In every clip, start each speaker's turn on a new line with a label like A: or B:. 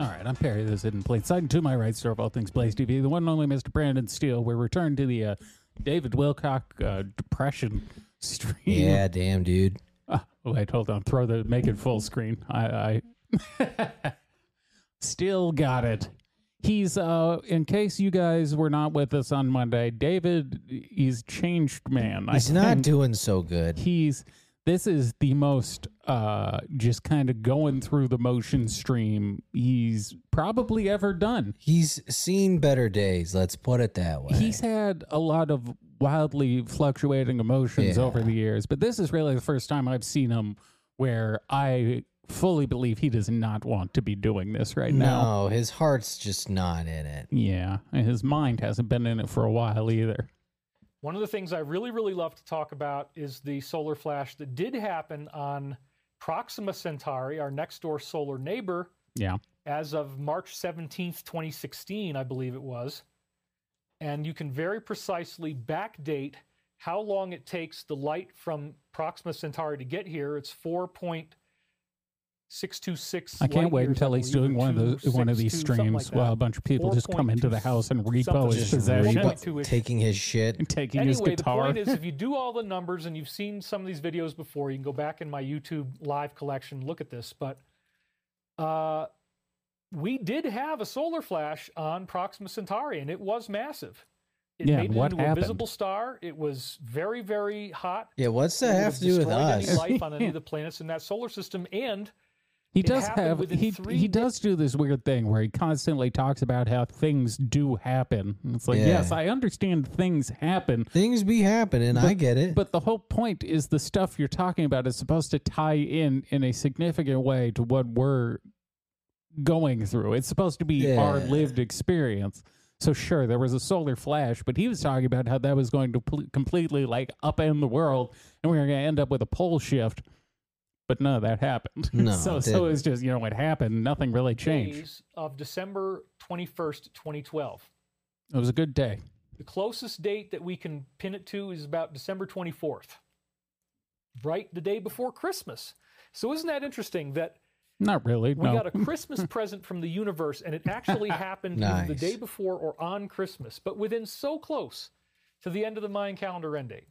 A: All right, I'm Perry. This is Hidden Place. Side to my right, store of all things Blaze TV, the one and only Mr. Brandon Steele. We're returned to the uh, David Wilcock uh, Depression stream.
B: Yeah, damn, dude.
A: Ah, wait, hold on. Throw the make it full screen. I, I still got it. He's uh in case you guys were not with us on Monday, David he's changed man.
B: He's
A: I
B: not
A: think
B: doing so good.
A: he's this is the most uh just kind of going through the motion stream he's probably ever done.
B: He's seen better days, let's put it that way.
A: He's had a lot of wildly fluctuating emotions
B: Yeah.
A: over the years, but this is really the first time I've seen him where I fully believe he does not want to be doing this right now.
B: no, his heart's just not in it.
A: Yeah, and his mind hasn't been in it for a while either.
C: One of the things I really, really love to talk about is the solar flash that did happen on Proxima Centauri, our next door solar neighbor,
A: Yeah.
C: as of March 17th, 2016, I believe it was. And you can very precisely backdate how long it takes the light from Proxima Centauri to get here. It's 4.626.
A: I can't
C: light
A: wait
C: years, I
A: until he's
C: believe, or
A: doing one of the one of these
C: 262, something
A: streams
C: like that.
A: while a bunch of people just come into the
C: 4.2
A: house and repo
C: something.
A: his
B: Just
A: possessions
B: rebu-
C: 1.2 -ish.
B: taking his shit.
A: and taking his
C: anyway,
A: guitar.
C: the point is, if you do all the numbers, and you've seen some of these videos before, you can go back in my YouTube live collection, look at this. But uh, we did have a solar flash on Proxima Centauri, and it was massive. It
A: Yeah,
C: made
A: and
C: it
A: what
C: into
A: happened?
C: a visible star. It was very, very hot.
B: Yeah, what's
C: It
B: that
C: would
B: have to do with
C: destroyed Any
B: us?
C: life on any of the planets in that solar system, and
A: He
C: It
A: does
C: happened
A: have
C: within
A: he
C: three
A: he
C: da-
A: does do this weird thing where he constantly talks about how things do happen. And It's like,
B: Yeah.
A: yes, I understand things happen,
B: Things be happening, I get it.
A: but the whole point is the stuff you're talking about is supposed to tie in in a significant way to what we're going through. It's supposed to be our
B: Yeah.
A: lived experience. So sure, there was a solar flash, but he was talking about how that was going to pl- completely like upend the world, and we were going to end up with a pole shift. But none of that happened.
B: No,
A: so
B: it
A: so
B: didn't.
A: it's just you know it happened. Nothing really changed.
C: days of December 21st, 2012.
A: It was a good day.
C: The closest date that we can pin it to is about December 24th, right the day before Christmas. So, isn't that interesting that
A: Not really.
C: we
A: no.
C: got a Christmas present from the universe and it actually happened either the
B: Nice.
C: day before or on Christmas, but within so close to the end of the Mayan calendar end date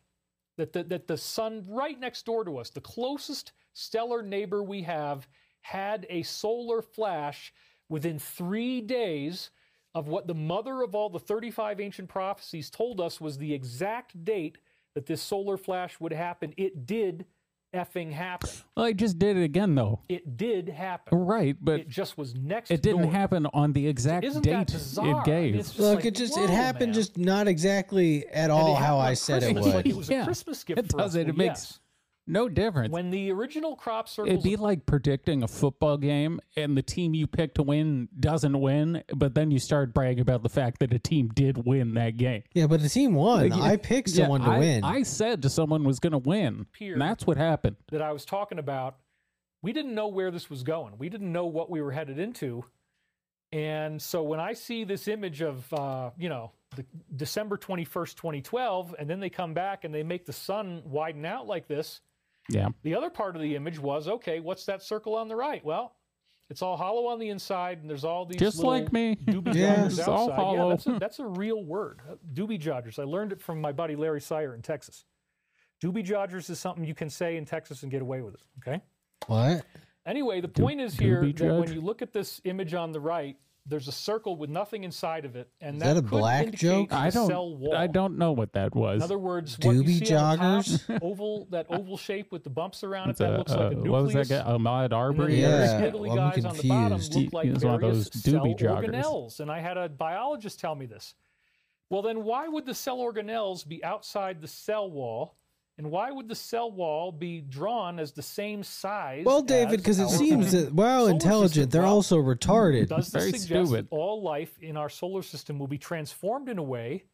C: that the, that the sun right next door to us, the closest stellar neighbor we have, had a solar flash within three days of what the mother of all the 35 ancient prophecies told us was the exact date that this solar flash would happen. It did effing happen.
A: well, I just did it again though.
C: It did happen.
A: Right, but
C: it just was next.
A: it didn't
C: door.
A: happen on the exact
C: Isn't that
A: date
C: bizarre?
A: it
C: I
A: gave.
C: mean, it's
B: Look,
C: like,
B: it just
C: whoa,
B: it happened
C: man.
B: just not exactly at
C: And it
B: all Oh, how
C: happened
B: I
C: on
B: said it
C: Christmas,
B: would.
C: Like it was a
A: Yeah.
C: Christmas gift.
A: It
C: for us.
A: doesn't. It
C: Well,
A: makes
C: yes.
A: no difference.
C: When the original crop circles,
A: It'd be like predicting a football game and the team you pick to win doesn't win, but then you start bragging about the fact that a team did win that game.
B: Yeah, but the team won.
A: Like,
B: I picked
A: yeah,
B: someone to
A: I-
B: win.
A: I said to someone was going to win.
C: Appeared.
A: And that's what happened.
C: that I was talking about, we didn't know where this was going. We didn't know what we were headed into. And so when I see this image of, uh, you know, the December 21st, 2012, and then they come back and they make the sun widen out like this,
A: Yeah.
C: the other part of the image was okay, what's that circle on the right? Well, it's all hollow on the inside, and there's all these
A: Just
C: little
A: like me.
C: doobie
B: Yeah.
C: dodgers
A: It's
C: outside.
A: all hollow.
C: Yeah, that's a, that's a real word, uh, doobie dodgers. I learned it from my buddy Larry Sire in Texas. Doobie dodgers is something you can say in Texas and get away with it. Okay.
B: what?
C: Anyway, the point is here
A: doobie
C: that when
A: judge?
C: you look at this image on the right, there's a circle with nothing inside of it, and
B: Is that a
C: could
B: black
C: indicate
B: joke?
C: the
A: I
C: cell
A: don't
C: wall.
A: I don't know what that was.
C: In other words, what you
B: Doobie
C: see on the top,
B: joggers?
C: oval that oval shape with the bumps around it,
A: It's
C: that looks like a
A: uh,
C: nucleus.
A: what was that guy? Ahmad
C: And then
A: Arbery?
C: the
B: Yeah.
C: other
B: well,
C: squiggly
B: I'm
C: guys on the bottom
B: confused.
C: look like
A: He's
C: various
A: one of those
C: cell
A: doobie joggers.
C: organelles, and I had a biologist tell me this. Well, then why would the cell organelles be outside the cell wall And why would the cell wall be drawn as the same size?
B: Well, David,
C: as
B: because
C: our
B: it seems
C: own?
B: that while
C: solar
B: intelligent,
C: system?
B: they're
C: Well,
B: also retarded.
C: Does this
A: Very
C: suggest
A: stupid.
C: that all life in our solar system will be transformed in a way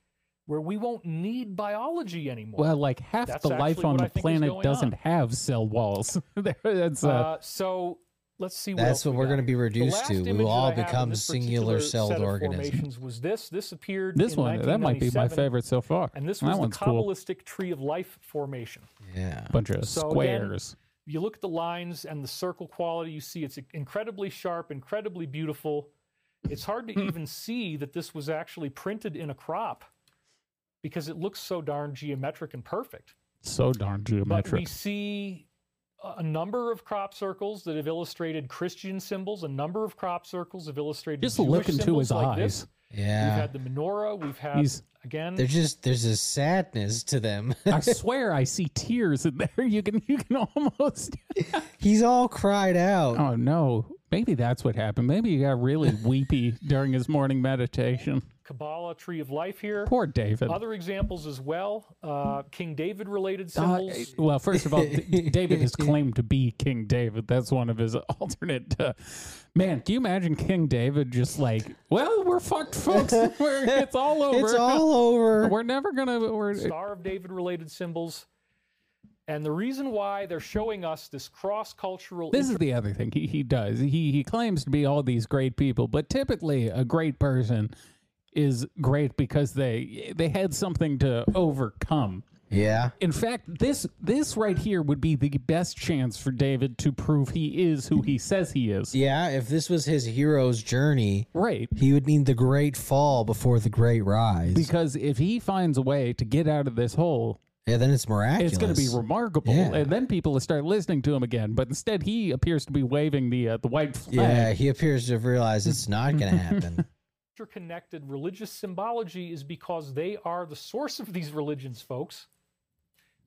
C: where we won't need biology anymore?
A: Well, like half
C: That's
A: the life
C: actually
A: on
C: what
A: the
C: I think is
A: planet
C: going
A: doesn't
C: on.
A: have cell walls. There- That's uh,
C: Uh, so let's see. What
B: That's what we're
C: going
B: gonna be reduced to. We will all become singular celled organisms.
C: organisms. Was this? This appeared.
A: this
C: in
A: one. That might be my
C: 1997,
A: favorite so far.
C: And this
A: that
C: was the
A: one's cool.
C: Kabbalistic tree of life formation.
B: yeah.
A: Bunch of
C: So again-
A: squares.
C: You look at the lines and the circle quality. You see it's incredibly sharp, incredibly beautiful. It's hard
B: Hmm.
C: to even see that this was actually printed in a crop because it looks so darn geometric and perfect.
A: so darn
C: But we
A: geometric.
C: see a a number of crop circles that have illustrated Christian symbols. A number of crop circles have illustrated
A: Just
C: Jewish
A: look into
C: symbols
A: his
C: like
A: eyes.
C: This. We've
B: Yeah.
C: had the menorah. We've had
A: He's-
C: again.
B: They're just there's a sadness to them.
A: I swear I see tears in there. You can you can almost
B: He's all cried out.
A: Oh no. Maybe that's what happened. Maybe he got really weepy during his morning meditation.
C: Kabbalah, Tree of Life here.
A: Poor David.
C: Other examples as well. Uh, King David related
A: Uh,
B: eh,
C: symbols.
A: well, first of all, D- David has claimed to be King David. That's one of his alternate. Uh, man, can you imagine King David just like, well, we're fucked, folks. We're, Oh, it's all over.
B: It's all over.
A: We're never gonna. We're
C: Star of David related symbols. And the reason why they're showing us this cross cultural
A: This is the other thing he, he does. He he claims to be all these great people, but typically a great person is great because they they had something to overcome.
B: Yeah.
A: In fact, this this right here would be the best chance for David to prove he is who he says he is.
B: Yeah. If this was his hero's journey,
A: Right.
B: he would need the great fall before the great rise.
A: Because if he finds a way to get out of this hole,
B: yeah, then it's miraculous.
A: it's going to be remarkable,
B: Yeah.
A: and then people will start listening to him again. But instead, he appears to be waving the uh, the white flag.
B: Yeah, he appears to have realized it's not going to happen.
C: interconnected religious symbology is because they are the source of these religions, folks.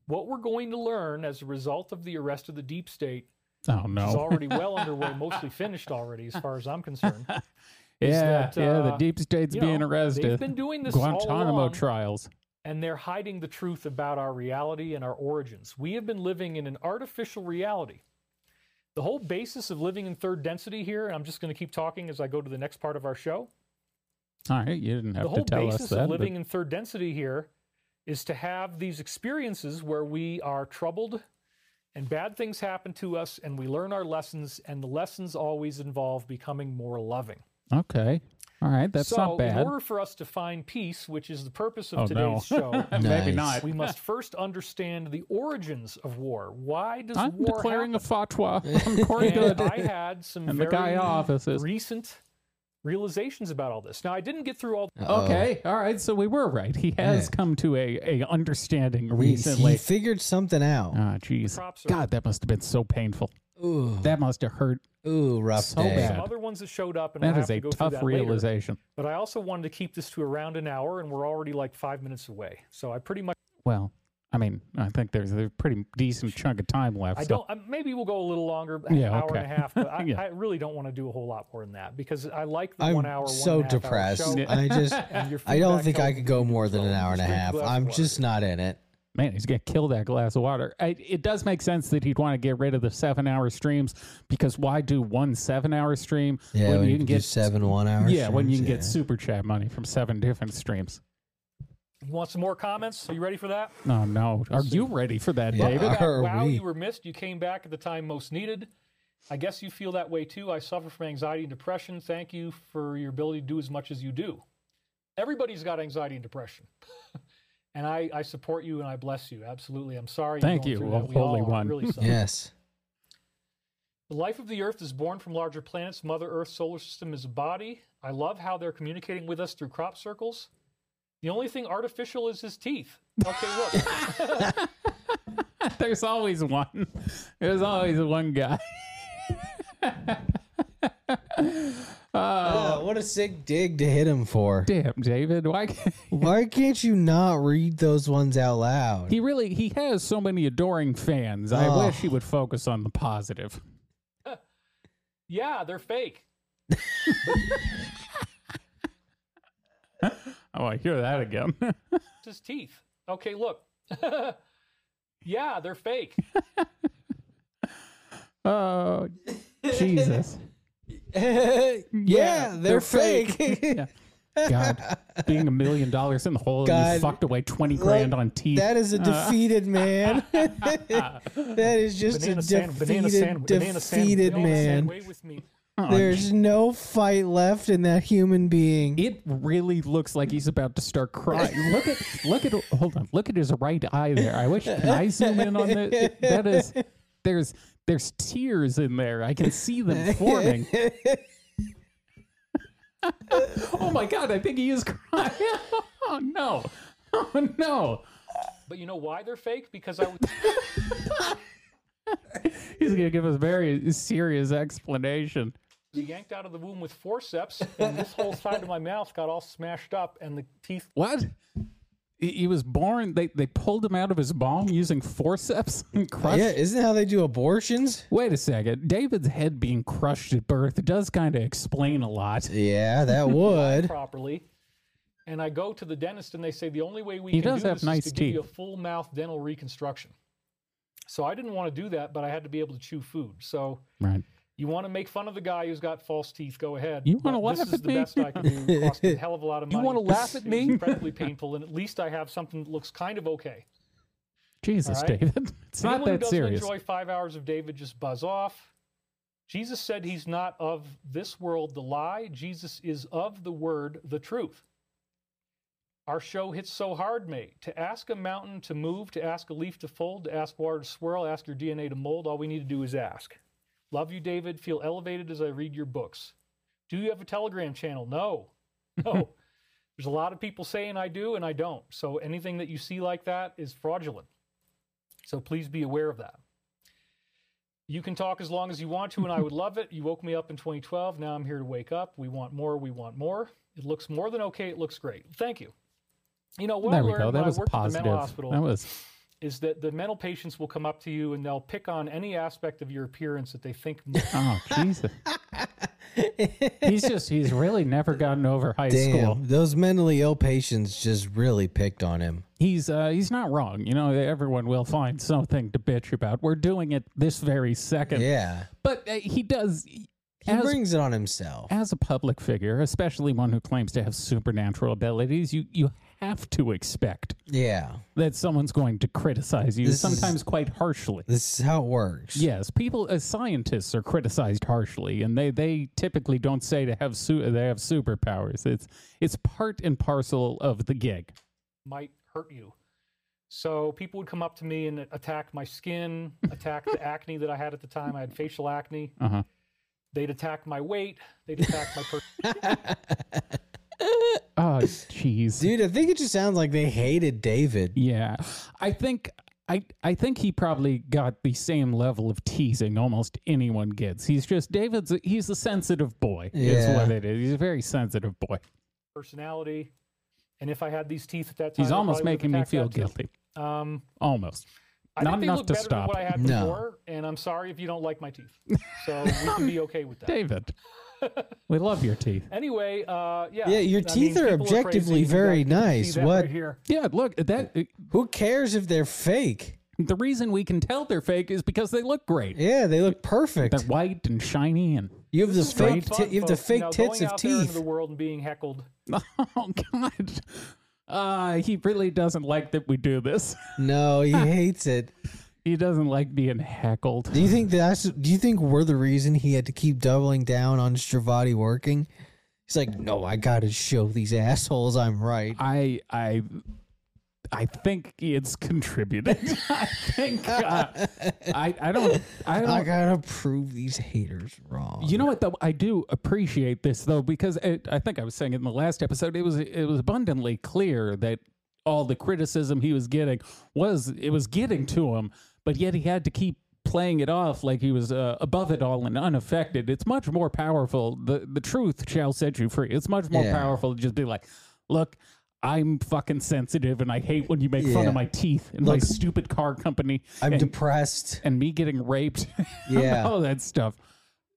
C: What we're going to learn as a result of the arrest of the deep state
A: Oh
C: is
A: no!
C: already well underway, mostly finished already, as far as I'm concerned. is
A: Yeah,
C: that,
A: yeah. The
C: uh,
A: deep state's
C: you
A: being
C: know,
A: arrested.
C: They've been doing this all
A: Guantanamo
C: along.
A: trials.
C: and they're hiding the truth about our reality and our origins. We have been living in an artificial reality. The whole basis of living in third density here, and I'm just going to keep talking as I go to the next part of our show.
A: All right, you didn't have
C: the
A: to
C: whole
A: tell
C: basis
A: us that.
C: of
A: but-
C: living in third density here is to have these experiences where we are troubled and bad things happen to us and we learn our lessons and the lessons always involve becoming more loving
A: okay, all right, that's
C: so
A: not
C: in
A: bad.
C: order for us to find peace which is the purpose of
A: Oh no,
C: today's show
A: maybe
B: Nice.
A: not.
C: we must first understand the origins of war. Why does
A: I'm
C: war
A: declaring
C: happen?
A: a fatwa on Corngood.
C: and I had some
A: And the
C: very
A: guy offices.
C: recent realizations about all this. Now I didn't get through all
B: Uh-oh.
A: Okay, all right. So we were right. He has
B: Oh. Yeah.
A: come to a, a understanding
B: He, he
A: recently.
B: figured something out.
A: Ah, jeez.
C: Oh, Props are-
A: God, that must have been so painful.
B: Ooh,
A: That must have hurt.
B: ooh, rough
A: so
B: day.
A: bad.
C: some other ones that showed up, and
A: That
C: we'll
A: is
C: have
A: a
C: to go through
A: tough
C: that later.
A: realization.
C: But I also wanted to keep this to around an hour, and we're already like five minutes away. So I pretty much
A: Well, I mean, I think there's a pretty decent chunk of time left.
C: I
A: so-
C: don't. I, maybe we'll go a little longer, an
A: Yeah,
C: hour and
A: okay.
C: a half. But I,
A: Yeah.
C: I really don't want to do a whole lot more than that because I like the
B: I'm
C: one hour.
B: so
C: one and a half hour
B: depressed.
C: show,
B: I just,
C: and your
B: I don't
C: feedback
B: think I
C: helped
B: could
C: me
B: go
C: do
B: more
C: so.
B: than an hour and a
C: Just
B: half.
C: glass
B: I'm
C: water.
B: just not in it.
A: Man, he's gonna kill that glass of water. I, it does make sense that he'd want to get rid of the seven-hour streams because why do one seven-hour stream
B: Yeah, when you can get seven one hour.
A: yeah when you can get
B: streams,
A: super chat money from seven different streams?
C: You want some more comments? Are you ready for that?
A: Oh no, are you ready for that,
B: Yeah.
A: David?
B: Uh,
C: That
B: Are
C: wow,
B: we?
C: you were missed. You came back at the time most needed. I guess you feel that way too. I suffer from anxiety and depression. Thank you for your ability to do as much as you do. Everybody's got anxiety and depression. and I, I support you and I bless you. Absolutely. I'm sorry. you're
A: Thank
C: going
A: you,
C: through that.
A: oh,
C: We all
A: Holy
C: are. It
A: One.
C: Really sucks.
B: yeah. Yes.
C: The life of the Earth is born from larger planets. Mother Earth's solar system is a body. I love how they're communicating with us through crop circles. The only thing artificial is his teeth. Okay, look.
A: There's always one. There's always one guy. uh,
B: Oh, what a sick dig to hit him for.
A: damn, David. Why? can't-
B: Why can't you not read those ones out loud?
A: He really he has so many adoring fans. I
B: Oh.
A: wish he would focus on the positive.
C: yeah, they're fake.
A: Oh, I hear that again.
C: his teeth. Okay, look. Yeah, they're fake.
A: Oh, Jesus.
B: yeah, they're, fake.
A: Yeah. God, being a million dollars in the hole and you
B: God.
A: fucked away 20 grand on teeth.
B: that is a defeated man. that is just
C: Banana
B: a
C: sandwich. Banana
B: defeated,
C: sandwich. Banana sandwich.
B: defeated
C: banana
B: man.
C: sandwich with me.
B: There's no fight left in that human being.
A: it really looks like he's about to start crying. Look at, look at, hold on, look at his right eye there. I wish, can I zoom in on that? That is, there's, there's tears in there. I can see them forming. oh my God, I think he is crying. oh no. Oh no.
C: But you know why they're fake? Because I was
A: He's going to give us very serious explanation.
C: yanked out of the womb with forceps, and this whole side of my mouth got all smashed up, and the teeth.
A: What? He, he was born. They they pulled him out of his mom using forceps and crushed.
B: Yeah, isn't that how they do abortions?
A: Wait a second. David's head being crushed at birth does kind of explain a lot.
B: Yeah, that would.
C: properly. And I go to the dentist, and they say the only way we
A: He
C: can
A: does
C: do
A: have
C: this
A: nice
C: is to give you a
A: teeth.
C: full mouth dental reconstruction. So I didn't want to do that, but I had to be able to chew food. So
A: Right.
C: you want to make fun of the guy who's got false teeth? Go ahead.
A: You wanna
C: But
A: laugh
C: This is
A: at
C: the
A: me?
C: best I can do. It cost me a hell of a lot of
A: You
C: money.
A: wanna laugh at
C: It was
A: me?
C: incredibly painful, and at least I have something that looks kind of okay.
A: Jesus,
C: All right.
A: David. It's not
C: Anyone who
A: that
C: doesn't
A: serious.
C: enjoy five hours of David, just buzz off. Jesus said he's not of this world, the lie. Jesus is of the word, the truth. Our show hits so hard, mate. To ask a mountain to move, to ask a leaf to fold, to ask water to swirl, ask your DNA to mold, all we need to do is ask. Love you, David. Feel elevated as I read your books. Do you have a Telegram channel? No. No. There's a lot of people saying I do and I don't. So anything that you see like that is fraudulent. So please be aware of that. You can talk as long as you want to, and I would love it. You woke me up in 2012. Now I'm here to wake up. We want more. We want more. It looks more than okay. It looks great. Thank you. You know what I
A: there we
C: learned
A: go.
C: when
A: That was
C: I worked at
A: positive.
C: the mental hospital
A: That was
C: is that the mental patients will come up to you and they'll pick on any aspect of your appearance that they think. mo-
A: oh Jesus. oh, he's just he's really never gotten over high school.
B: Damn, those mentally ill patients just really picked on him.
A: he's uh, he's not wrong. You know, everyone will find something to bitch about. We're doing it this very second.
B: Yeah,
A: But uh, he does.
B: he
A: as,
B: brings it on himself.
A: as a public figure, especially one who claims to have supernatural abilities, you you have to expect
B: Yeah,
A: that someone's going to criticize you,
B: This is-
A: sometimes quite harshly.
B: this is how it works.
A: Yes, people, uh, scientists are criticized harshly, and they, they typically don't say to have su- they have superpowers. It's it's part and parcel of the gig.
C: might hurt you. So people would come up to me and attack my skin, attack the acne that I had at the time. I had facial acne.
A: Uh-huh.
C: They'd attack my weight. They'd attack my per-
A: Oh, jeez.
B: Dude, I think it just sounds like they hated David.
A: Yeah, I think I I think he probably got the same level of teasing almost anyone gets. He's just David's. a- He's a sensitive boy. Is
B: Yeah.
A: what it is. He's a very sensitive boy.
C: personality. And if I had these teeth at that time,
A: He's
C: I
A: almost
C: probably would've
A: making me
C: attacked
A: feel
C: that too.
A: guilty.
C: Um,
A: Almost.
C: I
A: Not
C: think they
A: enough
C: look
A: to
C: better
A: stop.
C: Than what I had
B: No.
C: before, and I'm sorry if you don't like my teeth. So we can be okay with that.
A: David, we love your teeth.
C: Anyway, uh, yeah.
B: Yeah, your
C: I
B: teeth
C: mean,
B: are
C: people crazy.
B: objectively
C: You guys
B: very
C: can see
B: nice.
C: that
B: What-
C: right here.
A: Yeah, look that. uh,
B: Who cares if they're fake?
A: The reason we can tell they're fake is because they look great.
B: Yeah, they look
A: They're
B: perfect.
A: white and shiny and.
B: You have the
C: It's not
B: fake,
C: fun,
B: ti- you have the
C: folks.
B: fake
C: know,
B: tits
C: going
B: of
C: out there into
B: teeth.
C: the world and being heckled.
A: Oh God. Uh, he really doesn't like that we do this.
B: No, he hates it.
A: He doesn't like being heckled.
B: Do you think that's? Do you think we're the reason he had to keep doubling down on Stravati working? He's like, no, I gotta show these assholes I'm right.
A: I I I think it's contributing. I think uh, I I don't I don't.
B: I gotta prove these haters wrong.
A: you know what though? I do appreciate this though because it, I think I was saying it in the last episode. It was it was abundantly clear that all the criticism he was getting was it was getting to him, but yet he had to keep playing it off like he was uh, above it all and unaffected. It's much more powerful. the The truth shall set you free. It's much more
B: Yeah.
A: powerful to just be like, look. I'm fucking sensitive and I hate when you make fun
B: Yeah.
A: of my teeth and my
B: Look,
A: stupid car company
B: I'm
A: and,
B: depressed.
A: and me getting raped
B: Yeah.
A: all that stuff.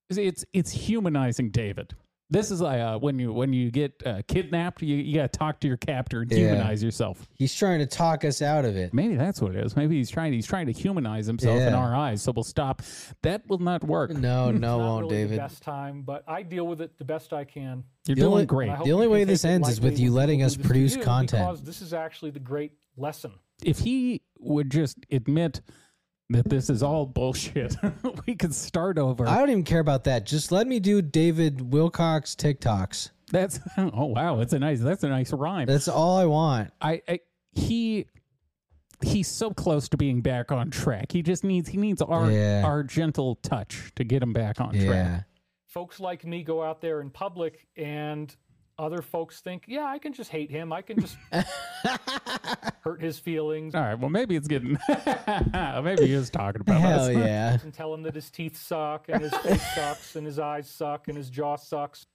A: It's it's humanizing David. This is uh, when you when you get uh, kidnapped, you, you gotta talk to your captor and
B: Yeah.
A: humanize yourself.
B: He's trying to talk us out of it.
A: Maybe that's what it is. Maybe he's trying he's trying to humanize himself in
B: Yeah.
A: our eyes, so we'll stop. That will not work.
B: No, no,
C: Not
B: won't,
C: really
B: David.
C: The best time, but I deal with it the best I can.
A: You're
B: The
A: doing
B: only-
A: great.
C: I hope
B: The only
C: you
B: way
C: take
B: this
C: it
B: ends is
C: lightly
B: with you
C: when
B: letting
C: people
B: us
C: do this to
B: produce
C: you,
B: content.
C: Because this is actually the great lesson.
A: If he would just admit that this is all bullshit, we could start over.
B: I don't even care about that. Just let me do David Wilcox TikToks.
A: that's oh wow, that's a nice that's a nice rhyme.
B: That's all I want.
A: I, I he he's so close to being back on track. He just needs he needs our
B: Yeah.
A: our gentle touch to get him back on track.
B: Yeah.
C: Folks like me go out there in public, and other folks think, "Yeah, I can just hate him. I can just hurt his feelings
B: Uh.
A: All right, well maybe it's getting maybe he is talking about
B: Hell
A: us.
B: yeah.
C: and tell him that his teeth suck, and his face sucks, and his eyes suck, and his jaw sucks."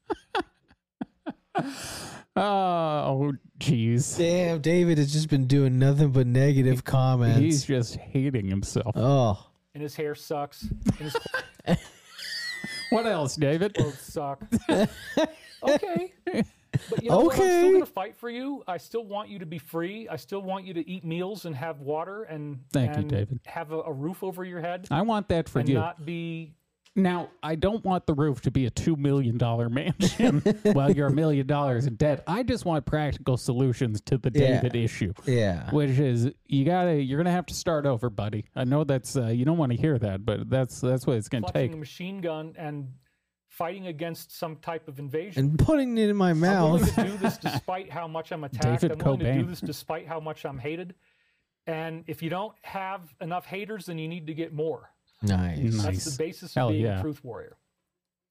A: Oh jeez.
B: Damn, David has just been doing nothing but negative comments.
A: He's just hating himself.
B: oh.
C: And his hair sucks, and his
A: What else, David?
C: clothes suck. okay. But you know what? I'm
B: Okay.
C: still gonna fight for you. I still want you to be free. I still want you to eat meals and have water and
A: Thank you,
C: and
A: David.
C: Have a, a roof over your head
A: I want that for
C: and
A: you.
C: not be
A: Now, I don't want the roof to be a $2 million mansion while you're a million dollars in debt. I just want practical solutions to the
B: Yeah.
A: David issue.
B: Yeah.
A: which is you gotta you're gonna have to start over buddy i know that's uh, you don't want to hear that but that's that's what it's gonna
C: clutching
A: take
C: a machine gun and fighting against some type of invasion.
B: And putting it in my
C: I'm willing
B: mouth.
C: to do this despite how much I'm attacked.
A: David
C: I'm willing to
A: Cobain.
C: do this despite how much I'm hated. And if you don't have enough haters, then you need to get more.
B: Nice.
A: nice
C: That's the basis of
A: Hell
C: being
A: yeah.
C: a truth warrior.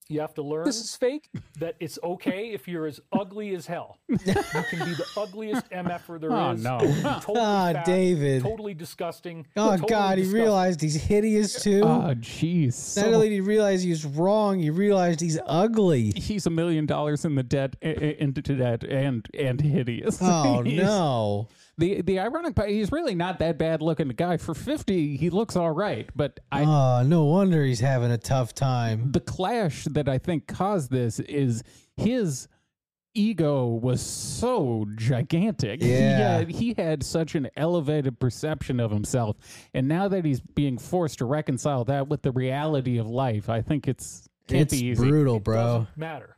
C: You have to learn
A: is fake
C: that it's okay if you're as ugly as hell. You can be the ugliest mf'er there is.
A: Oh, no.
C: You can be Totally
B: Ah,
C: fat,
B: David.
C: Totally disgusting.
B: Oh
C: totally
B: God, he
C: disgusting.
B: realized he's hideous too.
A: oh jeez so
B: Not only did he realize he was wrong, he realized he's ugly.
A: he's a million dollars in the debt i- i- into debt and and hideous
B: Oh
A: He's-
B: no.
A: the the ironic part he's really not that bad looking guy for 50 he looks all right but i
B: Oh, no wonder he's having a tough time.
A: the clash that I think caused this is his ego was so gigantic.
B: Yeah.
A: He had, he had such an elevated perception of himself. And now that he's being forced to reconcile that with the reality of life, I think it's can't
B: It's
A: be easy.
B: brutal,
C: It
B: bro.
C: doesn't matter.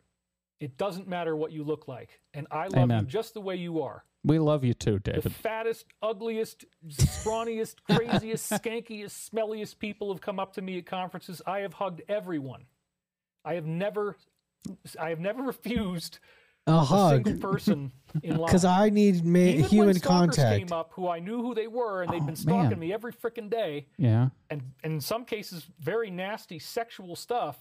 C: It doesn't matter what you look like. And I love
A: Amen.
C: you just the way you are.
A: We love you too,
C: The
A: David.
C: fattest, ugliest, scrawniest, craziest, skankiest, smelliest people have come up to me at conferences. I have hugged everyone. I have never I have never refused
B: A
C: a
B: hug,
C: single person in line.
B: because I need ma-
C: Even when
B: human
C: stalkers
B: contact.
C: came up who I knew who they were and they'd
A: Oh,
C: been stalking
A: man.
C: me every freaking day
A: Yeah.
C: and, and in some cases very nasty sexual stuff.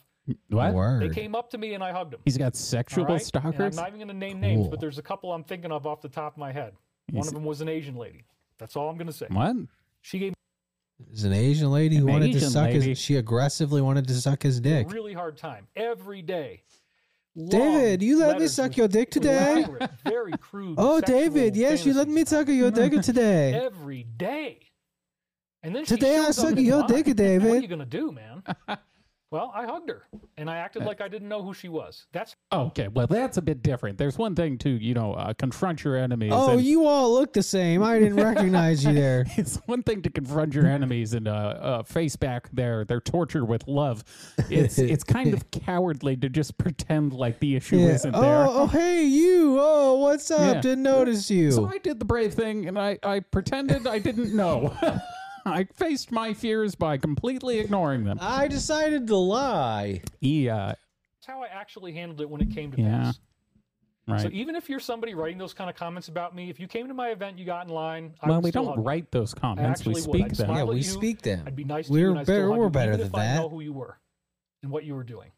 A: What?
C: They
B: Word.
C: came up to me and I hugged them.
A: He's got sexual
C: All right? And I'm
A: stalkers?
C: not even going to name names,
B: Cool.
C: but there's a couple I'm thinking of off the top of my head.
A: Yes.
C: One of them was an Asian lady. That's all I'm going to say.
A: What?
C: She gave
B: There's an Asian lady who
A: An
B: wanted to
A: Asian
B: suck
A: lady.
B: his. She aggressively wanted to suck his
C: me a
B: dick.
C: really hard time every day. Long
B: David, you let me
C: letters
B: suck
C: with
B: your dick today?
C: elaborate, Very crude.
B: Oh,
C: sexual
B: David, yes, you let me
C: fantasies
B: suck your dick today.
C: every day. And then she
B: Today I
C: shows up
B: suck
C: in
B: your
C: line.
B: dick,
C: What are
B: David.
C: you going to do, man? Well, I hugged her and I acted like I didn't know who she was. That's
A: Okay, well, that's a bit different. There's one thing to, you know, uh, confront your enemies.
B: Oh,
A: and-
B: you all look the same. I didn't recognize you there.
A: it's one thing to confront your enemies and uh, uh, face back their their torture with love. It's it's kind of cowardly to just pretend like the issue
B: Yeah.
A: isn't there.
B: Oh, oh, hey, you. Oh, what's up?
A: Yeah.
B: Didn't notice you.
A: So I did the brave thing and I I pretended I didn't know. I faced my fears by completely ignoring them. E, uh,
B: I decided to lie.
A: Yeah,
C: how I actually handled it when it came to
A: Yeah.
C: pass. So E,
A: right.
C: even if you're somebody writing those kind of comments about me, if you came to my event, you got in line. I
A: well,
C: would
A: we
C: still
A: don't
C: hug you.
A: write those comments; we
C: actually would.
A: speak
C: I'd
A: them.
C: smile.
B: Yeah,
C: I'll let
B: we
C: you-
B: speak them.
C: I'd be nice to
B: We're
C: you. And I still
B: better-
C: hug
B: we're
C: you,
B: better
C: even
B: than
C: if I know
B: that.
C: who you were and what you were doing,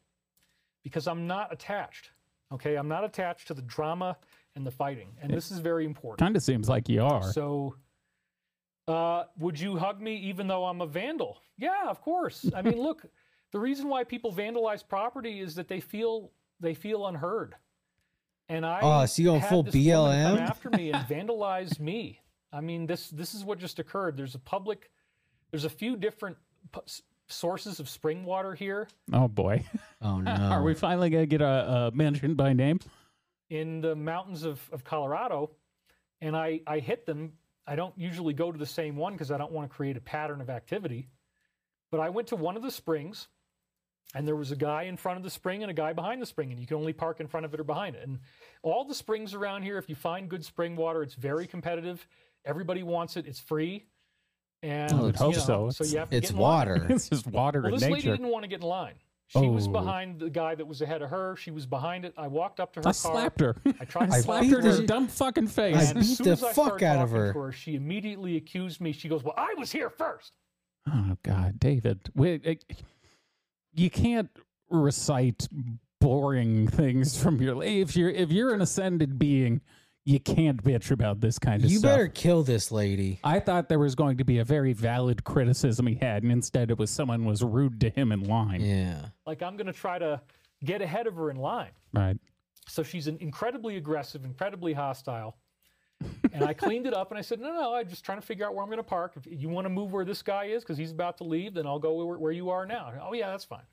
C: because I'm not attached. Okay, I'm not attached to the drama and the fighting, and this is very important.
A: Kind of seems like you are.
C: So, uh, would you hug me even though I'm a vandal? Yeah, of course. I mean, look, the reason why people vandalize property is that they feel they feel unheard. And I
B: Oh, so you going
C: had
B: full
C: this woman come
B: BLM?
C: after me and vandalize me. I mean, this this is what just occurred. There's a public, there's a few different pu- s- sources of spring water here
A: Oh boy,
B: Oh no.
A: are we finally gonna get a, a mention by name?
C: in the mountains of, of Colorado, and I, I hit them. I don't usually go to the same one because I don't want to create a pattern of activity. But I went to one of the springs, and there was a guy in front of the spring and a guy behind the spring, and you can only park in front of it or behind it. And all the springs around here, if you find good spring water, it's very competitive. Everybody wants it. It's free, and
A: Oh, I would
C: you
A: hope
C: know,
A: so.
C: So you have to
B: it's
C: get in line.
B: water.
A: It's just water
C: Well,
A: and
C: this lady
A: nature.
C: didn't want to get in line. She was
A: Oh.
C: behind the guy that was ahead of her. She was behind it. I walked up to her
A: I
C: car.
A: slapped her.
C: I
A: I,
C: tried to
A: slapped
C: beat
A: her in her
B: the-
A: dumb fucking face.
C: And
B: I beat
C: as soon
B: the
C: as I
B: fuck
C: started
B: out of
C: talking
B: her.
C: to She immediately accused me. She goes, "Well, I was here first.
A: Oh God, David, we, it- you can't recite boring things from your if you're if you're an ascended being, you can't bitch about this kind of
B: You
A: stuff.
B: better kill this lady.
A: I thought there was going to be a very valid criticism he had, and instead it was someone was rude to him in line.
B: Yeah.
C: Like I'm going to try to get ahead of her in line."
A: Right?
C: So she's an incredibly aggressive, incredibly hostile. and I cleaned it up and I said, "No, no, I'm just trying to figure out where I'm going to park. If you want to move where this guy is because he's about to leave, then I'll go where, where you are now." Oh yeah, that's fine.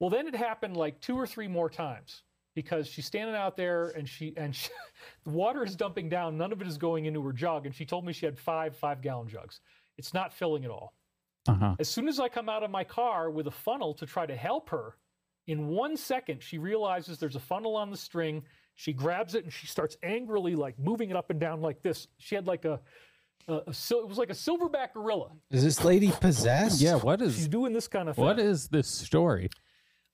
C: Well, then it happened like two or three more times because she's standing out there and she and she, the water is dumping down. None of it is going into her jug, and she told me she had five five gallon jugs. It's not filling at all.
A: Uh huh.
C: As soon as I come out of my car with a funnel to try to help her, in one second she realizes there's a funnel on the string. She grabs it and she starts angrily like moving it up and down like this. She had like a, a, a sil- it was like a silverback gorilla.
B: Is this lady possessed?
A: Yeah. What
C: She's
A: is
C: doing this kind of thing.
A: what is this story?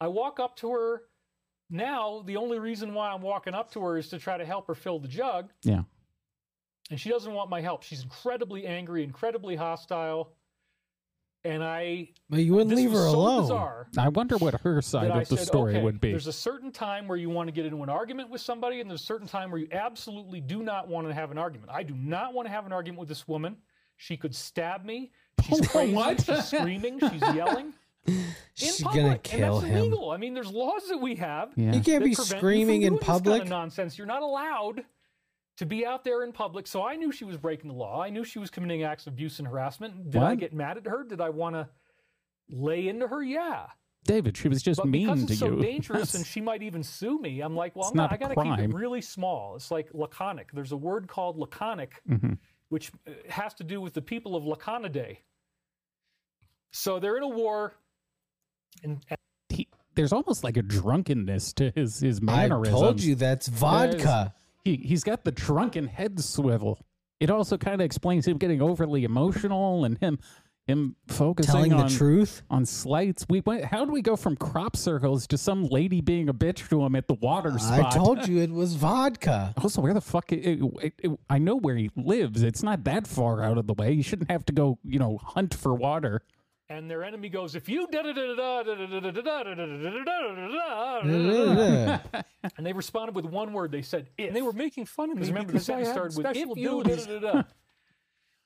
C: I walk up to her. Now the only reason why I'm walking up to her is to try to help her fill the jug,
A: Yeah.
C: and she doesn't want my help. She's incredibly angry, incredibly hostile, and I
B: But you wouldn't
C: this
B: leave
C: was
B: her
C: so
B: alone.
C: bizarre.
A: I wonder what her side
C: that I
A: of the
C: said,
A: story
C: okay,
A: would be.
C: There's a certain time where you want to get into an argument with somebody, and there's a certain time where you absolutely do not want to have an argument. I do not want to have an argument with this woman. She could stab me. She's crazy.
A: What?
C: She's screaming. She's yelling. In
B: Oh She's
C: public,
B: gonna kill
C: and that's
B: him.
C: illegal. I mean, there's laws that we have.
A: yeah.
B: You can't
C: that
B: be
C: prevent you from
B: screaming in
C: doing this
B: public.
C: Kind of nonsense. You're not allowed to be out there in public. So I knew she was breaking the law. I knew she was committing acts of abuse and harassment. Did I
A: What?
C: get mad at her? Did I want to lay into her? Yeah.
A: David, she was just
C: But because
A: mean
C: it's
A: to
C: so
A: you.
C: dangerous and
A: That's-
C: she might even sue me, I'm like, well,
A: It's
C: I'm not,
A: not a
C: I got to keep
A: crime.
C: it really small. It's like laconic. There's a word called laconic,
A: Mhm.
C: which uh, has to do with the people of Laconidae. So they're in a war, and, and
A: he, there's almost like a drunkenness to his his
B: I
A: mannerisms.
B: told you that's vodka.
A: He he's got the drunken head swivel. It also kind of explains him getting overly emotional and him him focusing
B: Telling the
A: on
B: truth.
A: on slights. We went. How do we go from crop circles to some lady being a bitch to him at the water
B: I
A: spot?
B: told you it was vodka.
A: Also, where the fuck? i i i I know where he lives. It's not that far out of the way. You shouldn't have to go, you know, hunt for water.
C: and their enemy goes, if you da da da da da da da da da da da da da da da da da da
B: Ugh.
C: and they responded with one word. They said, if. And they were making fun of me. Remember, the
D: because I
C: sentence
D: had
C: started with, if
D: special
C: you,
D: duties."
C: da-da-da-da.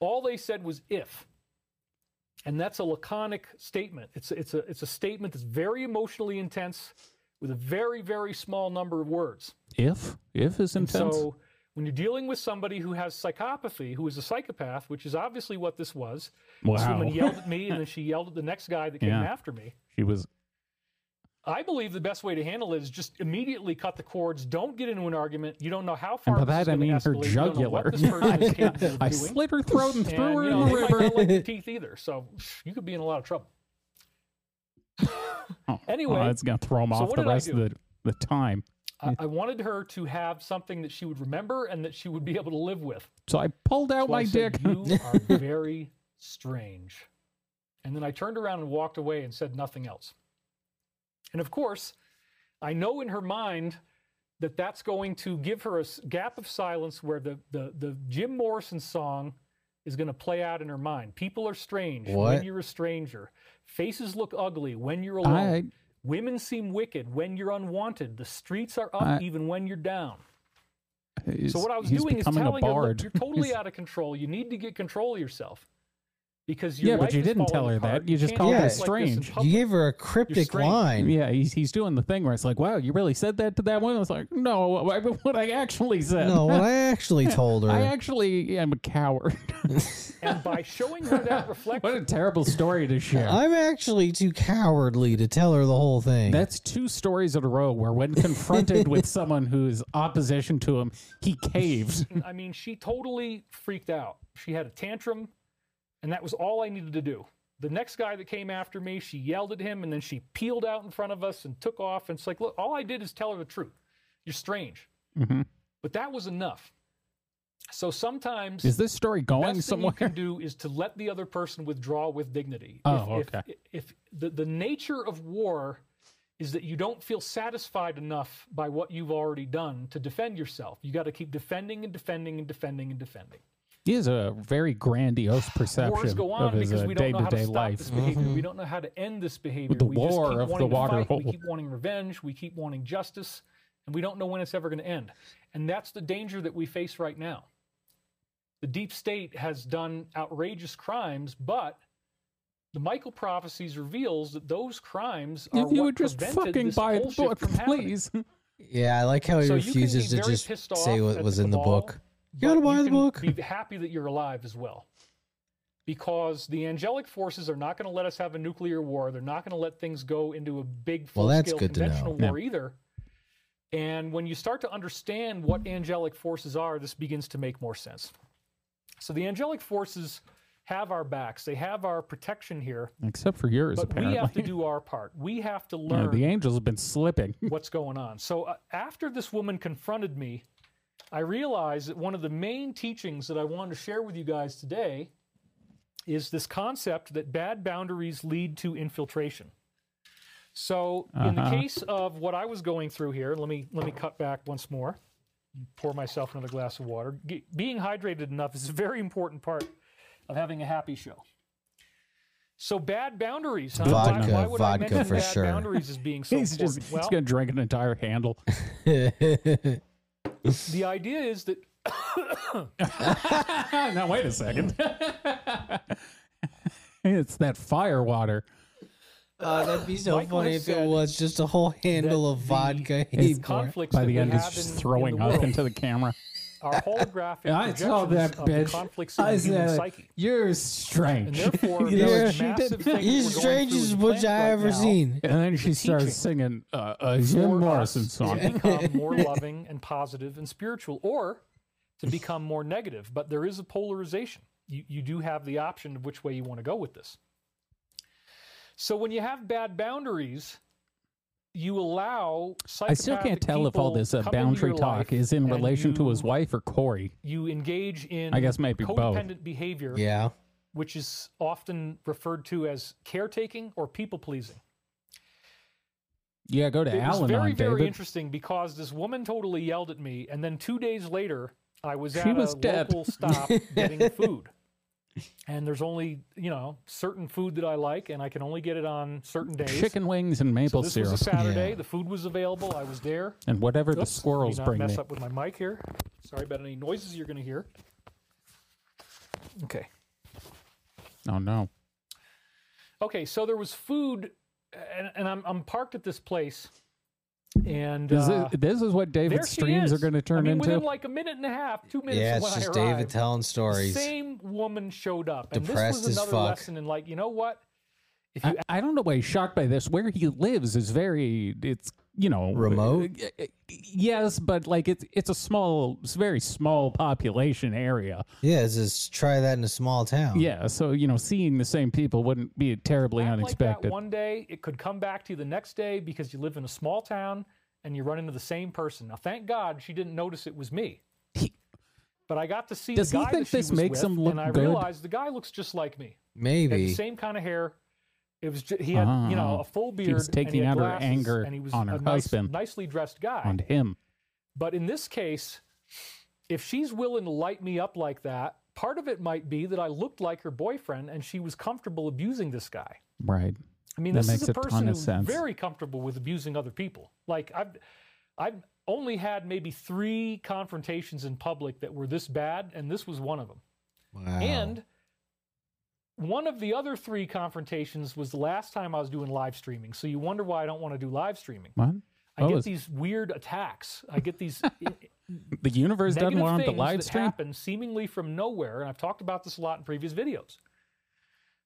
C: All they said was, if. And that's a laconic statement. It's, it's, a, it's a statement that's very emotionally intense with a very, very small number of words.
A: If if is
C: And
A: intense.
C: so when you're dealing with somebody who has psychopathy, who is a psychopath, which is obviously what this was, this
A: wow,
C: woman yelled at me and then she yelled at the next guy that came
A: Yeah.
C: after me.
A: she was
C: I believe the best way to handle it is just immediately cut the cords. Don't get into an argument. You don't know how far.
A: and by
C: this is
A: that I
C: gonna
A: mean her
C: escalate. You don't know
A: jugular.
C: what this person is capable of
A: I
C: doing.
A: slit her throat and threw
C: And,
A: her
C: you
A: in
C: know,
A: the
C: they might
A: river.
C: not like your teeth either, so you could be in a lot of trouble.
A: Oh,
C: Anyway,
A: oh, it's gonna throw him
C: so
A: off
C: what
A: the
C: did I
A: rest of
C: do?
A: the the time.
C: I, I wanted her to have something that she would remember and that she would be able to live with.
A: So I pulled out
C: So
A: my
C: I said,
A: dick.
C: You are very strange. And then I turned around and walked away and said nothing else. And of course, I know in her mind that that's going to give her a s- gap of silence where the, the, the Jim Morrison song is going to play out in her mind. People are strange when
B: What?
C: you're a stranger. Faces look ugly when you're alone.
A: I
C: Women seem wicked when you're unwanted. The streets are up
A: I-
C: even when you're down.
A: he's,
C: So what I was
A: he's
C: doing is
A: becoming
C: telling
A: a
C: her,
A: bard.
C: Look, you're totally out of control. You need to get control of yourself. because your
A: Yeah, but
C: life
A: you
C: is
A: didn't tell
C: falling
A: her that.
C: apart.
A: You just
C: can't
A: called
C: act
B: her
C: like this in
A: strange. You
B: You
C: public.
B: gave her a cryptic
C: strange.
B: line.
A: Yeah, he's, he's doing the thing where it's like, wow, you really said that to that woman? It's like, no, I- what I actually said.
B: No, what I actually told her.
A: I actually am a coward.
C: and by showing her that
A: what a
C: reflection,
A: terrible story to share.
B: I'm actually too cowardly to tell her the whole thing.
A: That's two stories in a row where, when confronted with someone who is opposition to him, he caves.
C: I mean, she totally freaked out. She had a tantrum, and that was all I needed to do. The next guy that came after me, she yelled at him, and then she peeled out in front of us and took off. And it's like, look, all I did is tell her the truth. You're strange,
A: Mhm.
C: but that was enough. So sometimes
A: Is this story
C: best
A: going
C: thing
A: somewhere?
C: you can do is to let the other person withdraw with dignity.
A: Oh,
C: if,
A: okay.
C: If, if the, the nature of war is that you don't feel satisfied enough by what you've already done to defend yourself, you got to keep defending and defending and defending and defending.
A: He has a very grandiose
C: Wars
A: perception
C: go
A: of
C: on
A: his
C: because
A: uh,
C: we don't know how to
A: day-to-day
C: stop
A: life.
C: this behavior. We don't know how to end this behavior.
A: the
C: we just
A: war of
C: keep
A: the
C: wanting to
A: water
C: fight, We
A: hole.
C: keep wanting revenge. We keep wanting justice, and we don't know when it's ever going to end. And that's the danger that we face right now. The deep state has done outrageous crimes, but the Michael prophecies reveals that those crimes are
A: If you
C: what
A: would just
C: prevented
A: fucking
C: this
A: buy the
C: bullshit
A: book,
C: from happening.
A: please.
B: yeah, I like how he
C: So you can be
B: refuses to
C: very
B: just
C: pissed
B: say
C: off
B: what
C: at
B: was
C: the
B: in the
C: cabal,
B: book.
C: but
B: gotta buy the
C: can
B: book.
C: Be happy that you're alive as well. Because the angelic forces are not going to let us have a nuclear war. They're not going to let things go into a big
B: Well,
C: full
B: that's
C: scale
B: good to know.
C: conventional
A: Yeah.
C: war either. And when you start to understand what angelic forces are, this begins to make more sense. So the angelic forces have our backs, they have our protection here,
A: Except for yours,
C: but
A: apparently.
C: we have to do our part. We have to
A: Yeah,
C: learn
A: the angels have been slipping.
C: what's going on. So uh, after this woman confronted me, I realized that one of the main teachings that I wanted to share with you guys today is this concept that bad boundaries lead to infiltration. So in the
A: Uh-huh.
C: case of what I was going through here, let me let me cut back once more. Pour myself another glass of water. Ge- being hydrated enough is a very important part of having a happy show. So bad boundaries. Huh? Why-
B: Vodka,
C: why would I
B: vodka
C: mention
B: for
C: bad
B: sure.
C: Boundaries as being so
A: he's just
C: important?
A: he's
C: well,
A: gonna drink an entire handle.
B: Oh,
C: the idea is that
A: Ah, now wait a second. it's that fire water.
B: Oh, that'd be so
C: Michael
B: funny
C: has
B: if it
C: said
B: was just a whole handle
C: that
B: of
C: the-
B: vodka.
C: these
B: he poured.
C: conflicts
A: By
C: that
A: the
C: we
A: end, he's
C: have in,
A: just
C: in
A: throwing
C: the
A: up
C: world
A: into the camera.
C: are holographic
A: I saw that
C: projections of the
A: bitch.
C: conflicts in
A: I
C: the human
A: said,
C: psyche.
A: "You're strange."
C: And therefore,
A: You know,
C: there
B: Yeah.
C: is
A: she
C: massive
A: did-
C: thing that
A: He's
C: we're
B: He's
C: going
B: strange
C: through
B: as
C: with
B: which
C: plants
B: I
C: right
B: ever
C: now
B: seen.
A: and then she
C: teaching
A: starts singing uh, a
C: for
A: Jim Morrison
C: us
A: song.
C: To become more loving and positive and spiritual, or to become more negative. But there is a polarization. You, you do have the option of which way you want to go with this. So when you have bad boundaries, you allow
A: I still can't
C: psychopathic
A: tell if all
C: people
A: this uh,
C: come into
A: boundary
C: your
A: talk
C: life
A: is in
C: and
A: relation to his
C: you-
A: wife or Corey.
C: You engage in
A: I guess maybe both.
C: codependent behavior
B: Yeah.
C: which is often referred to as caretaking or people pleasing.
A: Yeah, go to
C: It was
A: Alan
C: very,
A: on
C: very
A: David.
C: interesting because this woman totally yelled at me, and then two days later, I was
A: She
C: at
A: was
C: a
A: dead.
C: local stop getting food. And there's only, you know, certain food that I like, and I can only get it on certain days.
A: Chicken wings and
C: so
A: maple
C: this
A: syrup,
C: was a Saturday.
B: Yeah.
C: The food was available. I was there.
A: and whatever the
C: Oops,
A: squirrels
C: let me not
A: bring
C: mess
A: me.
C: up with my mic here. Sorry about any noises you're going to hear. Okay.
A: Oh no!
C: Okay, so there was food, and, and I'm, I'm parked at this place, and
A: Is
C: uh,
A: this, this is what
C: there
A: David's
C: she
A: streams are
C: is.
A: going to turn
C: I mean,
A: into.
C: Within like a minute and a half, two minutes.
B: Yeah,
C: from
B: it's
C: when
B: just
C: I
B: David
C: arrived,
B: telling stories.
C: The same woman showed up, and
B: Depressed
C: this
B: as
C: was another
B: fuck.
C: lesson in like, you know what? If you
A: I, I don't know why he's shocked by this. Where he lives is very, it's you know,
B: Remote?
A: uh, Yes, but like it's it's a small, it's a very small population area.
B: Yeah, it's just try that in a small town.
A: Yeah, so you know, seeing the same people wouldn't be terribly
C: Um, act like that
A: unexpected.
C: one day, it could come back to you the next day because you live in a small town and you run into the same person. Now, thank God she didn't notice it was me.
A: He-
C: But I got to see
A: Does he
C: the guy
A: think
C: that she
A: this
C: was
A: makes
C: with,
A: him look
C: and I
A: good?
C: realized the guy looks just like me. He had the
B: Maybe.
C: same kind of hair. It was just, he had you know
A: Oh.
C: a full beard.
A: She was
C: and he
A: taking out
C: had
A: her
C: glasses,
A: anger
C: and he was
A: on her
C: a nice-
A: husband.
C: nicely dressed guy.
A: on him,
C: But in this case, if she's willing to light me up like that, part of it might be that I looked like her boyfriend and she was comfortable abusing this guy.
A: right?
C: I mean,
A: That
C: this
A: makes
C: is a
A: a ton
C: person
A: of
C: who's
A: sense.
C: very comfortable with abusing other people. Like I've, I've only had maybe three confrontations in public that were this bad, and this was one of them.
B: Wow.
C: And One of the other three confrontations was the last time I was doing live streaming. So you wonder why I don't want to do live streaming.
A: What?
C: I
A: Oh,
C: get
A: it's-
C: these weird attacks. I get these i-
A: The universe doesn't
C: negative
A: want
C: things
A: him to live
C: that
A: stream.
C: happen seemingly from nowhere, and I've talked about this a lot in previous videos.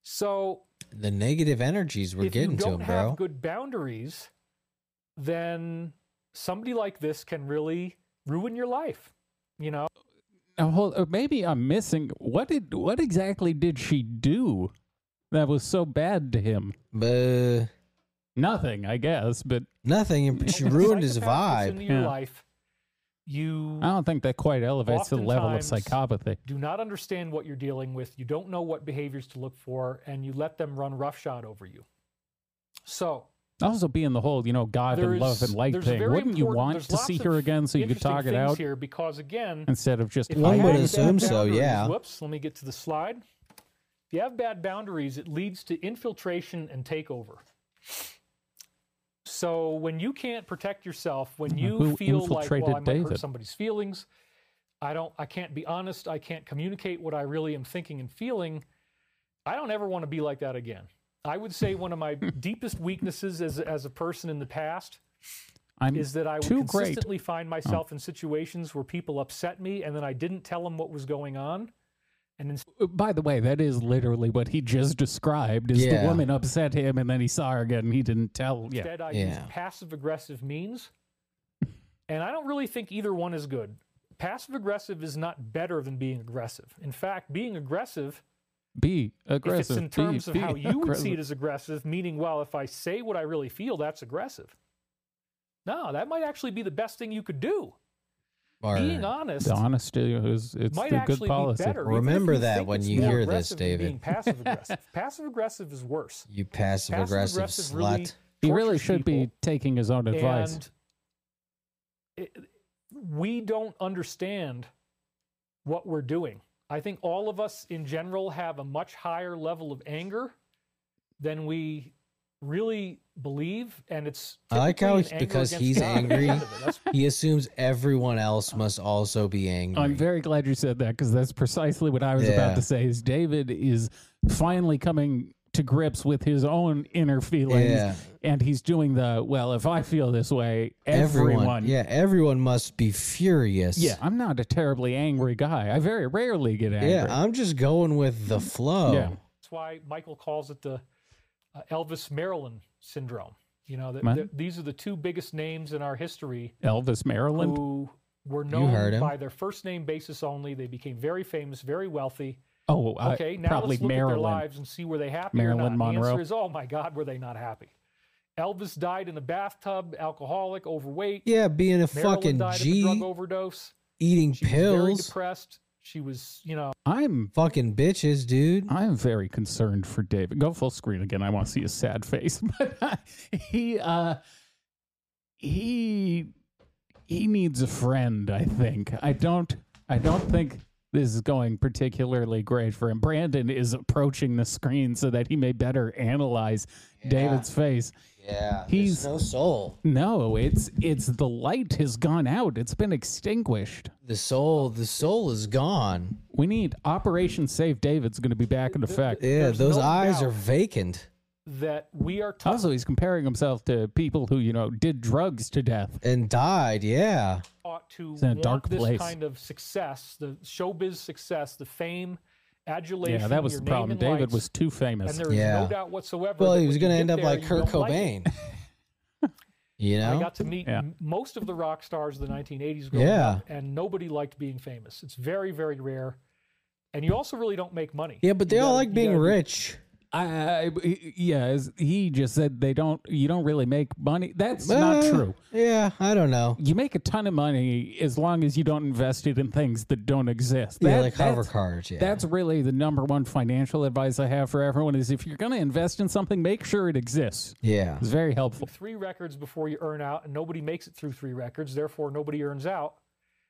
C: So
B: The negative energies were
C: if
B: getting
C: you
B: to
C: don't
B: him,
C: have
B: bro.
C: good boundaries, then somebody like this can really ruin your life. You know,
A: Now, hold, uh, maybe I'm missing. What did? What exactly did she do that was so bad to him?
B: But uh,
A: Nothing, I guess. But
B: nothing. and She
C: If a
B: ruined his
C: psychopath gets Into
B: vibe.
C: your
A: Yeah.
C: life, you
A: I don't think that quite elevates to the level of
C: Oftentimes-
A: psychopathy.
C: do not understand what you're dealing with. You don't know what behaviors to look for, and you let them run roughshod over you. So
A: Also, being the whole, you know, God
C: there
A: and love
C: is-
A: and light
C: there's
A: thing.
C: very
A: Wouldn't you
C: important-
A: want
C: there's
A: to
C: lots
A: see
C: of
A: her again so you could
C: interesting
A: talk it
C: things
A: out
C: here? Because again,
A: instead of just
C: If
B: One
C: you
A: hiding
B: would
C: have
A: it?
C: bad
B: assume so,
C: boundaries-
B: yeah.
C: Whoops, let me get to the slide. If you have bad boundaries, it leads to infiltration and takeover. So when you can't protect yourself, when you
A: Who
C: feel like, well, I
A: infiltrated
C: might hurt
A: David?
C: somebody's feelings, I don't, I can't be honest, I can't communicate what I really am thinking and feeling. I don't ever want to be like that again. I would say one of my deepest weaknesses as, as a person in the past
A: I'm
C: is that I would
A: too great. Oh.
C: consistently find myself in situations where people upset me and then I didn't tell them what was going on. And then
A: By the way, that is literally what he just described. Is
B: Yeah.
A: the woman upset him, and then he saw her again, and he didn't tell. Yeah,
C: instead I use
B: Yeah.
C: passive aggressive means. and I don't really think either one is good. Passive aggressive is not better than being aggressive. In fact, being aggressive,
A: be aggressive.
C: if it's in
A: be-
C: terms of
A: be
C: how you would see
A: aggressive.
C: it as aggressive, meaning, well, if I say what I really feel, that's aggressive. No, that might actually be the best thing you could do.
B: Or-
C: Being honest,
A: The honesty is it's
C: might
A: the
C: actually
A: good policy.
C: Be better, even if
B: Remember
C: you
B: that
C: think
B: when
C: it's
B: you
C: more
B: hear this,
C: aggressive than
B: David.
C: Being passive aggressive. passive aggressive is worse.
B: you passive
C: Passive
B: aggressive
C: aggressive really
B: slut.
A: He really
C: tortures
A: should
C: people,
A: be taking his own advice.
C: And it, we don't understand what we're doing. I think all of us in general have a much higher level of anger than we really believe, and it's
B: I like
C: typically
B: how
C: an
B: it's
C: anger
B: because
C: against
B: he's
C: God at the
B: angry.
C: end of it. That's
B: He assumes everyone else must also be angry.
A: I'm very glad you said that because that's precisely what I was about
B: Yeah.
A: to say. Is David is finally coming to grips with his own inner feelings,
B: Yeah.
A: and he's doing the well. If I feel this way,
B: everyone,
A: everyone.
B: yeah, everyone must be furious.
A: Yeah, I'm not a terribly angry guy. I very rarely get angry.
B: yeah. I'm just going with the flow.
A: Yeah.
C: That's why Michael calls it the uh, Elvis Marilyn syndrome. You know, that
A: Man.
C: that these are the two biggest names in our history
A: Elvis Maryland.
C: who were
B: heard
C: known
B: him.
C: by their first name basis only. They became very famous, very wealthy.
A: Oh,
B: Uh,
A: I-
C: Okay, now
A: probably
C: let's look at their
A: Maryland.
C: lives and see were they happy or
A: Marilyn
C: not. The
A: Monroe.
C: answer is, oh my God, were they not happy? Elvis died in a bathtub, alcoholic, overweight.
B: Yeah, being a
C: Marilyn
B: fucking
C: died of a drug
B: G,
C: overdose.
B: eating
C: She was very
B: pills,
C: depressed. She was, you know,
A: I'm
B: fucking bitches, dude.
A: I'm very concerned for David. Go full screen again. I want to see his sad face. But he uh he he needs a friend, I think. I don't I don't think this is going particularly great for him. Brandon is approaching the screen so that he may better analyze David's face.
B: Yeah,
A: He's-
B: no soul.
A: No, it's it's the light has gone out. It's been extinguished.
B: The soul, the soul is gone.
A: We need Operation Save David's going to be back in effect.
B: Yeah,
C: There's
B: those
C: no
B: eyes
C: doubt.
B: are vacant.
C: that we are tough.
A: Also, he's comparing himself to people who, you know, did drugs to death.
B: and died. Yeah,
C: ought to
A: in a
C: want
A: dark
C: this
A: place.
C: kind of success, the showbiz success, the fame, adulation.
A: Yeah, that was
C: your
A: the
C: name
A: problem.
C: and
A: David
C: lights,
A: was too
C: and
A: famous.
C: there is
B: Yeah.
C: no doubt whatsoever.
B: well,
C: that
B: he
C: when
B: was
C: you
B: gonna
C: get
B: end up
C: there,
B: like
C: you
B: Kurt
C: don't like it.
B: Cobain. you
C: I
B: know,
C: got to meet
A: Yeah.
C: m- most of the rock stars of the 1980s growing
B: Yeah.
C: up, and nobody liked being famous. It's very, very rare. And you also really don't make money.
B: yeah, but they
C: You
B: all
C: gotta-
B: like
C: you
B: being
C: gotta be-
B: rich.
A: I, I- yeah, as he just said they don't. You don't really make money. That's not
B: Uh,
A: true.
B: Yeah, I don't know.
A: You make a ton of money as long as you don't invest it in things that don't exist.
B: yeah,
A: That-
B: like
A: that's-
B: hover cars. Yeah,
A: That's really the number one financial advice I have for everyone: is if you're going to invest in something, make sure it exists.
B: yeah,
A: It's very helpful.
C: three records before you earn out, and nobody makes it through three records. Therefore, nobody earns out.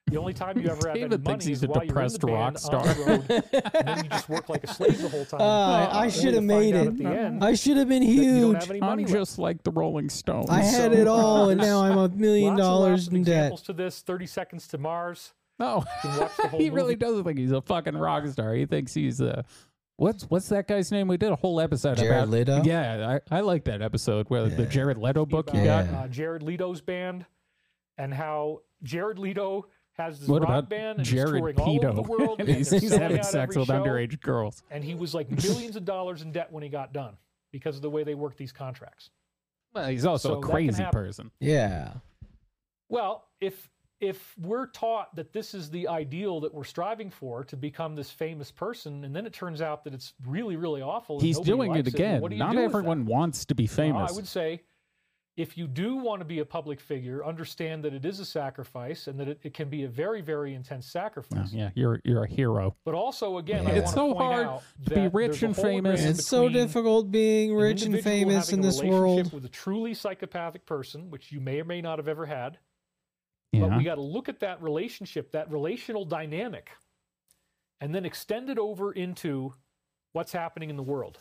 C: The only time you ever have any
A: David
C: money
A: thinks
C: is
A: he's a
C: while you're in the
A: depressed
C: band
A: rock
C: on
A: star.
C: the road, and then you just work like a slave the whole time.
B: Uh, I
C: only to
B: should have
C: find
B: made
C: out
B: it.
C: At the end,
B: I should have been
C: that you don't
B: huge.
C: have any money
A: I'm
C: left.
A: just like the Rolling Stones.
B: I had
C: So-
B: it all, and now I'm a million
C: Lots and
B: dollars
C: lots of
B: in debt.
C: examples to this. Thirty Seconds to Mars.
A: No,
C: can watch the whole
A: he really
C: movie.
A: doesn't think he's a fucking rock star. He thinks he's a What's what's that guy's name? We did a whole episode
B: Jared
A: about
B: Leto?
A: Yeah, I, I like that episode where the
B: Yeah.
A: Jared Leto book you
C: about,
A: got.
B: Yeah.
C: uh, Jared Leto's band and how Jared Leto has this
A: What
C: rock
A: about
C: band and
A: Jared
C: he's touring all over the world.
A: Pedo?
C: and
A: he's
C: they're
A: he's
C: selling
A: having
C: out
A: sex
C: every
A: with
C: show,
A: underage girls.
C: And he was like millions of dollars in debt when he got done because of the way they work these contracts.
A: Well, he's also
C: So
A: a
C: that can
A: crazy
C: happen.
A: person.
B: Yeah.
C: Well, if if we're taught that this is the ideal that we're striving for to become this famous person, and then it turns out that it's really, really awful. and
A: He's
C: nobody
A: doing it
C: likes then
A: again.
C: what do you
A: Not
C: do with that?
A: everyone wants to be
C: Well,
A: famous.
C: I would say if you do want to be a public figure, understand that it is a sacrifice and that it, it can be a very, very intense
A: Oh,
C: sacrifice.
A: yeah, you're you're a hero.
C: But also, again, I
B: Yeah.
C: want
B: It's
C: to
A: so
C: point
A: hard
C: out
A: to be
C: that
A: rich
C: there's a
A: and
C: whole
A: famous.
C: agreement
B: It's so
C: between
B: difficult being
C: an
B: rich and
C: individual
B: famous
C: having
B: in
C: a
B: this
C: relationship
B: world.
C: With a truly psychopathic person, which you may or may not have ever had, but
A: Yeah.
C: we got to look at that relationship, that relational dynamic, and then extend it over into what's happening in the world.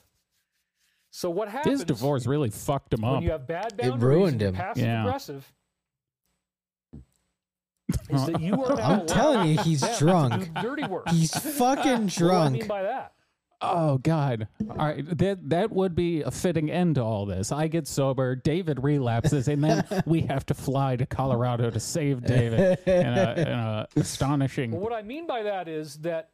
C: So what happens?
A: His divorce really fucked him
C: when
A: up.
C: you have bad
B: It
C: boundaries
B: ruined
C: and you're
B: him.
C: passive
A: Yeah.
C: aggressive is that you are now
B: I'm telling you,
C: allowing
B: he's
C: them to
B: drunk.
C: do dirty work
B: He's fucking
C: what do i mean
B: drunk.
C: by that
A: Oh God! All right, that that would be a fitting end to all this. I get sober, David relapses, and then we have to fly to Colorado to save David in a, in a
C: well,
A: astonishing
C: what i mean by that is that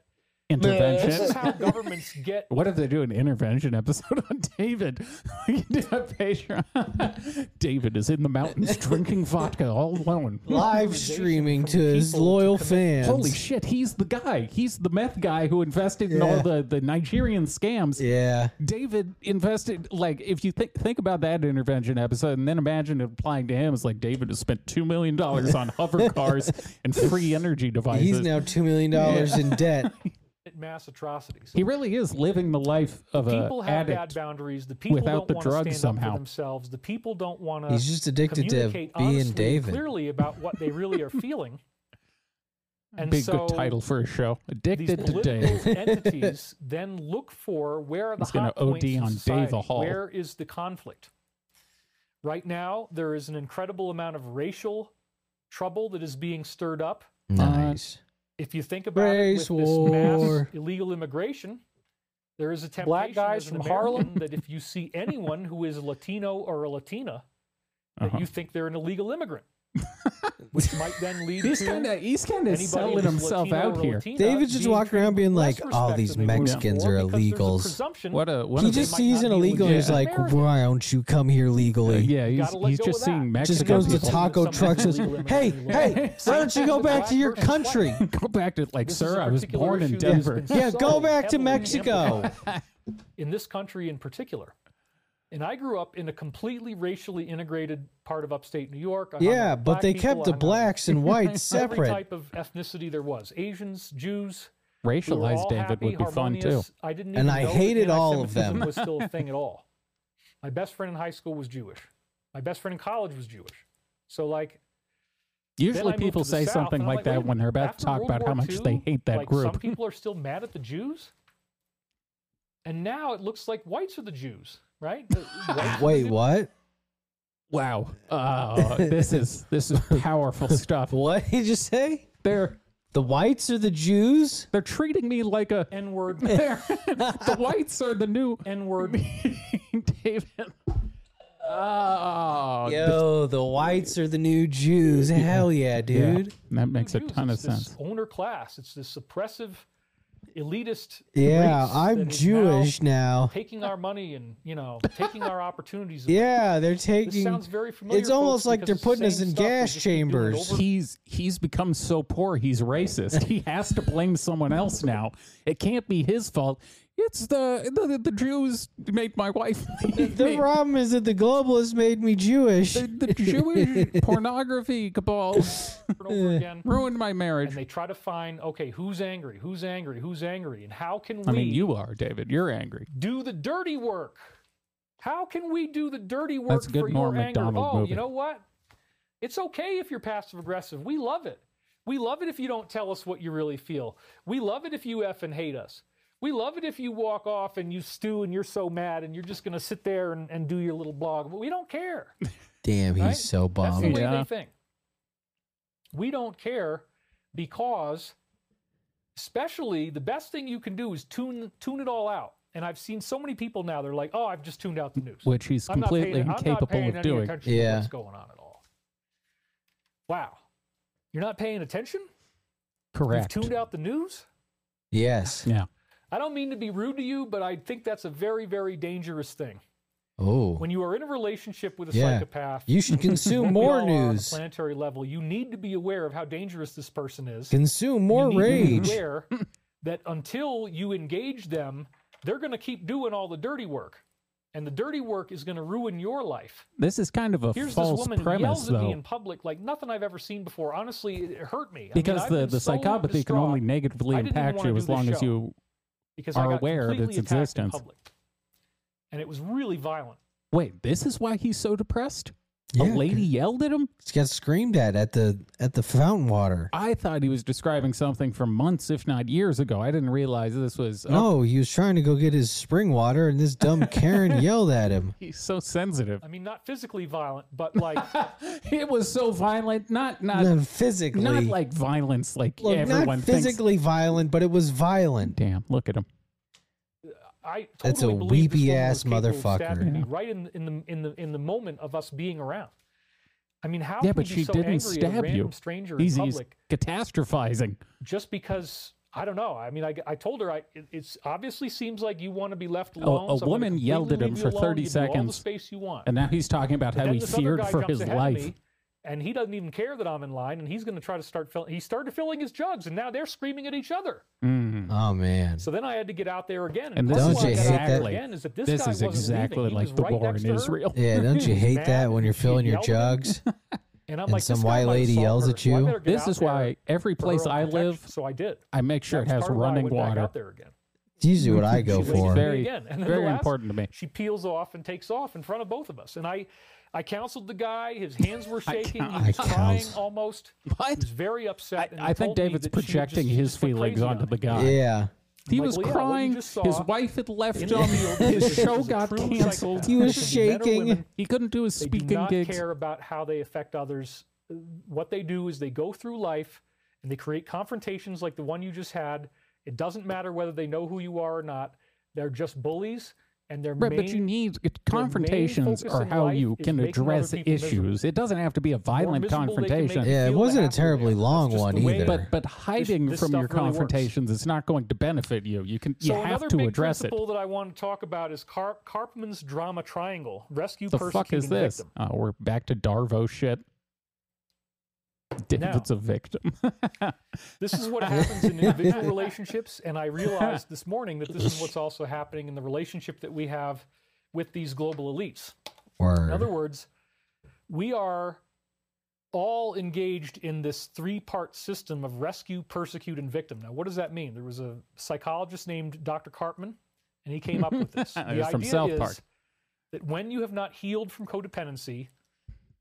C: this is
A: intervention.
C: how governments get
A: What if they do an intervention episode on David? We can do a Patreon. David is in the mountains drinking vodka all alone.
B: Live streaming to his
C: people to
B: loyal
C: commit-
B: fans.
A: Holy shit! He's the guy. He's the meth guy who invested in all
B: Yeah.
A: the the Nigerian scams.
B: Yeah.
A: David invested like if you think think about that intervention episode and then imagine it applying to him, it's like David has spent two million dollars on hover cars and free energy devices.
B: He's now $2 million in debt.
C: mass atrocities
A: he really is living the life of
C: people
A: a
C: have bad
A: uh, addict.
C: boundaries the people
A: without
C: don't
A: the
C: want to
A: drugs
C: stand up
A: somehow.
C: for themselves the people don't want to
B: He's just addicted to
C: Uh, communicate
B: being
C: honestly and
B: David.
C: clearly about what they really are feeling and
A: Be a
C: so
A: good title for a show.
C: these
A: Addicted to Dave.
C: political entities then look for where are the
A: It's gonna
C: hot
A: OD
C: points in
A: on Dave
C: society?
A: Hall.
C: Where is the conflict? Right now, there is an incredible amount of racial trouble that is being stirred up. Uh,
B: Nice.
C: If you think about
B: Race
C: it, with this mass
B: war.
C: illegal immigration, there is a temptation
D: Black guys
C: as an
D: from
C: American
D: Harlem.
C: that if you see anyone who is Latino or a Latina, that
A: Uh-huh.
C: you think they're an illegal immigrant, which might then lead
A: He's
C: to
A: kind of he's kind of
C: anybody
A: selling
C: who's
A: himself
C: Latino
A: out
C: or
A: here.
C: Latina
B: David's just
C: being
B: walking around being
C: treated with less
B: like, "Oh,
C: respect
B: these
C: than they were
B: Mexicans
C: before
B: are
C: because there's a
B: illegals."
C: presumption
A: What a one
B: He
A: of the-
B: just
C: might
B: sees
C: not
B: an
C: be
B: illegal and he's
C: legit
B: like,
C: Americans.
B: why don't you come here legally?
A: yeah,
C: You
A: he's,
C: gotta let
A: he's
C: go
A: just
C: of
A: seeing
C: that.
A: Mexican
B: Just goes to
A: people.
B: taco
C: Somebody
B: trucks and
C: illegally
B: hey,
C: eliminated
B: hey, why don't you go back to your
C: Black versus white.
B: country?
A: go back to like,
C: This is
A: sir,
C: a
A: I was
C: particular
A: born in
C: issue that has
A: Denver.
C: been
B: Yeah,
C: so
B: go back to
C: heavily
B: Mexico.
C: amplified in this country in particular. And I grew up in a completely racially integrated part of upstate New York. I hung out
B: Yeah,
C: with
B: but
C: black
B: they
C: people,
B: kept the
C: I hung out with
B: blacks and whites
C: Every
B: separate.
C: type of ethnicity there was Asians, Jews. we were
A: Racialized
C: all
A: David
C: happy,
A: would be fun too.
C: harmonious. I didn't
B: And
C: even
B: I
C: know that
B: hated all of
C: anti-Semitism
B: them.
C: was still a thing at all. My best friend in high school was Jewish. My best friend in college was Jewish. So like Then I
A: Usually
C: moved
A: people
C: to the
A: say
C: South,
A: something
C: and I'm
A: like,
C: wait a
A: that when they're
C: minute,
A: about
C: after
A: to talk
C: World
A: about
C: War
A: how much
C: II,
A: they hate that
C: like, Some
A: group.
C: people are still mad at the Jews, and now it looks like whites are the Jews, right? The whites are
B: Wait,
C: the-
B: what?
A: Wow. Oh, this is this is powerful stuff.
B: What did you say?
A: They're
B: The whites are the Jews?
A: they're treating me like a
C: N-word,
A: they're, the whites are the new
C: N-word.
A: David. Oh
B: Yo, the whites are the new Jews. Hell yeah,
A: yeah.
B: dude.
A: That makes a
C: Jews.
A: ton of
C: It's this
A: sense.
C: Owner class. It's this oppressive, elitist.
B: Yeah,
C: race
B: I'm
C: that is now
B: Jewish now.
C: Taking our money and you know taking our opportunities. away.
B: Yeah, they're
C: This
B: taking.
C: sounds very familiar.
B: It's almost
C: folks,
B: like
C: because
B: they're
C: it's the
B: putting us
C: same
B: in
C: stuff, they
B: gas
C: just keep doing it
B: chambers.
C: over and
A: He's he's become so poor he's racist. He has to blame someone else now. It can't be his fault. It's the the, the Jews made my wife. leave
B: The
A: me.
B: problem is that the globalists made me Jewish.
A: the, the Jewish pornography cabal
C: over and over again.
A: ruined my marriage.
C: and they try to find okay who's angry who's angry who's angry and how can we
A: I mean, you are, David. You're angry.
C: do the dirty work how can we do the dirty work
A: That's a good
C: for
A: Norm
C: your anger
A: Macdonald
C: oh
A: movie.
C: you know what it's okay if you're passive aggressive we love it we love it if you don't tell us what you really feel we love it if you f and hate us we love it if you walk off and you stew and you're so mad and you're just going to sit there and, and do your little blog but we don't care
B: Damn, he's
C: Right?
B: so
C: That's the
B: bummed.
C: way
A: Yeah.
C: they think. We don't care because especially the best thing you can do is tune tune it all out. And I've seen so many people now they're like, "Oh, I've just tuned out the news."
A: which he's
C: I'm not
A: completely
C: paying- I'm not
A: incapable
C: paying
A: of
C: any
A: doing.
C: attention to
B: Yeah.
C: what's going on at all. Wow. You're not paying attention?
A: Correct.
C: You've tuned out the news?
B: Yes.
A: Yeah.
C: I don't mean to be rude to you, but I think that's a very, very dangerous thing.
B: Oh,
C: When you are in a relationship with a
B: Yeah.
C: psychopath,
B: you should
C: we
B: consume more
C: all are on a
B: news.
C: planetary level, you need to be aware of how dangerous this person is.
B: Consume more
C: you need to
B: rage.
C: be aware that until you engage them, they're going to keep doing all the dirty work. And the dirty work is going to ruin your life.
A: This is kind of a
C: Here's
A: false
C: this woman
A: premise,
C: yells at me
A: though,
C: in public like nothing I've ever seen before. Honestly, it it hurt me. I mean,
A: because
C: I've
A: the,
C: been
A: the
C: so
A: psychopathy can
C: distraught
A: only negatively
C: I didn't even
A: impact
C: wanna
A: you
C: do
A: as
C: this
A: long as
C: show.
A: you.
C: because
A: are
C: I got
A: aware of
C: completely
A: its
C: attacked
A: existence.
C: in public, and it was really violent.
A: Wait, this is why he's so depressed?
B: Yeah,
A: a lady yelled at him?
B: She got screamed at at the at the fountain water.
A: I thought he was describing something from months, if not years ago. I didn't realize this was. Oh,
B: No, he was trying to go get his spring water, and this dumb Karen yelled at him.
A: he's so sensitive.
C: I mean, not physically violent, but like
A: It was so violent. Not not
B: Then physically,
A: not like violence, like
B: Look,
A: everyone
B: not
A: thinks.
B: physically violent, but it was violent.
A: Damn, look at him.
C: I totally
B: That's a
C: believe this woman was
B: weepy-ass
C: capable of
B: motherfucker.
C: stabbing me right in, in the in the in the moment of us being around. I mean, how
A: Yeah,
C: can
A: but
C: you
A: she
C: be so
A: didn't
C: angry at a
A: stab
C: random
A: you.
C: stranger
A: He's,
C: in
A: he's
C: public
A: catastrophizing.
C: just because? I don't know. I mean, I, I told her I it it's obviously seems like you want to be left
A: A-
C: alone.
A: a
C: so I'm gonna
A: woman yelled
C: completely
A: at him
C: leave
A: for
C: you alone,
A: 30
C: give you All the
A: seconds,
C: space you want.
A: And now he's talking about
C: But
A: how
C: then
A: he
C: this other
A: feared
C: guy
A: for
C: jumps
A: his
C: ahead of
A: life.
C: me, and he doesn't even care that I'm in line, and he's going to try to start filling. He started filling his jugs, and now they're screaming at each other.
A: Mm.
B: Oh man,
C: Hmm. So then I had to get out there again.
A: And
B: Don't
C: part of why
B: you
C: I got out
B: hate
C: there
B: that?
C: Again is that this,
A: This
C: guy
A: is
C: wasn't
A: exactly
C: leaving. He
A: like
C: was
A: the
C: right
A: war
C: next
A: in
C: to her,
A: Israel.
B: yeah, don't you
C: He's
B: hate
C: mad
B: that when
C: and
B: you're
C: she
B: filling your
C: yelled at him.
B: jugs?
C: And I'm
B: And
C: like,
B: some
C: this
B: white
C: guy might
B: lady
C: assault
B: yells
C: her,
B: at
C: so I
B: you?
C: better get
A: This
C: out
A: is
C: there
A: why every
C: for her
A: place
C: own
A: I
C: protection.
A: live,
C: So I did.
A: I make sure it
C: That's
A: has
C: part of why I
A: running
C: went back
A: water.
C: out there again.
B: It's usually what I go
C: She's
A: It's
C: leaving
B: for.
A: very,
C: again. And then the
A: very
C: last-
A: important to me.
C: She peels off and takes off in front of both of us, and I. I counseled the guy. His hands were
A: I
C: shaking.
A: coun-
C: he was
B: I
C: crying
B: counsel-
C: almost. He
A: What?
C: was very upset.
A: I,
C: and he
A: I think
C: told me
A: David's
C: that she had
A: projecting
C: just-
A: his
C: just went
A: feelings
C: crazy
A: onto
C: on
A: the
C: him.
A: guy.
B: Yeah,
A: He
C: Like,
A: was
C: well, yeah, what you
A: crying.
C: just saw
A: His wife had left
C: In
A: him.
C: the field,
A: His
C: this is
A: show
C: a
A: got
C: true
A: canceled.
C: psychopath.
B: He was
C: This is men or
B: shaking.
C: women,
A: He couldn't do his
C: They do
A: speaking
C: not
A: gigs.
C: care about how they affect others. What they do is they go through life and they create confrontations like the one you just had. It doesn't matter whether they know who you are or not. They're just bullies, and their
A: Right,
C: main
A: but you need it- confrontations
C: focus
A: are
C: in
A: how
C: life
A: you
C: is
A: can
C: making other
A: address
C: people miserable.
A: issues. It doesn't have to be a
C: the more
A: violent
C: miserable they can make
A: confrontation.
C: you
B: Yeah, it
C: feel
B: wasn't a
C: after they are.
B: terribly
C: That's
B: long
C: just
B: one
C: the way
B: either.
C: they
A: But but hiding
C: this
A: from your
C: stuff really works.
A: confrontations is not going to benefit you. You can you
C: so
A: have
C: another
A: to
C: big
A: address it.
C: principle that I want to talk about is Car- Karpman's drama triangle: rescue,
A: The
C: persecuting
A: fuck is this?
C: victim.
A: Oh, we're back to Darvo shit. David's a victim.
C: This is what happens in individual relationships. And I realized this morning that this is what's also happening in the relationship that we have with these global elites. In other
B: word.
C: words, we are all engaged in this three part system of rescue, persecute, and victim. Now, what does that mean? There was a psychologist named Dr. Cartman, and he came up with this. the
A: It was
C: idea
A: from South
C: is
A: Park.
C: that when you have not healed from codependency,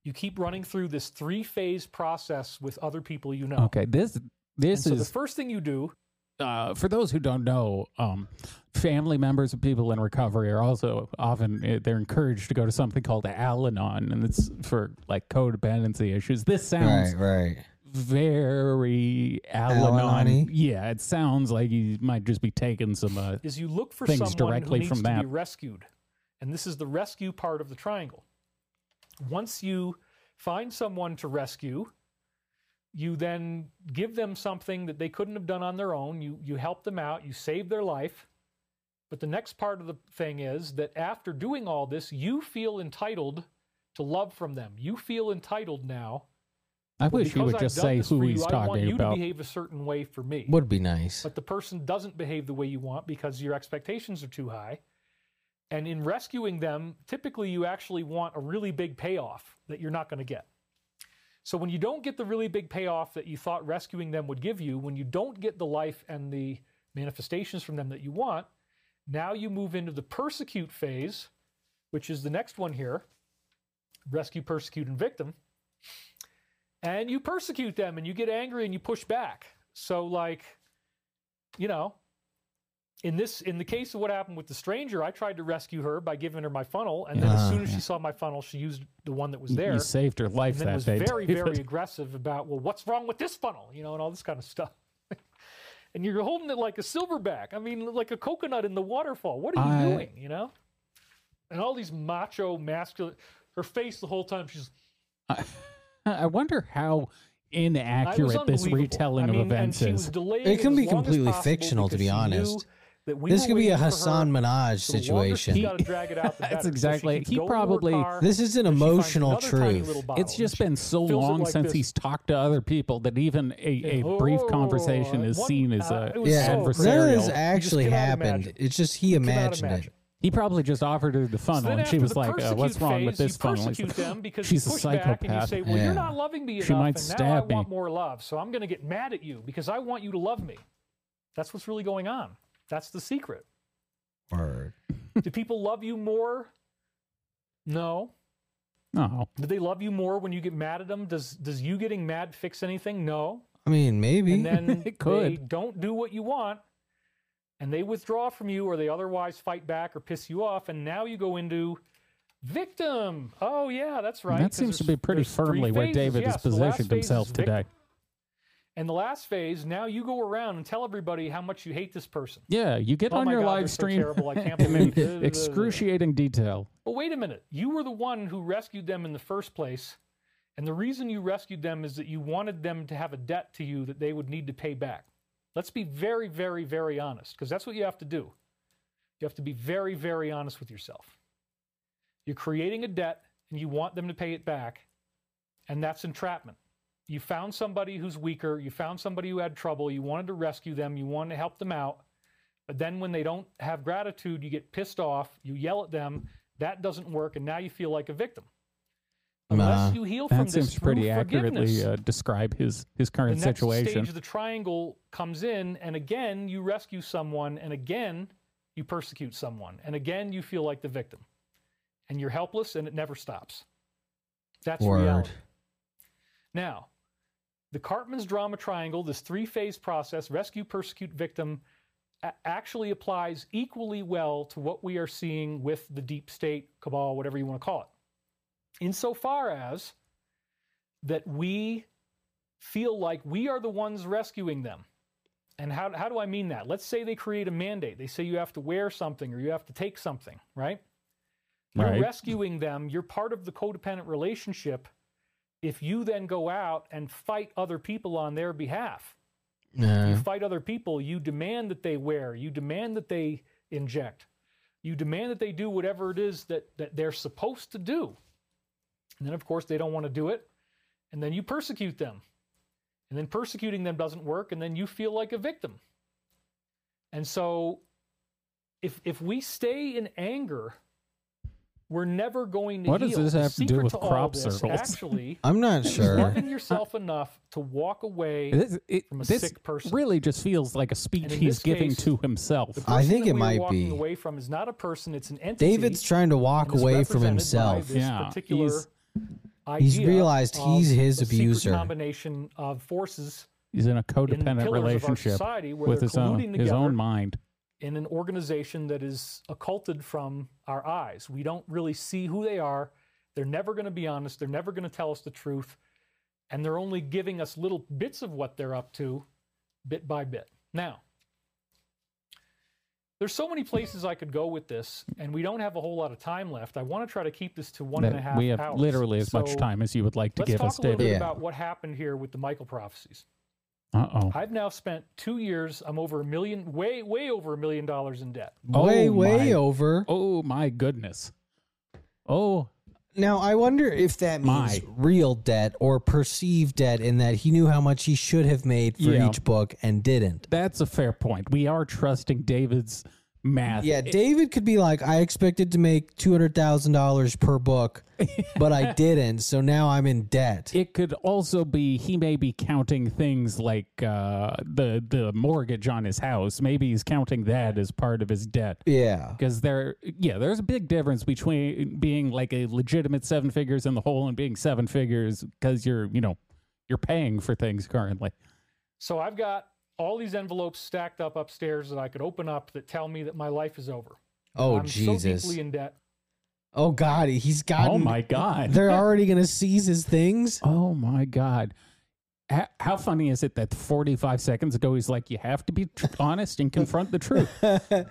C: you keep running through this three phase process with other people you know.
A: okay, this
C: And
A: this
C: so the
A: is
C: first thing you do
A: uh, for those who don't know, um, family members of people in recovery are also often uh, they're encouraged to go to something called Al-Anon, and it's for like codependency issues. This sounds
B: Right, right.
A: very Al-Anon.
B: Al-Anon-y?
A: Yeah, it sounds like you might just be taking some. Uh,
C: is you look for
A: things
C: someone
A: directly
C: who needs
A: from
C: to be
A: that.
C: rescued. And this is the rescue part of the triangle. Once you find someone to rescue, you then give them something that they couldn't have done on their own. You you help them out, you save their life. But the next part of the thing is that after doing all this, you feel entitled to love from them. You feel entitled now.
A: I
C: "Well,
A: wish you
C: because
A: would
C: I've
A: just
C: done
A: say
C: this for
A: who
C: you,
A: he's
C: I want
A: talking
C: you
A: about.
C: to behave a certain way for me
B: Would be nice.
C: but the person doesn't behave the way you want because your expectations are too high. And in rescuing them, typically you actually want a really big payoff that you're not going to get. So when you don't get the really big payoff that you thought rescuing them would give you, when you don't get the life and the manifestations from them that you want, now you move into the persecute phase, which is the next one here rescue, persecute, and victim. And you persecute them and you get angry and you push back. So, like, you know, in this in the case of what happened with the stranger, I tried to rescue her by giving her my funnel, and then as
B: Ah,
C: soon as
A: yeah.
C: she saw my funnel, she used the one that was
A: You-
C: there.
A: You saved her life
C: and then
A: that
C: was
A: day.
C: very,
A: David.
C: very aggressive about, well, what's wrong with this funnel? You know, and all this kind of stuff. and you're holding it like a silverback. I mean, like a coconut in the waterfall. What are
A: I-
C: you doing? You know? And all these macho, masculine. Her face the whole time. She's
A: I wonder how
C: I was
A: inaccurate this
C: unbelievable.
A: retelling
C: I mean,
A: of
C: and
A: events
C: she was
A: is.
C: delayed
B: It can
C: as
B: be
C: long as
B: completely
C: possible
B: fictional, to
C: because
B: be
C: she knew
B: honest.
C: that we
B: This
C: were
B: could be a
C: waiting for
B: Hassan
C: her.
B: Minaj
C: So the longer she's
B: situation.
C: gotta drag it out,
A: That's
C: the better. So she
A: exactly-
C: keeps
A: he
C: going to her
A: probably-
C: car,
B: This is an
C: and she finds
B: emotional
C: another tiny
B: truth.
C: little bottle,
A: It's
C: and
A: just
C: she
A: been so
C: fills it
A: long
C: like
A: since
C: this.
A: he's talked to other people that even a, a
C: Yeah.
A: brief
C: Oh,
A: conversation is
C: one-
A: seen as
C: uh,
A: a
C: it was
B: yeah,
C: so
A: adversarial.
C: great.
B: none of
C: You
B: this
C: just
B: actually
C: cannot
B: happened.
C: imagine.
B: It's just he
C: cannot
B: imagined it.
C: imagine.
A: He probably just offered her the funnel,
C: So then
A: and she
C: after
A: was
C: the
A: like, uh,
C: persecute
A: "What's wrong with
C: phase,
A: this
C: you
A: funnel?" He's
C: persecute
A: like, "Oh,
C: them because
A: She's
C: you
A: a
C: push back and you
A: psychopath.
C: say, "Well,
B: Yeah.
C: you're not loving me enough,
A: She might
C: and now I
A: stab me.
C: want more love, so I'm going to get mad at you because I want you to love me." That's what's really going on. That's the secret.
B: Word.
C: Do people love you more? No.
A: "No,
C: Do they love you more when you get mad at them? Does does you getting mad fix anything? No.
B: I mean, maybe.
C: And then
A: It
C: they
A: could.
C: don't do what you want, and they withdraw from you, or they otherwise fight back or piss you off, and now you go into victim. Oh yeah, that's right.
A: that
C: 'cause
A: seems to
C: there's-
A: be pretty
C: there's three
A: firmly where
C: phases.
A: David
C: Yes,
A: has
C: the last
A: positioned
C: phase is
A: himself
C: victim.
A: today."
C: And the last phase, now you go around and tell everybody how much you hate this person.
A: Yeah, you get
C: Oh
A: on
C: my
A: your
C: God, they're
A: live
C: so
A: stream
C: terrible, I can't
A: and
C: believe
A: in
C: it.
A: excruciating detail.
C: But wait a minute. You were the one who rescued them in the first place. And the reason you rescued them is that you wanted them to have a debt to you that they would need to pay back. Let's be very, very, very honest, because that's what you have to do. You have to be very, very honest with yourself. You're creating a debt and you want them to pay it back, and that's entrapment. You found somebody who's weaker, you found somebody who had trouble, you wanted to rescue them, you wanted to help them out. But then when they don't have gratitude, you get pissed off, you yell at them, that doesn't work, and now you feel like a victim.
B: Nah,
C: Unless you heal from
A: That
C: this
A: seems
C: through
A: pretty
C: forgiveness,
A: accurately uh, describe his his
C: the
A: current
C: next
A: situation.
C: stage of the triangle comes in, and again you rescue someone, and again you persecute someone, and again you feel like the victim, and you're helpless, and it never stops. That's
B: Word.
C: reality. Now, the Cartman's drama triangle, this three-phase process, rescue, persecute, victim, a- actually applies equally well to what we are seeing with the deep state cabal, whatever you want to call it. Insofar as that we feel like we are the ones rescuing them. And how, how do I mean that? Let's say they create a mandate. They say you have to wear something or you have to take something, right?
A: Right.
C: You're rescuing them. You're part of the codependent relationship. If you then go out and fight other people on their behalf, you
A: Uh-huh.
B: Nah.
C: fight other people, you demand that they wear, you demand that they inject, you demand that they do whatever it is that, that they're supposed to do. And then, of course, they don't want to do it. And then you persecute them. And then persecuting them doesn't work. And then you feel like a victim. And so, if, if we stay in anger, we're never going to
A: What
C: heal.
A: does this
C: The
A: have to do
C: secret
A: with
C: all
A: crop
C: this,
A: circles?
C: Actually,
B: I'm not
C: is
B: sure.
C: loving yourself enough to walk away
A: This, it-
C: from a
A: this
C: sick person.
A: really just feels like a speech
C: And in
A: he's
C: this
A: giving
C: case,
A: to himself.
C: The
B: I
C: person
B: think
C: that
B: it
C: we are
B: might
C: walking
B: be.
C: away from is not a person; it's an entity.
B: David's trying to walk
C: and is
B: away from
C: represented by
B: himself.
C: This
A: Yeah,
C: particular
A: he's-
B: He's
C: idea
B: realized
C: of
B: he's his
C: a secret
B: abuser.
C: Combination of forces
A: He's in a
C: in the
A: codependent
C: pillars of our
A: relationship
C: society where
A: with
C: they're
A: his own
C: colluding
A: his
C: together
A: own mind.
C: in an organization that is occulted from our eyes. We don't really see who they are. They're never going to be honest. They're never going to tell us the truth, and they're only giving us little bits of what they're up to, bit by bit. Now, there's so many places I could go with this, and we don't have a whole lot of time left. I want to try to keep this to one and a
A: that
C: half.
A: we have
C: hours.
A: literally as much
C: So
A: time as you would like to
C: Let's
A: give
C: talk
A: us,
C: a little
A: David.
C: bit
B: Yeah.
C: about what happened here with the Michael prophecies.
A: Uh oh.
C: I've now spent two years. I'm over a million, way, way over a million dollars in debt.
B: way,
A: Oh
B: way
A: my-
B: over.
A: Oh my goodness. Oh,
B: Now I wonder if that means
A: My.
B: real debt or perceived debt, in that he knew how much he should have made for
A: Yeah.
B: each book and didn't.
A: that's a fair point. We are trusting David's math.
B: Yeah, David could be like, I expected to make two hundred thousand dollars per book, but I didn't, so now I'm in debt.
A: It could also be he may be counting things like uh, the the mortgage on his house. Maybe he's counting that as part of his debt.
B: yeah,
A: Because there, yeah, there's a big difference between being like a legitimate seven figures in the hole and being seven figures because you're, you know, you're paying for things currently.
C: So I've got all these envelopes stacked up upstairs that I could open up that tell me that my life is over.
B: Oh
C: I'm
B: Jesus!
C: so deeply in debt.
B: oh God, he's gotten.
A: oh my god!
B: They're already gonna seize his things.
A: Oh my god! How, how funny is it that 45 seconds ago he's like, you have to be tr- honest and confront the truth?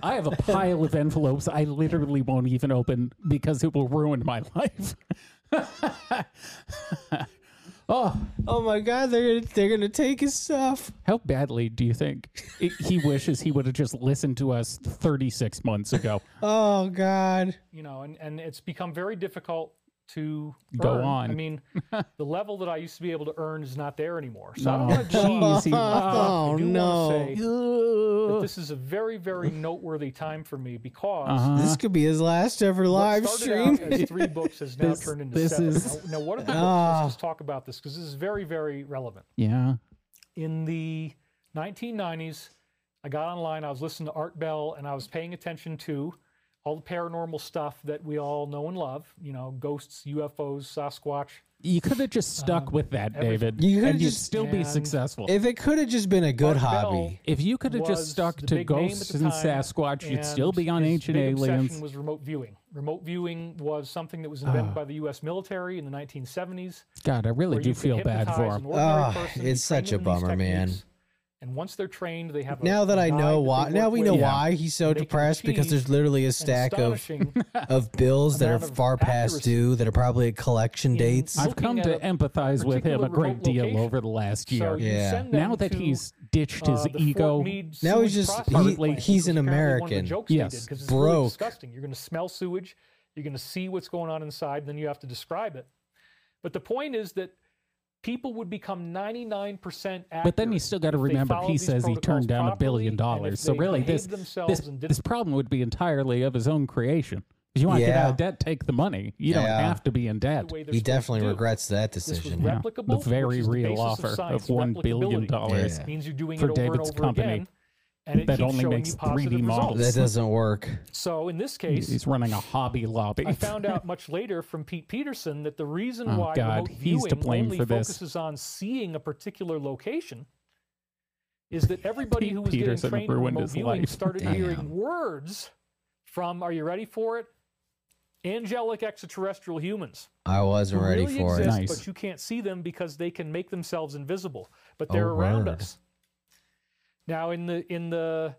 A: I have a pile of envelopes I literally won't even open because it will ruin my life. oh,
B: Oh my god, they're gonna they're gonna take his stuff.
A: how badly do you think it, he wishes he would have just listened to us 36 months ago?
B: Oh god.
C: you know, and, and it's become very difficult to
A: Go
C: earn.
A: on.
C: I mean, the level that I used to be able to earn is not there anymore. So I
A: No,
C: don't want to
A: jeez, he-
B: Oh,
C: I do
B: no.
C: want to Uh, say that
A: Ugh.
C: this is a very, very noteworthy time for me because
A: Uh-huh.
B: This could be his last ever
C: what
B: live
C: started
B: stream.
C: out as three books has now
A: This-
C: turned into
A: this
C: seven.
A: is-
C: Now, now, what are the books?
B: Ah.
C: Let's just talk about this because this is very, very relevant.
A: yeah.
C: in the 1990s, I got online, I was listening to Art Bell, and I was paying attention to all the paranormal stuff that we all know and love, you know, ghosts, UFOs, Sasquatch.
A: You could have just stuck with that,
C: everything.
A: David,
B: You could
A: and
B: have
A: you'd
B: just-
A: still be
C: Um, And
A: successful.
B: If it could have just been a good
C: Art Bell
B: hobby.
A: If you could have just
C: was
A: stuck
C: the
A: to
C: big name at
A: ghosts
C: the
A: and
C: time,
A: Sasquatch, you'd still
C: and
A: be on
C: his
A: ancient
C: big obsession
A: aliens.
C: was remote viewing. Remote viewing was something that was invented by the U.S. military in the 1970s.
A: God, I really
C: where
A: do
C: you can
A: feel bad
C: hypnotize
A: for
C: an
A: him.
C: ordinary
B: Ah,
C: person,
B: it's
C: train
B: such a
C: them in these
B: bummer, man.
C: techniques, And once they're trained, they have. A,
B: Now that
C: a
B: I
C: guide
B: know
C: they
B: why, now
C: work
B: we
C: with.
B: know
A: Yeah.
B: why he's so
C: They can
B: depressed because
C: achieve
B: there's literally a
C: An
B: stack of
C: astonishing
B: of bills that are
C: amount of
B: far past
C: accuracy
B: due that are probably at collection
C: in-
B: dates.
A: I've come
C: looking
A: to
C: at a
A: empathiz with him a
C: particular
A: great
C: remote
A: deal
C: location.
A: over the last year.
C: So you
B: Yeah.
C: send
A: now
C: them
A: that
C: to,
A: he's ditched
C: uh,
A: his
C: the Fort
A: ego,
C: Meade
B: Now he's
C: sewage
B: just-
C: processing
A: he-
C: plant,
B: he's an
C: which was apparently One of
B: American.
C: the jokes they did,
A: Yes.
C: 'cause it's really
B: Broke.
C: disgusting. You're going to smell sewage. You're going to see what's going on inside, and then you have to describe it. But the point is that people would become 99% accurate.
A: but then you still got to
C: if they
A: remember
C: followed
A: he
C: these
A: says he
C: protocols
A: turned down a
C: properly,
A: billion
C: and if
A: dollars. So
C: they
A: really,
C: behaved
A: this
C: themselves
A: this,
C: and did
A: this problem would be entirely of his own creation. If you want to get
B: Yeah.
A: out of debt, take the money. You don't
B: Yeah.
A: have to be in
C: it
A: debt.
C: the way they're
B: He
C: supposed to
B: definitely
C: do.
B: regrets that
C: This was
B: decision.
A: Yeah. The
C: replicable, which
A: very
C: is the
A: real
C: basis
A: offer of
C: science,
A: $1 billion
C: replicability.
B: Yeah.
C: means you're doing
A: for
C: it over
A: David's
C: and over
A: company
C: again, and it
A: that
C: keeps
A: only
C: showing
A: makes
C: you positive
A: 3D
C: results.
A: models.
B: That doesn't work.
C: So in this case,
A: He's running a Hobby Lobby.
C: I found out much later from Pete Peterson that the reason
A: Oh,
C: why
A: God,
C: remote
A: he's to
C: viewing
A: blame
C: only
A: for this.
C: focuses on seeing a particular location is that everybody
A: Pete
C: who was
A: Peterson
C: getting trained in
A: ruined
C: remote
A: his
C: viewing
A: life.
C: started
B: Damn.
C: hearing words from, are you ready for it? Angelic extraterrestrial humans.
B: I
C: who
B: wasn't ready
C: really
B: for
C: exist,
B: it.
A: Nice.
C: But you can't see them because they can make themselves invisible, but they're
B: Oh,
C: around
B: word.
C: us. Now in the in the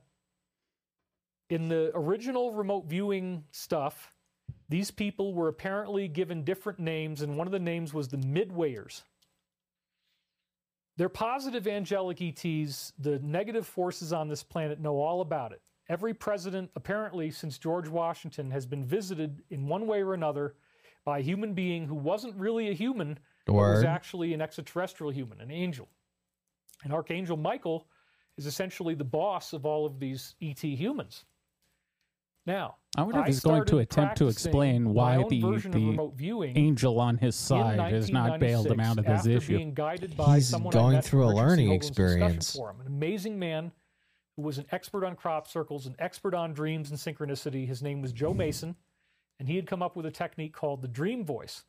C: in the original remote viewing stuff, these people were apparently given different names, and one of the names was the Midwayers. They're positive angelic ETs. The negative forces on this planet know all about it. Every president, apparently, since George Washington, has been visited in one way or another by a human being who wasn't really a human, but was
B: Word.
C: actually an extraterrestrial human, an angel. And Archangel Michael is essentially the boss of all of these ET humans. Now,
A: I wonder if he's
C: started
A: going to attempt to
C: practicing
A: explain
C: my
A: why
C: own
A: the,
C: version of
A: the
C: remote viewing
A: angel on his
C: in
A: side has not bailed him out of
C: 1996
A: his
C: after
A: issue.
C: being guided by
B: He's
C: someone I
B: going
C: met
B: through a
C: at Richard C.
B: learning
C: Hoagland's discussion
B: experience.
C: forum, an amazing man who was an expert on crop circles, an expert on dreams and synchronicity. His name was Joe Mason, and he had come up with a technique called the dream voice.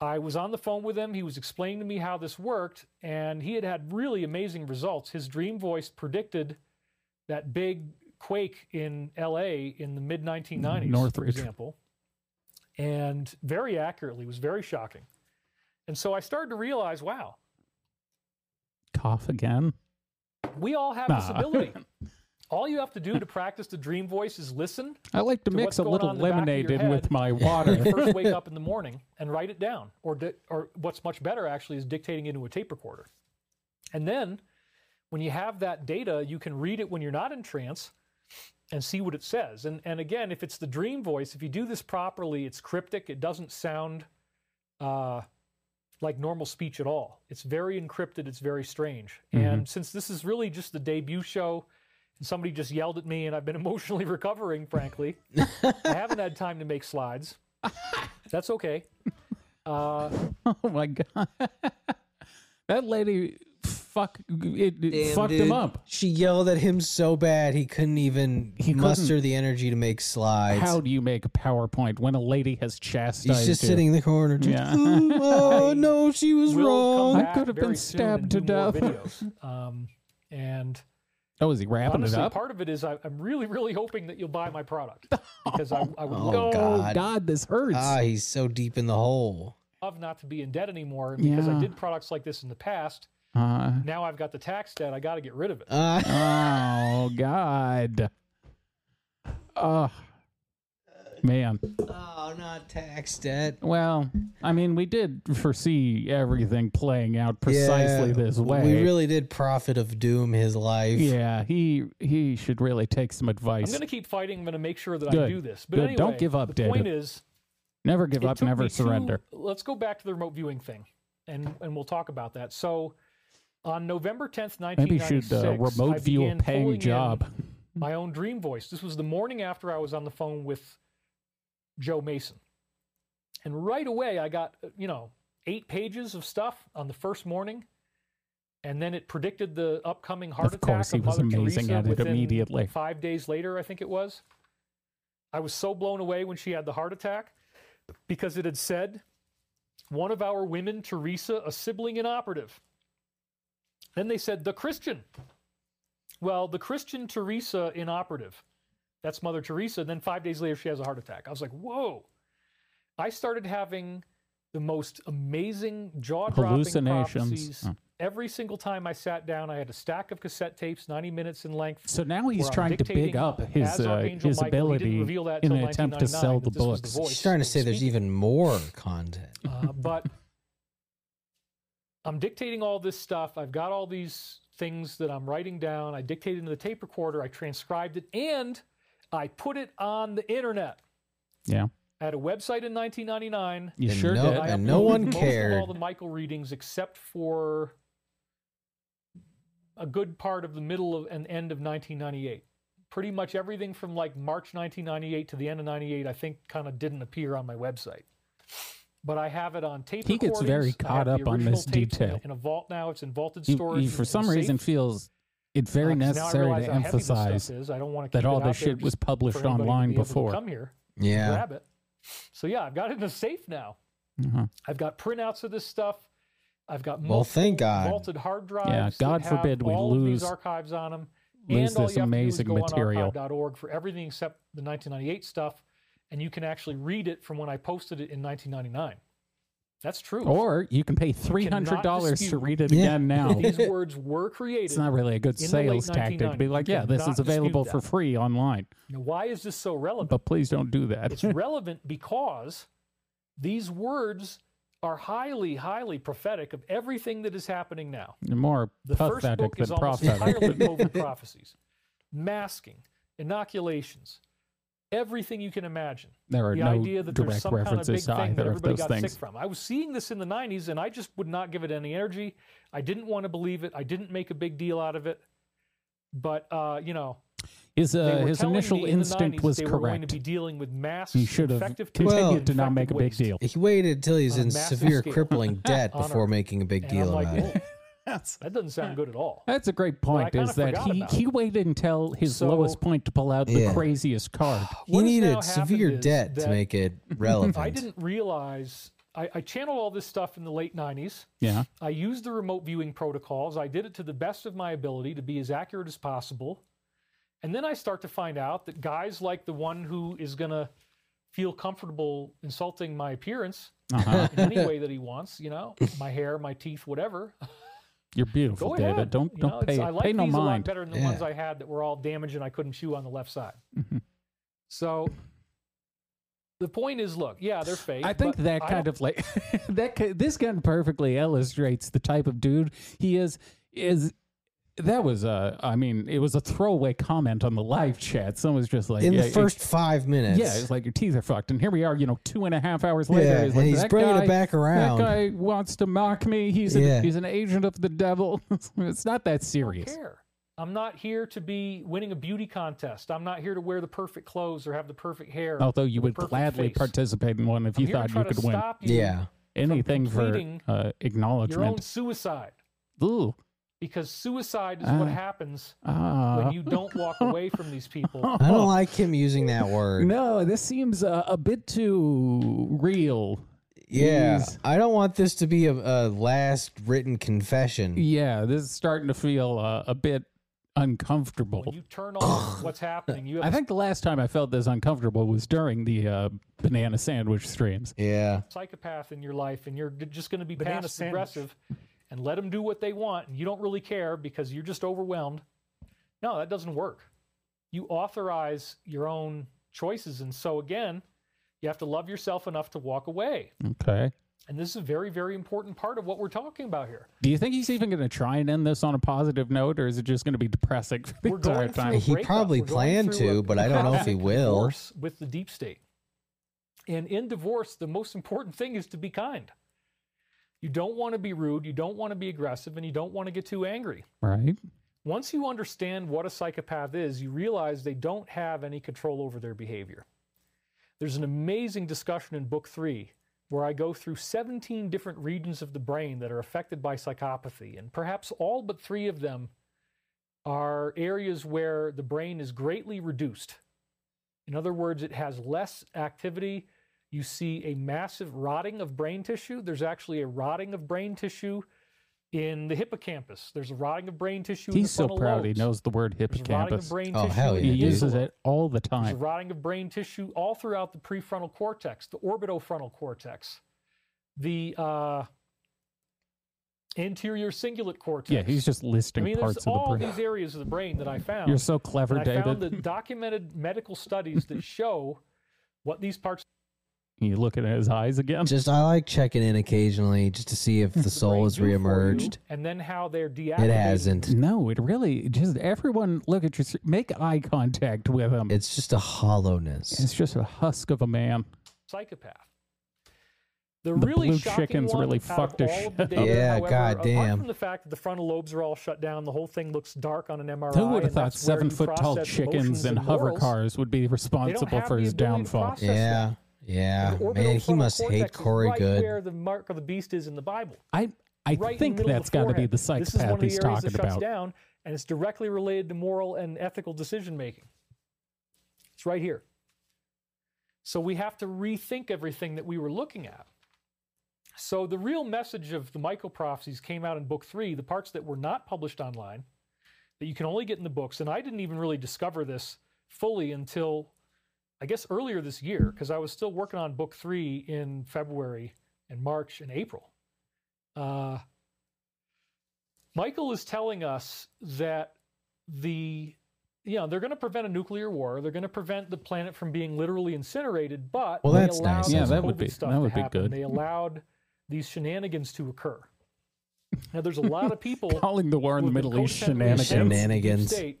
C: I was on the phone with him. He was explaining to me how this worked, and he had had really amazing results. His dream voice predicted that big quake in LA in the mid 1990s, for
A: Northridge.
C: example, and very accurately. It was very shocking. And so I started to realize wow,
A: Cough again.
C: we all have this
A: Nah.
C: ability. All you have to do to practice the dream voice is listen
A: I like to
C: To
A: mix
C: what's
A: a
C: going
A: little
C: on in the back of your
A: lemonade in
C: head
A: with my
C: when you
A: water.
C: first wake up in the morning and write it down, or di- or what's much better actually is dictating into a tape recorder. And then, when you have that data, you can read it when you're not in trance and see what it says. And and again, if it's the dream voice, if you do this properly, it's cryptic. It doesn't sound uh, like normal speech at all. It's very encrypted. It's very strange. And since this is really just the debut show. and Somebody just yelled at me, and I've been emotionally recovering, frankly. I haven't had time to make slides. That's okay. Uh,
A: oh my god, that lady fuck it, it
B: Damn,
A: fucked him
B: dude.
A: up.
B: She yelled at him so bad he couldn't even
A: couldn't-
B: muster the energy to make slides.
A: How do you make a PowerPoint when a lady has chastised
B: He's just
A: you?
B: sitting in the corner. Just,
A: Yeah.
B: "Ooh, oh no, she was
C: we'll come
B: wrong.
C: back
A: could have been
C: very soon and
A: stabbed
C: do
A: to
C: more
A: death.
C: videos. Um, and
A: Oh, is he wrapping
C: honestly,
A: it up?
C: part of it is I, I'm really, really hoping that you'll buy my product because I, I would
B: Oh,
C: love
A: oh
B: God.
A: god, this hurts.
B: Ah, he's so deep in the hole.
C: of not to be in debt anymore. And because
A: Yeah.
C: I did products like this in the past,
A: Uh,
C: now I've got the tax debt. I got to get rid of it.
B: Uh,
A: oh God. Oh man.
B: oh, not tax debt.
A: Well, I mean, we did foresee everything playing out precisely
B: Yeah,
A: this way.
B: We really did profit of doom his life.
A: yeah, he he should really take some
C: I'm
A: advice.
C: going to keep fighting. I'm going to make sure that
A: Good.
C: I do this. But
A: Good.
C: anyway,
A: Don't give up,
C: the
A: David.
C: point is,
A: Never give
C: it
A: up,
C: took
A: never
C: me two-
A: surrender.
C: let's go back to the remote viewing thing, and and we'll talk about that. So, on November 10th,
A: Maybe you should
C: 1996,
A: uh,
C: I
A: remote view a
C: began pulling
A: paying
C: in
A: job.
C: my own dream voice. This was the morning after I was on the phone with Joe Mason. And right away, I got, uh, you know, eight pages of stuff on the first morning. And then it predicted the upcoming heart
A: Of
C: attack.
A: course, he
C: of
A: was
C: Mother
A: amazing
C: Teresa
A: at it
C: within
A: immediately.
C: Five days later, I think it was. I was so blown away when she had the heart attack because it had said, one of our women, Teresa, a sibling and operative. Then they said, the Christian. Well, the Christian Teresa inoperative. That's Mother Teresa. Then five days later, she has a heart attack. I was like, whoa. I started having the most amazing jaw dropping
A: Hallucinations.
C: prophecies.
A: Oh.
C: Every single time I sat down, I had a stack of cassette tapes, 90 minutes in length.
A: So now he's
C: where I'm
A: trying to big
C: dictating
A: up his
C: as
A: uh,
C: Archangel
A: his
C: Michael. He didn't
A: ability
C: reveal that
A: in
C: till
A: an attempt to
C: 1999
A: sell the
C: that this was the
A: books.
C: voice.
B: He's trying to say there's
C: Speaking-
B: even more content.
C: Uh, but I'm dictating all this stuff. I've got all these things that I'm writing down. I dictated into the tape recorder. I transcribed it and I put it on the internet.
A: yeah,
C: I had a website in 1999.
A: you
B: And
A: sure
B: no-
A: did.
C: I
B: and no
C: uploaded
B: one
C: most of
B: cared.
C: all the Michael readings except for a good part of the middle of and end of 1998. Pretty much everything from like March 1998 to the end of 98, I think, kind of didn't appear on my website. But I have it on tape.
A: He gets
C: recordings.
A: very
C: I
A: caught
C: have the
A: up on
C: original
A: this
C: tapes in a-
A: detail.
C: In a vault now, it's in vaulted
A: He-
C: storage.
A: he, for
C: and
A: some
C: safe.
A: reason feels it very
C: Uh, 'cause now I
A: necessary
C: realize
A: to
C: how heavy this stuff
A: emphasize
C: is. I don't want to
A: that
C: keep
A: all
C: it out
A: this
C: there
A: shit was
C: just for
A: published
C: anybody to
A: online
C: be able to
A: before.
C: Come here,
B: Yeah.
C: grab it. So yeah, I've got it in a safe now.
A: Uh-huh.
C: I've got printouts of this stuff. I've got
B: Well,
C: multiple
B: thank God.
C: vaulted hard drives.
A: Yeah,
C: that
A: God
C: have
A: forbid we
C: all of
A: lose-
C: these archives on them.
A: lose
C: and all
A: this
C: you have
A: amazing
C: to do is go
A: material.
C: On archive.org for everything except the 1998 stuff, and you can actually read it from when I posted it in 1999. That's true.
A: Or you can pay three
C: cannot
A: hundred dollars to
C: dispute
A: read it
B: Yeah.
A: again now.
C: these words were created.
A: It's not really a good
C: in the
A: sales
C: late
A: tactic to be
C: 1990s.
A: like,
C: You
A: yeah, this
C: cannot
A: is available
C: dispute
A: for free online,
C: now, why is this so relevant?
A: but please don't do that.
C: it's relevant because these words are highly, highly prophetic of everything that is happening now.
A: More
C: The first
A: pathetic
C: book
A: than
C: is almost
A: prophetic.
C: entirely COVID prophecies, masking, inoculations, everything you can imagine.
A: There are
C: the
A: no
C: idea that there's
A: direct
C: some kind of big
A: references to
C: thing that
A: either of
C: everybody
A: those
C: got
A: things.
C: sick from. I was seeing this in the 90s, and I just would not give it any energy. I didn't want to believe it. I didn't make a big deal out of it. But uh, you know,
A: His
C: they
A: uh,
C: were
A: his
C: telling
A: initial
C: me in the
A: instinct
C: 90s
A: was
C: they were going to
A: correct.
C: be dealing with masks,
A: He should have
C: infective
A: continued
C: people,
A: to not
C: infected
A: make a big
C: waste.
A: deal.
B: He waited until he's
C: On a
B: in
C: massive
B: severe
C: scale.
B: crippling debt
C: On
B: before
C: Earth.
B: making a big
C: And I'm
B: deal
C: like,
B: about it.
C: "Whoa, that doesn't sound good at all.
A: That's a great
C: I
A: point.
C: kinda
A: is that
C: forgot
A: he,
C: about
A: he waited until his
C: So-
A: lowest point to pull out the
B: Yeah.
A: craziest card.
B: He
C: What has now
B: needed
C: happened
B: severe
C: is
B: debt to
C: that
B: make it
C: I
B: relevant.
C: didn't realize I, I channeled all this stuff in the late 90s.
A: Yeah,
C: I used the remote viewing protocols. I did it to the best of my ability to be as accurate as possible. And then I start to find out that guys like the one who is going to feel comfortable insulting my appearance
A: uh-huh.
C: in any way that he wants, you know, my hair, my teeth, whatever.
A: you're
C: Go
A: beautiful,
C: ahead.
A: Oh, David. Don't
C: you
A: don't
C: know, it's-
A: pay
C: I like
A: pay no
C: these a lot
A: mind.
C: better than the
B: Yeah.
C: ones I had that were all damaged and I couldn't chew on the left side.
A: Mm-hmm.
C: So the point is, look, yeah, they're fake.
A: I think
C: but
A: that
C: I
A: kind
C: don't-
A: of like that. ki- This kind of perfectly illustrates the type of dude he is. Is that was a? I mean, it was a throwaway comment on the live chat. Someone's just like,
B: in
A: yeah,
B: the
A: it-
B: first five minutes.
A: yeah, it's like your teeth are fucked, and here we are. You know, two and a half hours later,
B: Yeah,
A: he's
B: and
A: like,
B: he's
A: "That
B: bringing it
A: guy-
B: back around."
A: That guy wants to mock me. He's an,
B: Yeah.
A: he's an agent of the devil. it's not that serious.
C: care. I'm not here to be winning a beauty contest. I'm not here to wear the perfect clothes or have the perfect hair.
A: Although you
C: or the
A: would
C: perfect
A: gladly
C: face.
A: participate in one if
C: I'm
A: you
C: here to
A: thought
C: try
A: you
C: to
A: could win
C: stop you
B: Yeah.
A: anything for
C: completing
A: uh,
C: Your own
A: acknowledgement.
C: suicide,
A: Ooh,
C: because suicide is
A: Ah.
C: what happens
A: ah.
C: when you don't walk away from these people.
B: I don't like him using that word.
A: No, this seems uh, a bit too real.
B: yeah.
A: He's-
B: I don't want this to be a, a last written confession.
A: Yeah, this is starting to feel uh, a bit uncomfortable.
C: When you turn off what's happening, you have
A: I
C: a
A: think the last time I felt this uncomfortable was during the uh, banana sandwich streams.
B: Yeah.
C: psychopath in your life and you're d- just going to be
D: Banana
C: passive
D: sandwich.
C: aggressive and let them do what they want and you don't really care because you're just overwhelmed. No, that doesn't work. You authorize your own choices. And so, again, you have to love yourself enough to walk away.
A: Okay.
C: And this is a very, very important part of what we're talking about here.
A: Do you think he's even going to try and end this on a positive note, or is it just going to be depressing for the
C: We're
A: entire
C: going through
A: time?
C: a
B: He
C: breakup.
B: probably
C: We're going
B: planned
C: through
B: to,
C: a
B: but I don't know if he
C: catastrophic
B: will.
C: divorce With the deep state. And in divorce, the most important thing is to be kind. You don't want to be rude, you don't want to be aggressive, and you don't want to get too angry.
A: Right.
C: Once you understand what a psychopath is, you realize they don't have any control over their behavior. There's an amazing discussion in book three where I go through 17 different regions of the brain that are affected by psychopathy, and perhaps all but three of them are areas where the brain is greatly reduced. In other words, it has less activity. You see a massive rotting of brain tissue. There's actually a rotting of brain tissue in the hippocampus. There's a rotting of brain tissue in the
A: He's so
C: frontal
A: proud
C: lobes.
A: he knows the word
C: There's a rotting of
A: hippocampus.
C: brain
B: Oh,
C: tissue
B: hell
C: in
A: He
C: the
B: Yeah, dude.
A: uses
C: amygdala.
A: it all the
C: There's a
A: time.
C: rotting of brain tissue all throughout the prefrontal cortex, the orbitofrontal cortex, the uh, anterior cingulate cortex.
A: Yeah, he's just
C: I
A: listing
C: mean, there's
A: parts of
C: all
A: the brain.
C: these areas of the brain that I found.
A: You're so clever,
C: and I found the
A: David.
C: documented medical studies that show what these parts
A: You looking at his eyes
C: Um,
A: again?
B: Just I like checking in occasionally just to see if the
C: of the brain
B: soul has
C: do for you,
B: reemerged.
C: and then how they're deactivated.
B: It hasn't.
A: no, it really just everyone look at your make eye contact with him.
B: It's just a hollowness.
A: It's just a husk of a man.
C: Psychopath. The,
A: The
C: really
A: blue
C: shocking
A: chickens
C: one
A: really
C: out of
A: fucked us
C: all of
A: shit
C: the
B: up.
C: data,
B: Yeah,
C: however, Apart
B: goddamn.
C: from the fact that the frontal lobes are all shut down, the whole thing looks dark on an MRI.
A: Who would have
C: and
A: thought
C: that's where
A: seven
C: you
A: foot tall
C: process
A: chickens
C: emotions
A: and hover
C: morals.
A: cars would be responsible
C: have
A: for
C: the
A: his
C: ability to
A: downfall?
C: process-
B: Yeah.
C: The
B: Yeah.
C: orbital
B: Ah, Man, he
C: frontal
B: must hate
C: cortex is
B: Corey
C: right Where
B: good.
C: the mark of the beast is in the Bible.
A: I I
C: right in
A: think
C: the middle of
A: that's got to be
C: forehead.
A: the
C: This is one of
A: psychopath
C: the
A: he's
C: areas
A: talking
C: that shuts
A: about.
C: down, and it's directly related to moral and ethical decision making. It's right here. So we have to rethink everything that we were looking at. So the real message of the Michael prophecies came out in book three, the parts that were not published online, that you can only get in the books. And I didn't even really discover this fully until I guess earlier this year, because I was still working on book three in February and March and April. Uh, Michael is telling us that the you know they're going to prevent a nuclear war. They're going to prevent the planet from being literally incinerated. But
B: Well,
C: they
B: that's
C: allowed
B: nice,
A: Yeah,
C: this
A: that would
C: COVID
A: be-
C: stuff
A: that
C: to
A: would be
C: happen.
A: good.
C: They allowed these shenanigans to occur. Now there's a lot of people
A: Calling the war in the
C: who've been
A: Middle East
C: codependent
A: shenanigans.
C: against the deep
B: Shenanigans.
C: state,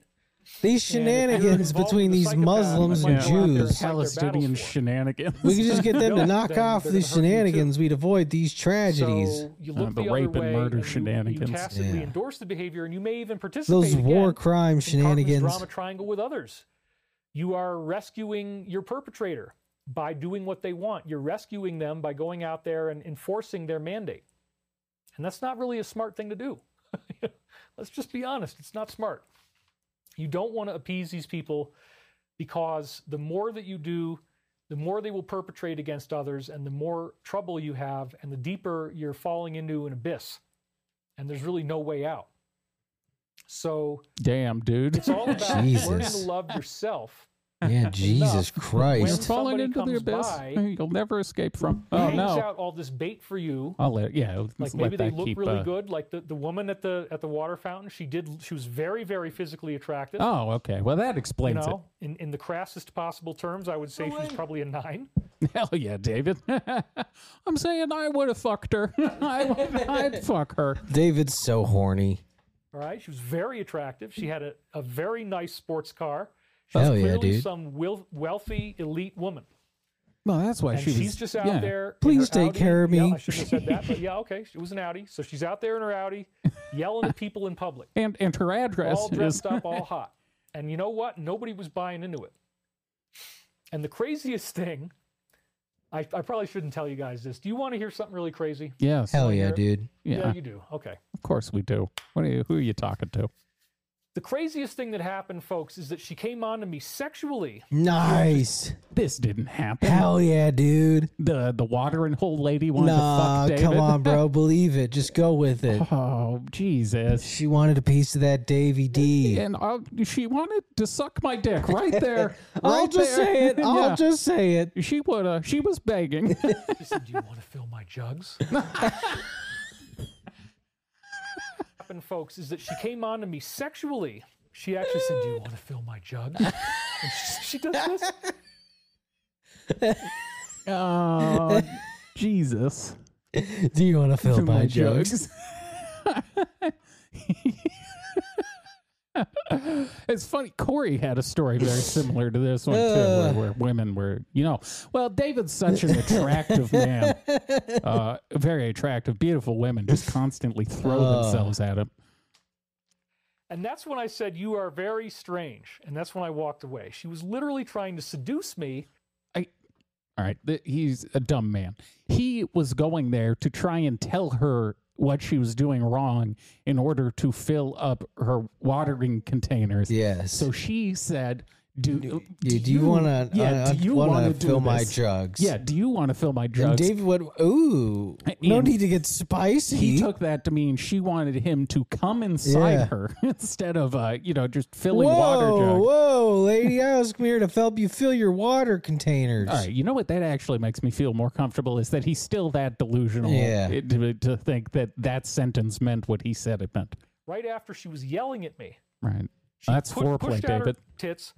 B: These
C: and if you're
B: shenanigans
C: involved with
B: between
C: the
B: these
C: psychopath,
B: Muslims
C: you
B: and
C: might go out there
B: Jews.
C: fight their battles
A: Palestinian
C: for it.
A: shenanigans.
B: We could just get them to
C: Then
B: knock
C: they're
B: off
C: gonna
B: these
C: hurt you too.
B: shenanigans. We'd avoid these tragedies.
C: So you
A: Uh,
C: look
A: the
C: the, other
A: rape and
C: way
A: murder
C: you-
A: shenanigans.
C: You tacitly
B: Yeah.
C: endorse the behavior, and you may even participate.
B: Those war
C: again
B: crime
C: in Cartman's
B: shenanigans.
C: drama triangle with others. You are rescuing your perpetrator by doing what they want. You're rescuing them by going out there and enforcing their mandate, and that's not really a smart thing to do. Let's just be honest; it's not smart. You don't want to appease these people because the more that you do, the more they will perpetrate against others and the more trouble you have and the deeper you're falling into an abyss and there's really no way out. So
A: Damn, dude.
C: it's all about learning to
B: Jesus.
C: love yourself.
B: Yeah, Jesus
C: enough when
A: You're
B: Christ.
A: falling
C: somebody
A: into the
C: comes
A: abyss.
C: by,
A: You'll never escape from. Oh
C: hangs
A: no!
C: out all this bait for you.
A: I'll let. Yeah, let's
C: Like
A: let
C: maybe they
A: that
C: look
A: keep,
C: really
A: uh,
C: good. Like the, the woman at the at the water fountain, she did she was very, very physically attractive.
A: Oh, okay. Well, that
C: you
A: explains
C: know, in, in the crassest possible terms, I would say she was probably a nine.
A: it. Hell yeah, David. I'm saying I would have fucked her. I would, I'd fuck her.
B: David's so horny.
C: All right. She was very attractive. She had a, a very nice sports car. She
B: Hell
C: was
B: yeah,
C: clearly
B: dude.
C: some wil- wealthy elite woman.
A: Well, that's why
C: And
A: Oh, she was.
C: she's just out
A: yeah.
C: there. in her
B: Please take
C: Audi.
B: care of
C: Yeah,
B: me.
C: I shouldn't have said that, but yeah, okay. She was an Audi. So she's out there in her Audi yelling at people in public,
A: And and her address
C: all
A: is
C: dressed up, all hot. And you know what? Nobody was buying into it. And the craziest thing, I, I probably shouldn't tell you guys this. Do you want to hear something really crazy?
A: yes.
B: Hell
C: Wanna hear
B: yeah,
C: it?
B: dude.
A: yeah,
C: you do. Okay.
A: of course we do. What are you, who are you talking to?
C: The craziest thing that happened, folks, is that she came on to me sexually.
B: Nice.
A: This didn't happen.
B: Hell yeah, dude.
A: The the watering hole lady wanted
B: Nah,
A: to fuck David.
B: come on, bro. Believe it. Just go with it.
A: Oh Jesus.
B: She wanted a piece of that Davy D.
A: And i she wanted to suck my dick right there.
B: I'll
A: right
B: just
A: there.
B: say it. I'll
A: Yeah.
B: just say it.
A: She would. Uh, she was begging.
C: She said, Do you want to fill my jugs? happened, folks, is that she came on to me sexually. She actually said, Do you want to fill my jugs? And she, she does this.
A: oh Jesus.
B: Do you want to fill my, jokes?
A: it's funny. Corey had a story very similar to this one too, where, where women were, you know, well, David's such an attractive man, uh, very attractive, beautiful women just constantly throw
B: Oh.
A: themselves at him.
C: And that's when I said, You are very strange. And that's when I walked away. She was literally trying to seduce me.
A: All right, th- he's a dumb man. He was going there to try and tell her what she was doing wrong in order to fill up her watering containers.
B: Yes.
A: So she said, "Do, do,
B: Yeah, do you want to?
A: Yeah, do you
B: want
A: wanna
B: to
A: do
B: fill my
A: this?
B: drugs?
A: Yeah, do you want to fill my
B: And
A: drugs?
B: David went, ooh, no
A: And
B: need to get spicy.
A: he took that to mean she wanted him to come inside
B: Yeah.
A: her instead of uh, you know, just filling
B: whoa,
A: water jugs.
B: whoa, lady, I was here to help you fill your water containers.
A: All right, you know what that actually makes me feel more comfortable is that he's still that delusional
B: Yeah.
A: i- to, to think that that sentence meant what he said it meant.
C: Right after she was yelling at me,
A: Right.
C: she
A: That's
C: pu-
A: foreplay,
C: pushed out
A: David.
C: her tits.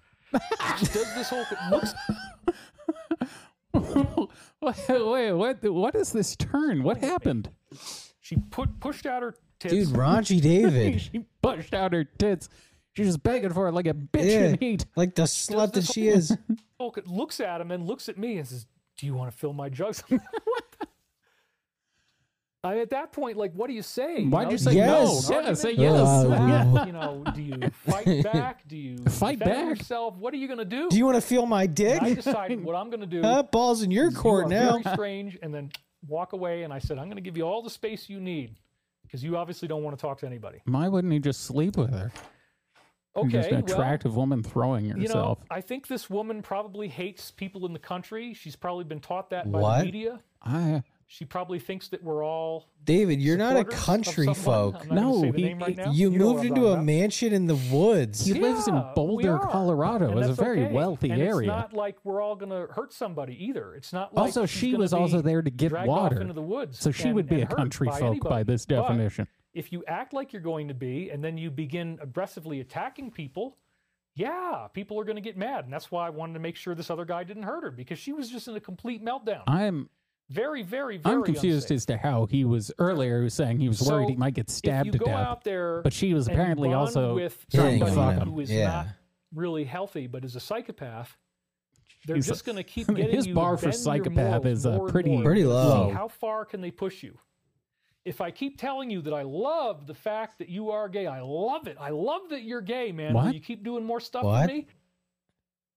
C: She does this whole thing. Looks
A: Wait, wait, what? What is this turn? What happened?
C: She put pushed out her tits.
B: Dude, raunchy David.
A: She pushed out her tits. She's just begging for it like a bitch
B: yeah,
A: in heat.
B: like the slut that she is.
C: Hulk looks at him and looks at me and says, "Do you want to fill my jugs?" I'm like, "What the-" I at that point, like, what do you say?
A: Why'd
C: know?
A: you say
B: Yes.
A: no? Yeah, say
C: Argument?
A: yes.
B: Uh,
A: Yeah.
C: You know, do you fight back? Do you
A: Fight
C: defend
A: back?
C: yourself? What are you gonna do?
B: Do you want to feel my
C: And
B: dick?
C: I decided what I'm gonna do.
B: Huh? Ball's in your
C: You
B: court
C: are
B: now.
C: Very strange, and then walk away. And I said, I'm gonna give you all the space you need because you obviously don't want to talk to anybody.
A: Why wouldn't he just sleep with her?
C: Okay,
A: just an
C: well,
A: attractive woman throwing herself.
C: You know, I think this woman probably hates people in the country. She's probably been taught that by
B: What?
C: the media.
A: I
C: She probably thinks that we're all.
B: David, you're not a
C: supporters of
B: country
C: someone.
B: folk.
C: I'm not gonna
A: No,
C: say the
A: he-
C: name right now.
B: You,
C: know what
B: moved
C: I'm
B: into a
C: talking about.
B: mansion in the woods.
A: he lives in
C: Yeah, we
A: Boulder,
C: are,
A: Colorado.
C: and
A: It's a
C: that's
A: very
C: okay.
A: wealthy
C: and
A: area.
C: It's not like we're all going to hurt somebody either. It's not like
A: also,
C: she's
A: she
C: gonna
A: was also
C: be
A: there to get
C: dragged
A: water,
C: off into the woods.
A: so she
C: and-
A: would be
C: and
A: a
C: hurt
A: country folk
C: by
A: by
C: anybody.
A: this
C: But
A: definition.
C: if you act like you're going to be, and then you begin aggressively attacking people, yeah, people are going to get mad, and that's why I wanted to make sure this other guy didn't hurt her because she was just in a complete meltdown.
A: I'm
C: very, very, very.
A: I'm confused
C: unsafe.
A: as to how he was earlier. He was saying he was
C: So,
A: worried he might get
C: if
A: stabbed
C: you
A: to
C: go
A: death,
C: out there,
A: but she was
C: and you
A: apparently
C: bond
A: also
C: with
B: Yeah, you
A: trying to fuck
B: bond with
C: somebody
A: him.
C: who is
B: Yeah.
C: not really healthy but is a psychopath. They're
A: He's a-
C: just going to keep getting
A: his
C: you to
A: bar for
C: bend your
A: psychopath
C: morals
A: is, uh,
C: more and
A: pretty-
C: more.
B: Pretty
C: See
B: low.
C: How far can they push you? If I keep telling you that I love the fact that you are gay, I love it. I love that you're gay, man. Will
A: What?
C: you keep doing more stuff
B: What?
C: with me?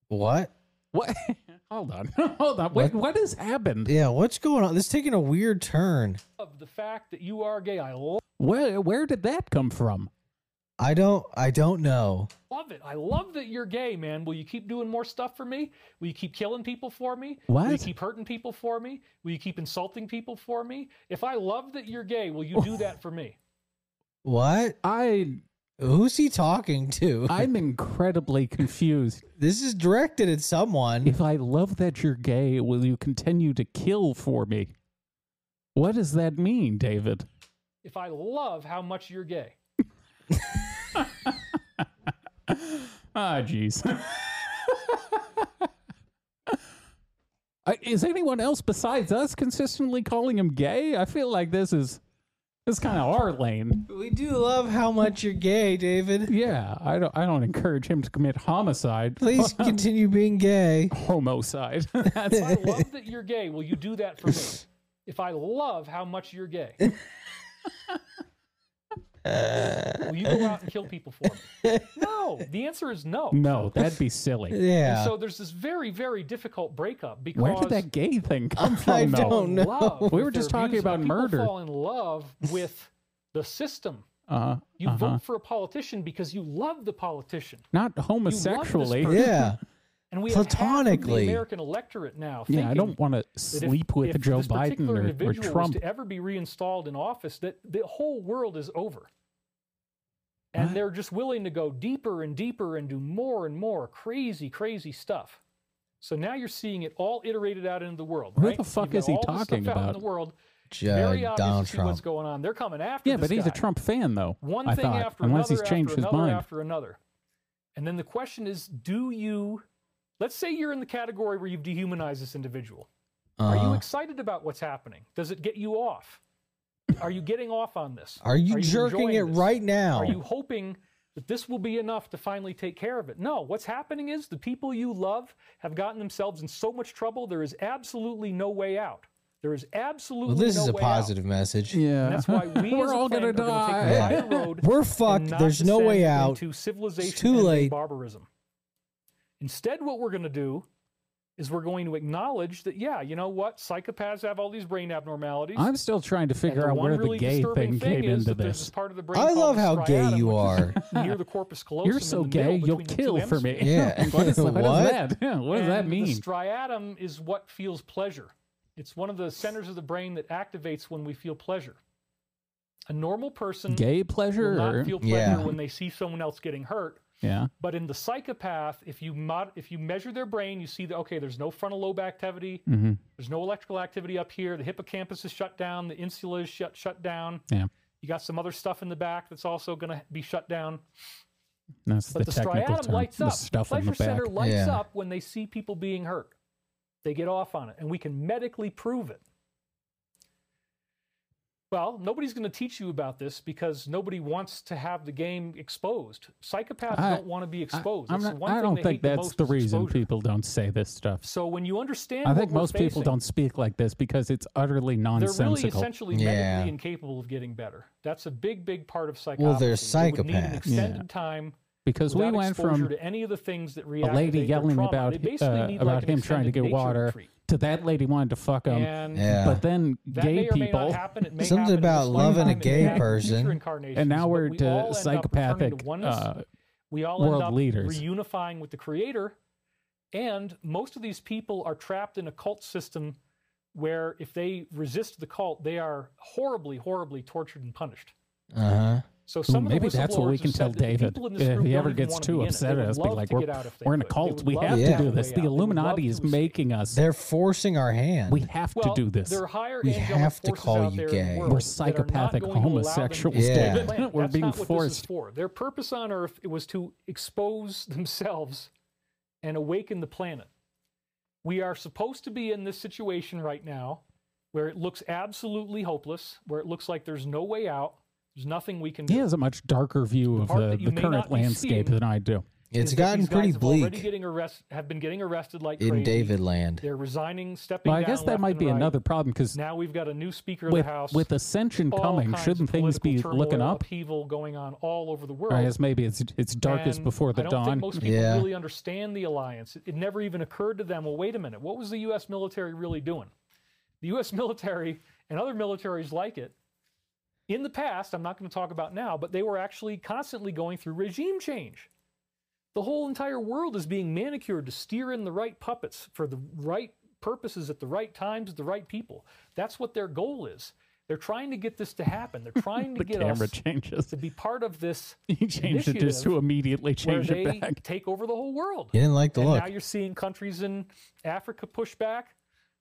B: What?
A: What? Hold on, hold on. Wait, what has happened?
B: Yeah, what's going on? This is taking a weird turn.
C: Of the fact that you are gay, I lo-
A: Where where did that come from?
B: I don't I don't know.
C: love it. I love that you're gay, man. Will you keep doing more stuff for me? Will you keep killing people for me? Will you
A: What?
C: keep hurting people for me? Will you keep insulting people for me? If I love that you're gay, will you do that for me?
B: What?
A: I
B: Who's he talking to?
A: I'm incredibly confused.
B: this is directed at someone.
A: If I love that you're gay, will you continue to kill for me? What does that mean, David?
C: If I love how much you're gay.
A: Ah, jeez. I- is anyone else besides us consistently calling him gay? I feel like this is this kind of our lane.
B: We do love how much you're gay, David.
A: Yeah, I don't. I don't encourage him to commit homicide.
B: Please continue being gay.
A: homicide. That's
C: If I love that you're gay, will you do that for me? If I love how much you're gay, will you go out and kill people for me? No. The answer is no.
A: no, that'd be silly.
C: And
B: Yeah.
C: so there's this very, very difficult breakup because
A: Where did that gay thing come from?
B: I
A: though?
B: don't know.
C: love
A: We
C: with
A: were just
C: their
A: talking
C: abuser.
A: about
C: People
A: murder.
C: fall in love with the system
A: Uh,
C: You vote for a politician because you love the politician.
A: not homosexually.
C: person.
B: Yeah.
C: And we have half of
B: Platonically.
C: the American electorate now.
A: Yeah, I
C: thinking
A: don't want to
C: that if-
A: sleep with
C: if
A: Joe
C: this
A: Biden
C: particular
A: or, or
C: individual was
A: Trump.
C: to ever be reinstalled in office, that the whole world is over. And
A: What?
C: they're just willing to go deeper and deeper and do more and more crazy, crazy stuff. So now you're seeing it all iterated out into the world.
A: Who
C: right?
A: the fuck
C: You've got
A: is he
C: all this stuff
A: talking
C: out
A: about?
C: In the world,
B: Judge
C: very obvious
B: Donald
C: to see what's
B: Trump.
C: going on. They're coming after.
A: yeah, but
C: this
A: he's a
C: guy.
A: Trump fan, though.
C: One
A: I
C: thing
A: thought,
C: after
A: unless
C: another
A: he's changed
C: after
A: his
C: another
A: mind.
C: after another. And then the question is, do you? Let's say you're in the category where you've dehumanized this individual. Are you
B: Uh-huh.
C: excited about what's happening? Does it get you off? Are you getting off on this?
B: Are you jerking
C: enjoying
B: it
C: this?
B: right now?
C: Are you hoping that this will be enough to finally take care of it? No, what's happening is the people you love have gotten themselves in so much trouble, there is absolutely no way out. There is absolutely
B: well, this
C: no
B: is a
C: way out.
B: positive message.
A: yeah,
C: And that's why we
A: we're
C: as a
A: all
C: planet
A: gonna
C: are
A: die.
C: gonna take the higher
B: Yeah.
C: road
B: We're
C: and
B: fucked.
C: not
B: There's no way
C: descend
B: out.
C: Into civilization
B: It's too
C: and
B: late.
C: barbarism. Instead, what we're going to do is we're going to acknowledge that, yeah, you know what? Psychopaths have all these brain abnormalities.
A: I'm still trying to
C: and
A: figure
C: the
A: out
C: one
A: where
C: really
A: the gay
C: disturbing
A: thing came
C: is
A: into
C: that there's
A: this.
C: part of the brain
B: I
C: called
B: love
C: the
B: how gay
C: striatum,
B: you
C: which
B: are.
C: is Near the corpus callosum.
A: You're
C: in
A: so
C: the
A: gay,
C: middle
A: you'll
C: between the two
A: kill for me.
C: hemispheres.
B: Yeah.
A: what is, what
B: What?
A: is that? Yeah, what does that
C: And
A: mean?
C: The striatum is what feels pleasure. It's one of the centers of the brain that activates when we feel pleasure. A normal person
A: Gay
C: will
A: pleasure? or-
C: not feel pleasure
B: Yeah.
C: when they see someone else getting hurt.
A: yeah.
C: But in the psychopath, if you mod- if you measure their brain, you see that okay, there's no frontal lobe activity,
A: Mm-hmm.
C: there's no electrical activity up here, the hippocampus is shut down, the insula is shut shut down.
A: Yeah.
C: You got some other stuff in the back that's also going to be shut down.
A: That's
C: But
A: the,
C: the,
A: technical
C: striatum
A: term.
C: lights
A: the
C: up.
A: stuff
C: Pleasure
A: in the back.
C: center lights
B: Yeah.
C: up when they see people being hurt. They get off on it, and we can medically prove it. Well, nobody's going to teach you about this because nobody wants to have the game exposed. Psychopaths
A: I-
C: don't want to be
A: I-
C: exposed.
A: I'm
C: That's
A: not-
C: the one
A: I
C: thing
A: don't
C: they
A: think
C: hate the
A: that's
C: most
A: the
C: is
A: reason
C: exposure.
A: people don't say this stuff.
C: So when you understand,
A: I
C: what
A: think
C: we're
A: most people
C: facing,
A: don't speak like this because it's utterly
C: They're really
A: nonsensical.
C: essentially
B: Yeah.
C: medically incapable of getting better. That's a big, big part of psychopathy.
B: Well, they're
C: It would need an
B: psychopaths.
C: extended time
A: because we
C: without
A: went
C: exposure
A: from
C: to any of the things that
A: a lady
C: reactivate their
A: yelling
C: trauma.
A: about
C: They basically
A: uh,
C: need, like,
A: about
C: an
A: him trying to
C: extended
A: get
C: nature
A: water
C: retreat.
A: to that lady wanting to fuck him,
C: and
B: Yeah.
A: but then
C: that
A: gay
C: may or may not
A: people.
C: happen. It may
B: Something
C: happen in
B: about
C: this
B: loving a
C: lifetime, it
B: gay
C: may happen in future
B: person.
C: incarnations,
A: And now
C: but
A: we're
C: we all end
A: to
C: up returning
A: psychopathic.
C: to oneness.
A: uh,
C: we all
A: world
C: end up
A: leaders.
C: reunifying with the creator and most of these people are trapped in a cult system where if they resist the cult they are horribly horribly tortured and punished
B: Uh huh.
C: so some
A: Ooh,
C: of the
A: maybe that's what we
C: whistleblowers have
A: can
C: said
A: tell
C: that the
A: David
C: people in this
A: if
C: group
A: he
C: don't
A: ever
C: even
A: gets
C: want to
A: too
C: be in it. They
A: upset
C: would
A: at us. Be
C: love
A: like,
C: to
A: we're,
C: get out if they
A: we're in a
C: could. They would
A: cult. We
C: love
A: have
C: to
A: to
C: get
A: do
C: out
A: this. The
C: way out. They would
A: Illuminati
C: love
A: is
C: to escape.
A: making us.
B: They're forcing our hand.
A: We have to
C: well,
A: do this.
C: There are higher
B: We
C: angelic
B: have to
C: forces
B: call
C: out
B: you
C: there in the
B: gay.
C: world
B: We're
C: that are not
A: We're psychopathic
C: going to allow them to
A: homosexuals,
C: use
B: Yeah.
C: the
A: David.
C: plan.
A: We're
C: That's
A: being
C: not what this is
A: forced.
C: for. Their purpose on Earth it was to expose themselves and awaken the planet. We are supposed to be in this situation right now where it looks absolutely hopeless, where it looks like there's no way out, there's nothing we can do.
A: He has a much darker view
C: The
A: of
C: part
A: the,
C: that you
A: the
C: may
A: current
C: not be
A: landscape
C: seeing
A: than I do.
B: it's
C: is that
B: gotten
C: these guys
B: pretty
C: have already
B: bleak
C: Getting arrest, have been getting arrested like
B: in
C: crazy.
B: David land.
C: They're resigning, stepping
A: Well, I
C: down
A: guess that
C: left
A: might
C: and
A: be
C: right.
A: another problem because
C: Now we've got a new Speaker of
A: with,
C: the House.
A: with ascension
C: all
A: coming,
C: kinds
A: shouldn't
C: of
A: things be
C: political
A: looking
C: turmoil,
A: up?
C: Upheaval going on all over the world.
A: I guess maybe it's it's darkest
C: And
A: before the
C: I don't
A: dawn.
C: Think most people
B: Yeah.
C: really understand the alliance. It, it never even occurred to them. Well, wait a minute. What was the U.S. military really doing? The U.S. military and other militaries like it. In the past, I'm not going to talk about now, but they were actually constantly going through regime change. The whole entire world is being manicured to steer in the right puppets for the right purposes at the right times, the right people. That's what their goal is. They're trying to get this to happen. They're trying to
A: the
C: get
A: camera
C: us
A: changes.
C: to be part of this
A: He changed it just to
C: initiative
A: immediately
C: where
A: change
C: they
A: it back.
C: take over the whole world.
B: You didn't like the
C: and
B: look.
C: now you're seeing countries in Africa push back,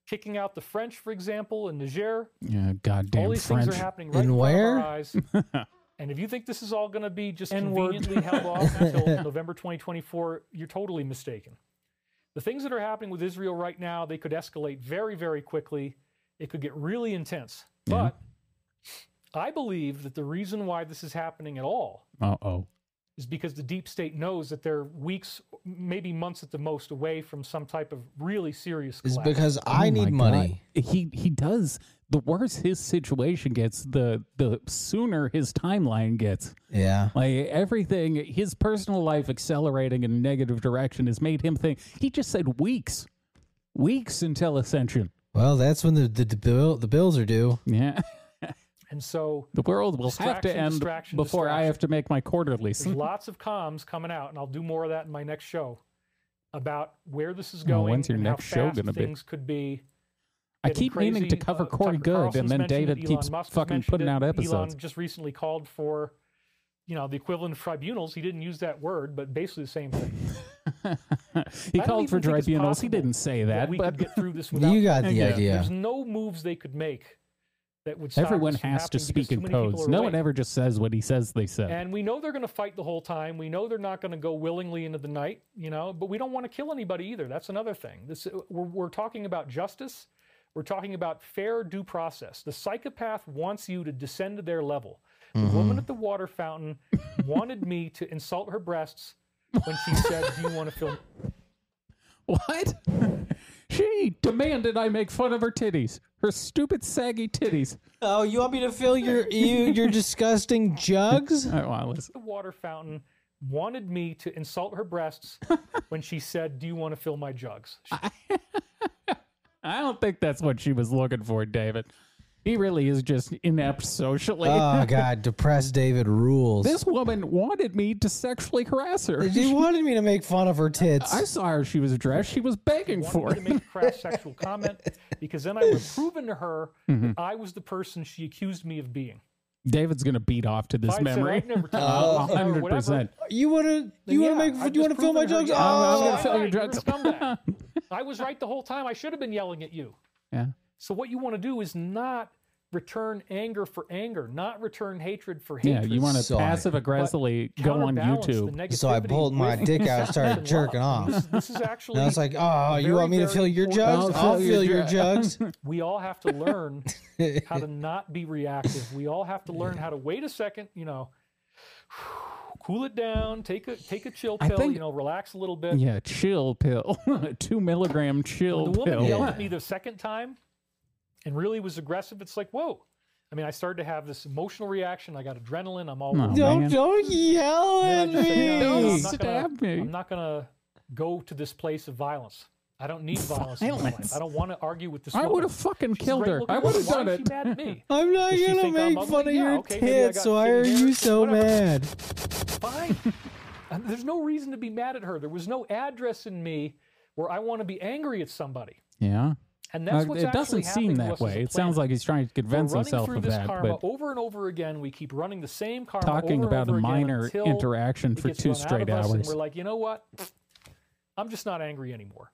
C: kicking out the French, for example, and Niger.
A: Yeah,
C: all
A: goddamn
C: these
A: French.
C: things are happening right
B: And
C: in
B: where?
C: front of our eyes. and if you think this is all going to be just conveniently held off until November 2024, you're totally mistaken. The things that are happening with Israel right now, they could escalate very, very quickly. It could get really intense.
A: Yeah.
C: But I believe that the reason why this is happening at all
A: Uh oh.
C: is because the deep state knows that they're weeks, maybe months at the most, away from some type of really serious
B: It's
C: collapse.
B: because I
A: Oh my
B: need money.
A: God. He he does. The worse his situation gets, the the sooner his timeline gets.
B: Yeah.
A: Like everything, his personal life accelerating in a negative direction has made him think. He just said weeks, weeks until ascension.
B: Well, that's when the the, the, bill, the bills are due.
A: Yeah,
C: And so
A: The world will have to
C: Distraction,
A: end
C: distraction,
A: before I have to make my quarterlies.
C: there's lots of comms coming out, and I'll do more of that in my next show about where this is
A: Oh,
C: going
A: when's your
C: and
A: next
C: how
A: show
C: fast
A: gonna be?
C: things could be.
A: I
C: getting
A: keep meaning to
C: crazy.
A: cover
C: Uh,
A: Corey
C: Tucker
A: Good, and
C: Carlson's
A: then
C: mentioned
A: David
C: it,
A: keeps
C: Elon Musk has
A: fucking
C: mentioned
A: putting
C: it.
A: out episodes.
C: Elon just recently called for, you know, the equivalent of tribunals. He didn't use that word, but basically the same thing.
A: he called for
C: I don't even think it's
A: tribunals. He
C: possible
A: didn't say that,
C: we
A: but
C: could get through this without.
B: you got the
A: Yeah.
B: idea.
C: There's no moves they could make that would. Stop
A: everyone
C: this from
A: has to
C: happening because
A: speak
C: too
A: in
C: many people
A: codes.
C: are
A: No
C: awake.
A: one ever just says what he says they said.
C: And we know they're going to fight the whole time. We know they're not going to go willingly into the night, you know, but we don't want to kill anybody either. That's another thing. This uh, we're, we're talking about justice. We're talking about fair due process. The psychopath wants you to descend to their level. The woman at the water fountain wanted me to insult her breasts when she said, "Do you want to feel?"
A: What? she demanded I make fun of her titties, her stupid saggy titties.
B: Oh, you want me to fill your you, your disgusting jugs?
A: Oh, I want to listen.
C: The water fountain wanted me to insult her breasts when she said, "Do you want to fill my jugs?" She
A: I don't think that's what she was looking for, David. He really is just inept socially.
B: Oh God, depressed David rules.
A: this woman wanted me to sexually harass her.
B: She wanted me to make fun of her tits.
A: I saw her. She was dressed. She was begging for
C: wanted
A: it.
C: me to make a crass sexual comment because then I would have proven to her
A: Mm-hmm.
C: that I was the person she accused me of being.
A: David's gonna beat off to this
C: I'd said,
A: memory.
C: "I'd never touched
B: Oh.
A: A
C: her," or
A: hundred
C: whatever. uh,
A: percent.
B: You want to? You
C: Yeah,
B: want to
C: I've
B: make? You want to
C: just
B: fill my
C: proven her
B: jugs?
C: guilty.
A: I'm
B: Oh,
A: gonna fill your
C: Right, you're a
A: drugs.
C: scumbag. I was right the whole time. I should have been yelling at you.
A: Yeah.
C: So what you want to do is not return anger for anger, not return hatred for
A: Yeah,
C: hatred.
A: you want to
B: Sorry.
A: passive aggressively go on
C: counterbalance the
A: YouTube.
B: So I pulled
C: negativity
B: my
C: with
B: dick out and started
C: acceptance and
B: jerking off.
C: love. This, this is actually.
B: Now it's like, oh, you
C: Very,
B: want me to
C: very
B: fill your
C: important- Oh,
B: jugs?
A: I'll
B: I'll
A: fill
B: fill
A: your
B: your jugs.
C: we all have to learn how to not be reactive. We all have to learn how to wait a second, you know, cool it down, take a take a chill
A: I
C: pill,
A: think-
C: you know, relax a little bit.
A: Yeah, chill pill, two milligram
C: When
A: chill
C: the woman
A: pill.
C: yelled at me the second time and really was aggressive, it's like, whoa. I mean, I started to have this emotional reaction. I got adrenaline. I'm all
A: No.
C: over it.
B: Don't
A: man.
B: don't yell at
C: And I just said,
B: me.
C: "No, no, no, I'm not gonna-
A: Stab me.
C: I'm not gonna go to this place of violence. I don't need violence. in my life.
A: Violence.
C: I don't want to argue with this.
A: I
C: woman.
A: would have fucking
C: She's a
A: killed
C: great
A: her.
C: looking
A: I would have
C: woman.
A: done
C: Why is
A: it.
C: She mad at me.
B: I'm not
C: Does she
B: gonna
C: think I'm
B: make
C: ugly?
B: fun of
C: Yeah,
B: your
C: okay, maybe I
B: tits.
C: got
B: Why
C: thin
B: are you
C: hair,
B: so
C: whatever.
B: mad?
C: fine. And There's no reason to be mad at her. There was no address in me where I want to be angry at somebody.
A: Yeah.
C: And that's
A: Uh,
C: what's
A: it doesn't
C: actually
A: seem
C: happening to
A: that
C: us as a
A: way. It sounds
C: planet.
A: like he's trying to
C: We're
A: convince
C: running
A: himself
C: through
A: of
C: this
A: that,
C: karma
A: but
C: over and over again. We keep running the same karma.
A: talking
C: over and
A: about a
C: over again
A: minor
C: until
A: interaction
C: it
A: for
C: gets
A: two
C: run out of
A: straight
C: us and
A: hours.
C: We're like, you know what? I'm just not angry anymore.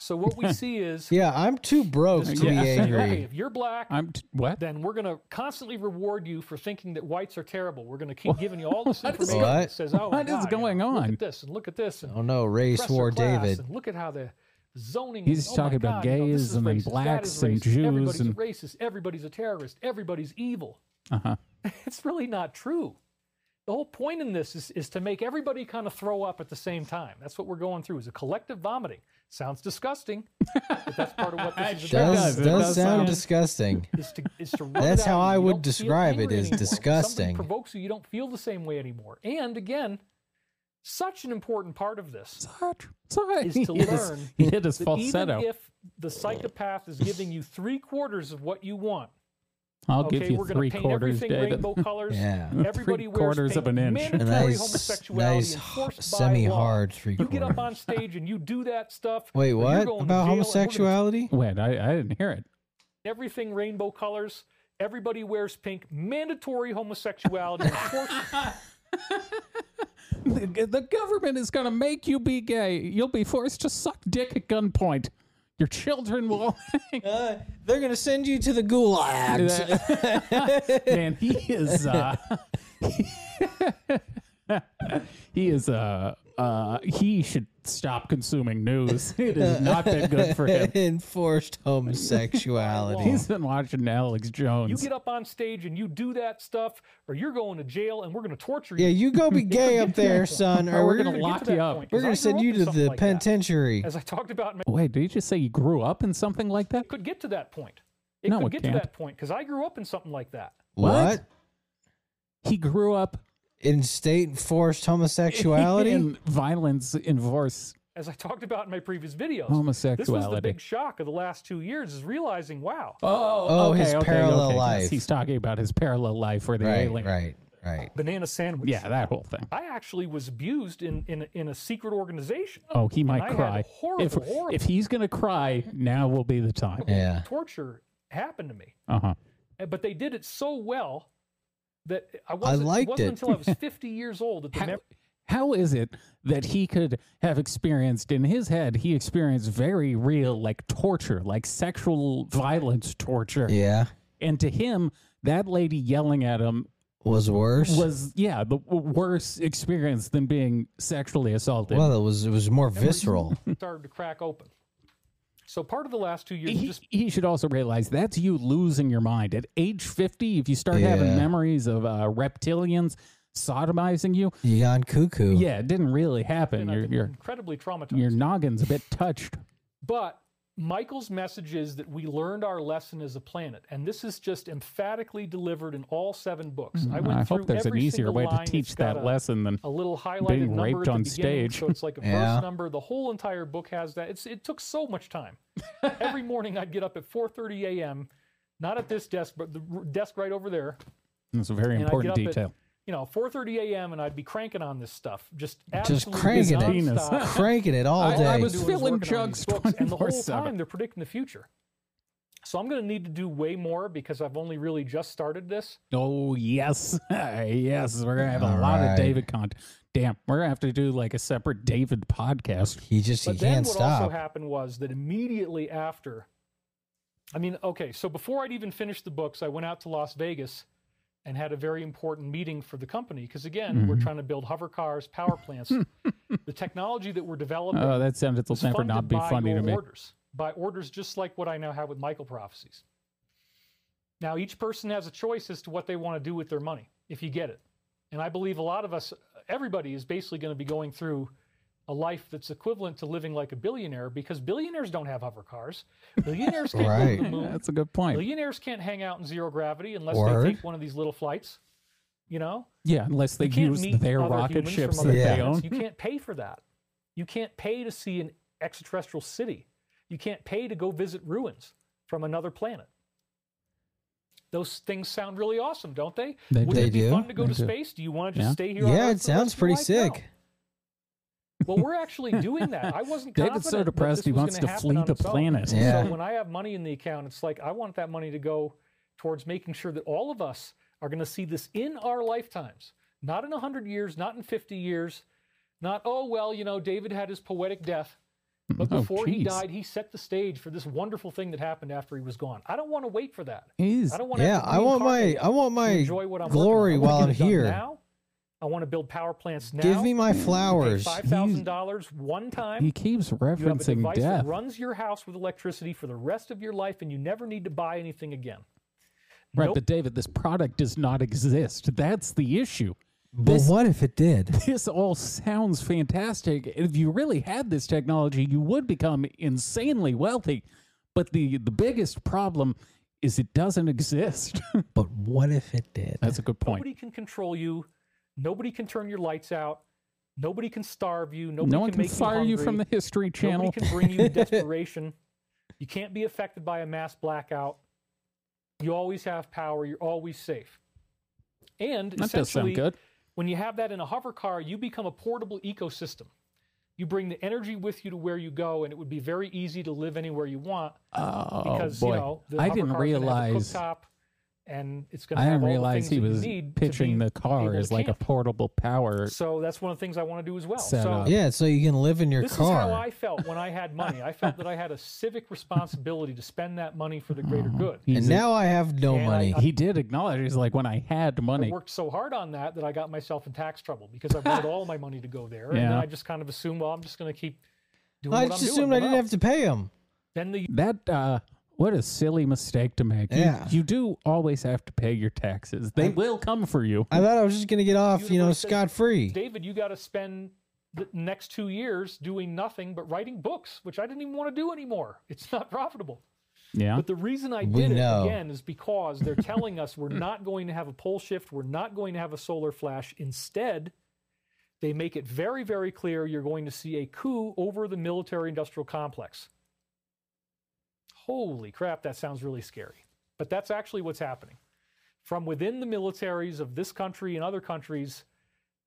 C: So what we see is
B: Yeah, I'm too broke
C: this
B: to be
C: person saying, "Hey,
B: angry.
C: if you're black,
A: I'm t- what?
C: then we're going to constantly reward you for thinking that whites are terrible. We're going to keep giving you all this
A: What is
C: information
B: going-
C: that says, "Oh,
A: What
C: my
A: is
C: God,
A: going
C: you know,
A: on?
C: Look at this and look at this and
B: Oh no, race
C: oppressor
B: war,
C: class,
B: David.
C: And look at how the zoning.
A: He's
C: is- oh
A: talking
C: my
A: about
C: God, you know, this is
A: gays and then
C: racist, that
A: blacks
C: is
A: and
C: racist,
A: Jews
C: Everybody's
A: and-
C: a racist. Everybody's a terrorist. Everybody's evil.
A: Uh huh.
C: It's really not true. The whole point in this is, is to make everybody kind of throw up at the same time. That's what we're going through is a collective vomiting. Sounds disgusting, but that's part of what this is
A: Sure
C: about.
B: does
A: does. It
B: does,
A: does
B: sound
A: sound-
B: disgusting.
C: is to, is to run it
B: That's
C: out
B: how
C: of you.
B: I
C: You
B: would
C: don't feel
B: describe it,
C: angry
B: is
C: anymore. When
B: disgusting.
C: Somebody provokes you, you don't feel the same way anymore. And again, such an important part of this
A: Such, such.
C: is to
A: he hit his-
C: learn
A: he hit his
C: that
A: falsetto.
C: even if the psychopath is giving you three quarters of what you want,
A: I'll
C: okay,
A: give you
C: we're going
A: three
C: to paint
A: quarters,
C: everything
A: David.
C: rainbow colors.
B: Yeah.
C: Everybody
A: Three
C: wears
A: quarters
C: pink,
A: of an inch.
C: mandatory
B: A nice,
C: homosexuality
B: nice
C: enforced by
B: semi-hard
C: law.
B: three
C: You get up
B: quarters.
C: on stage and you do that stuff.
B: Wait,
C: or you're
B: what
C: going to jail
B: about
C: and we're gonna
B: homosexuality?
A: Wait, I, I didn't hear it.
C: everything rainbow colors. Everybody wears pink. Mandatory homosexuality. enforced
A: The, the government is going to make you be gay. You'll be forced to suck dick at gunpoint. Your children will.
B: Uh, they're gonna send you to the gulags.
A: Man, he is. Uh, he is. Uh, uh, he should stop consuming news. It has not been good for him.
B: Enforced homosexuality.
A: He's been watching Alex
C: You
A: Jones.
C: get up on stage and you do that stuff, or you're going to jail and we're going to torture you.
B: yeah, you go be gay up there, son, or we're
A: gonna
B: gonna
C: Get to
A: lock
C: that
A: you up.
C: point, 'cause
B: we're gonna
C: I
B: send
C: grew
B: you
C: up
B: to
C: in something
B: the
C: like that.
B: penitentiary.
C: As I talked about, in my-
A: Wait, did you just say you grew up in something like that?
C: it could get to that point. It
A: No,
C: could
A: it
C: get
A: can't.
C: to that point because I grew up in something like that.
A: What? He grew up
B: In state forced homosexuality?
A: in violence, in force,
C: as I talked about in my previous videos. This was the
A: Homosexuality.
C: big shock of the last two years is realizing, wow.
A: Oh,
B: Oh, his parallel life.
A: Yes, he's talking about his parallel life where the
B: Right,
A: alien.
B: right, right.
C: banana sandwich.
A: Yeah, that whole thing.
C: I actually was abused in in, in a secret organization.
A: Oh, he might
C: I had
A: cry.
C: horrible,
A: if,
C: horrible-
A: if he's gonna cry, now will be the time.
B: Yeah.
C: Torture happened to me,
A: Uh huh.
C: Uh, but they did it so well that I wasn't,
B: liked
C: wasn't
B: it.
C: until I was 50 years old that the
A: How,
C: mem-
A: how is it that he could have experienced in his head? He experienced very real, like torture, like sexual violence torture,
B: Yeah.
A: and to him, that lady yelling at him
B: Was worse.
A: was yeah the w- worse experience than being sexually assaulted.
B: well, it was it was more visceral.
C: started to crack open. So part of the last two years,
A: he,
C: just
A: he should also realize that's you losing your mind at age 50 if you start having
B: Yeah.
A: memories of uh, reptilians sodomizing you
B: you gone cuckoo.
A: yeah it didn't really happen
C: and I've
A: your
C: been
A: your
C: incredibly traumatized.
A: your noggin's a bit touched
C: But Michael's message is that we learned our lesson as a planet, and this is just emphatically delivered in all seven books. I, went
A: Mm, i,
C: through
A: hope there's an
C: every
A: easier
C: single
A: way to
C: line.
A: teach
C: It's got
A: that
C: a-
A: lesson than
C: a little highlighted
A: being
C: number
A: raped
C: at the
A: on
C: beginning,
A: stage.
C: so it's like a verse
B: Yeah.
C: number. The whole entire book has that. It's it took so much time. Every morning I'd get up at 4:30 a.m. Not at this desk, but the r- desk right over there.
A: it's a very
C: And
A: important
C: I'd get up
A: detail
C: At, you know, 4:30 a.m. and I'd be cranking on this stuff, just
B: Just
C: absolutely
B: cranking it.
A: Penis.
C: nonstop.
B: Cranking it all
A: I- I
B: day.
A: was-
C: doing is
A: filling
C: working on
A: jugs
C: these books, and the whole
A: 24/7.
C: time they're predicting the future. So I'm going to need to do way more because I've only really just started this.
A: oh yes yes we're gonna have a
B: All
A: lot
B: right.
A: of david content damn we're gonna have to do like a separate david podcast
B: he just he
C: But then
B: can't
C: what
B: stop.
C: also happened was that immediately after, I mean, okay, so before I'd even finished the books, I went out to Las Vegas and had a very important meeting for the company because again, we're
B: Mm-hmm.
C: trying to build hover cars, power plants, the technology that we're developing.
A: oh that sentence will
C: was
A: never
C: funded
A: not be
C: by
A: funny
C: your
A: to me
C: Orders, by orders just like what I now have with Michael Prophecies. Now, each person has a choice as to what they want to do with their money, if you get it. And I believe a lot of us, everybody is basically going to be going through a life that's equivalent to living like a billionaire because billionaires don't have hover cars. Billionaires can't go to the
B: Right.
C: moon.
A: that's a good point
C: Billionaires can't hang out in zero gravity unless
B: Word.
C: they take one of these little flights. You know?
A: Yeah, unless they
C: You can't
A: use
C: meet
A: their
C: other
A: rocket
C: humans from
A: ships
C: other
A: that they
C: planets.
A: own.
C: You can't pay for that. You can't pay to see an extraterrestrial city. You can't pay to go visit ruins from another planet. Those things sound really awesome, don't they?
A: They
C: Would
B: do.
C: it be
B: They do.
C: fun to go
A: They
C: to
A: do.
C: space? Do you want to just
A: Yeah.
C: stay here? on
B: yeah,
C: Earth
B: it
C: for the rest
B: sounds
C: of your
B: pretty
C: life? No.
B: sick.
C: Well, we're actually doing that. I wasn't.
A: David's so
C: confident that this
A: depressed he
C: was
A: wants to
C: gonna happen
A: flee
C: on
A: the
C: its own.
A: planet.
B: Yeah.
C: So when I have money in the account, it's like I want that money to go towards making sure that all of us are going to see this in our lifetimes, not in 100 years, not in 50 years, not, oh, well, you know, David had his poetic death. But
A: Oh,
C: before he
A: geez.
C: died, he set the stage for this wonderful thing that happened after he was gone. I don't want to wait for that.
A: He's-
C: I don't want to.
B: Yeah,
C: have to
B: I want my
C: reincarnate
B: I want
C: to
B: my
C: enjoy what I'm working on. I
B: glory
C: wanna
B: while
C: get
B: I'm
C: it done
B: here.
C: Now. I want to build power plants now.
B: Give me my
C: Pay
B: flowers.
C: $5,000 one time.
A: he keeps
C: You have a
A: referencing
C: device
A: death.
C: that runs your house with electricity for the rest of your life, and you never need to buy anything again.
A: Right,
C: Nope.
A: but David, this product does not exist. That's the issue.
B: But
A: This-
B: what if it did?
A: This all sounds fantastic. If you really had this technology, you would become insanely wealthy. But the, the biggest problem is it doesn't exist.
B: But what if it did?
A: That's a good point.
C: Nobody can control you. Nobody can turn your lights out. Nobody can starve you. Nobody
A: no one
C: can
A: can
C: make
A: fire
C: you,
A: you from the
C: hungry.
A: History Channel.
C: Nobody can bring you desperation. You can't be affected by a mass blackout. You always have power. You're always safe. And
A: that does sound
C: essentially,
A: good.
C: When you have that in a hover car, you become a portable ecosystem. You bring the energy with you to where you go, and it would be very easy to live anywhere you want
A: Oh,
C: because
A: boy.
C: you know the
A: I
C: hover
A: didn't
C: car's gonna have a
A: realize.
C: cooktop, and it's going to
A: I
C: have
A: didn't
C: all the
A: realize
C: things
A: he
C: that you
A: was
C: need to
A: pitching
C: be
A: the car
C: able
A: as
C: to
A: like a
C: camp.
A: portable power.
C: So that's one of the things I want to do as well.
A: Set
C: so
A: up.
B: Yeah, so you can live in your
C: this
B: car.
C: is how I felt when I had money. I felt that I had a civic responsibility to spend that money for the greater
A: Uh-huh.
C: good.
B: and
A: He's a-
B: now I have no
C: And I-
B: money.
A: he did acknowledge he's like when I had
C: I
A: money.
C: worked so hard on that that I got myself in tax trouble because I wanted all my money to go there, and then
A: Yeah.
C: I just kind of assumed, well, I'm just going to keep doing
B: I
C: what
B: just
C: I'm
B: assumed
C: doing.
B: I didn't have to pay him.
C: Then the
A: That uh what a silly mistake to make. You-
B: Yeah.
A: You, do always have to pay your taxes. They will come for you.
B: I thought I was just gonna get off, you know,
C: universe says,
B: scot free.
C: David, you got to spend the next two years doing nothing but writing books, which I didn't even want to do anymore. It's not profitable.
A: Yeah.
C: But the reason I
B: We
C: did it
B: know.
C: again is because they're telling us we're not going to have a pole shift, we're not going to have a solar flash. Instead, They make it very, very clear you're going to see a coup over the military industrial complex. Holy crap, that sounds really scary. But that's actually what's happening. From within the militaries of this country and other countries,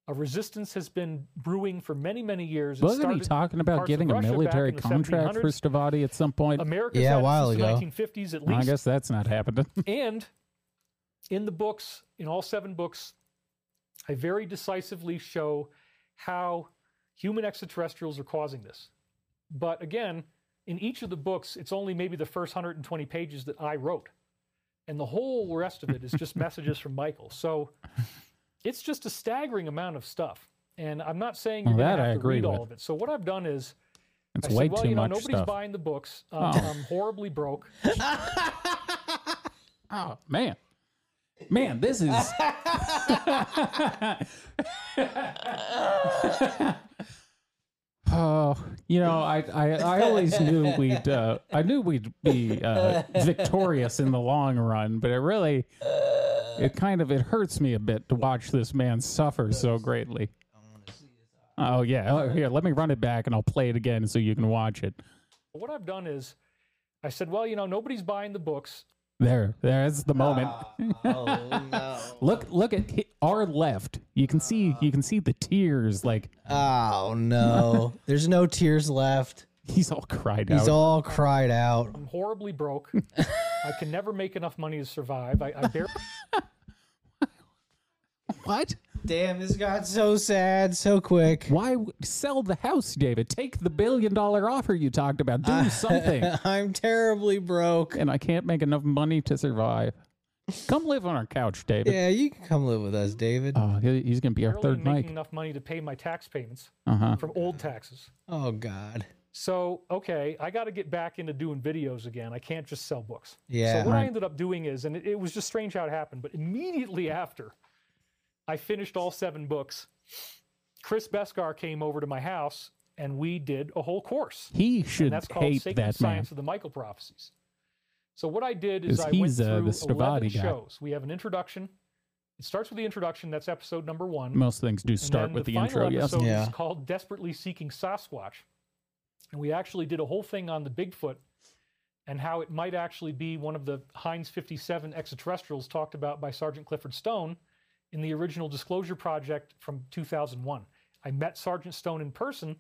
C: a resistance has been brewing for many, many years. It
A: Wasn't he
C: started
A: talking
C: in
A: about
C: parts of
A: getting a
C: Russia back
A: military
C: in the
A: contract for
C: 1700s.
A: Stavati at some point?
C: America's
B: Yeah, a
C: had it
B: while
C: since
B: ago.
C: the 1950s at
A: I
C: least.
A: guess that's not happening.
C: And in the books, in all seven books, I very decisively show how human extraterrestrials are causing this. But again, in each of the books, it's only maybe the first 120 pages that I wrote. And the whole rest of it is just messages from Michael. So it's just a staggering amount of stuff. And I'm not saying you're
A: Well, that
C: going to
A: I
C: have to
A: agree
C: read all
A: with.
C: of it. So what I've done is
A: It's
C: I
A: way
C: said, well,
A: too
C: you know,
A: much
C: nobody's
A: stuff.
C: buying the books. Um,
A: Oh.
C: I'm horribly broke.
A: Oh man, man, this is. oh, you know, I, I I always knew we'd uh, I knew we'd be uh, victorious in the long run, but it really it kind of it hurts me a bit to watch this man suffer so greatly. Oh yeah, oh, here let me run it back and I'll play it again so you can watch it.
C: What I've done is I said, well, you know, nobody's buying the books.
A: There, there's the moment.
B: oh no!
A: Look! Look at hi- our left. You can see. You can see the tears. Like
B: Oh no! There's no tears left.
A: he's all cried
B: He's
A: out.
B: all cried out.
C: I'm horribly broke. I can never make enough money to survive. I, I barely
A: what?
B: Damn, this got so sad so quick.
A: Why w- sell the house, David? Take the billion dollar offer you talked about. Do something.
B: I'm terribly broke.
A: And I can't make enough money to survive. Come live on our couch, David.
B: Yeah, you can come live with us, David.
A: Oh, he- he's gonna be our
C: barely
A: third
C: making
A: mic.
C: enough money to pay my tax payments
A: Uh huh.
C: from old taxes.
B: Oh God.
C: So, okay, I got to get back into doing videos again. I can't just sell books.
B: Yeah.
C: So what
A: Right.
C: I ended up doing is, and it, it was just strange how it happened, but immediately after I finished all seven books, Chris Beskar came over to my house and we did a whole course.
A: He should
C: and that's called
A: hate
C: Sacred
A: that man.
C: Science of the Michael Prophecies. So what I did is
A: Because
C: I
A: he's,
C: went
A: uh,
C: through
A: the Stavati
C: 11
A: guy.
C: shows. We have an introduction. It starts with the introduction. That's episode number one.
A: Most things do
C: And
A: start
C: then
A: with the,
C: the, final
A: intro. Yes.
C: Episode
B: Yeah.
C: is called Desperately Seeking Sasquatch. And we actually did a whole thing on the Bigfoot and how it might actually be one of the Heinz 57 extraterrestrials talked about by Sergeant Clifford Stone in the original Disclosure Project from 2001. I met Sergeant Stone in person,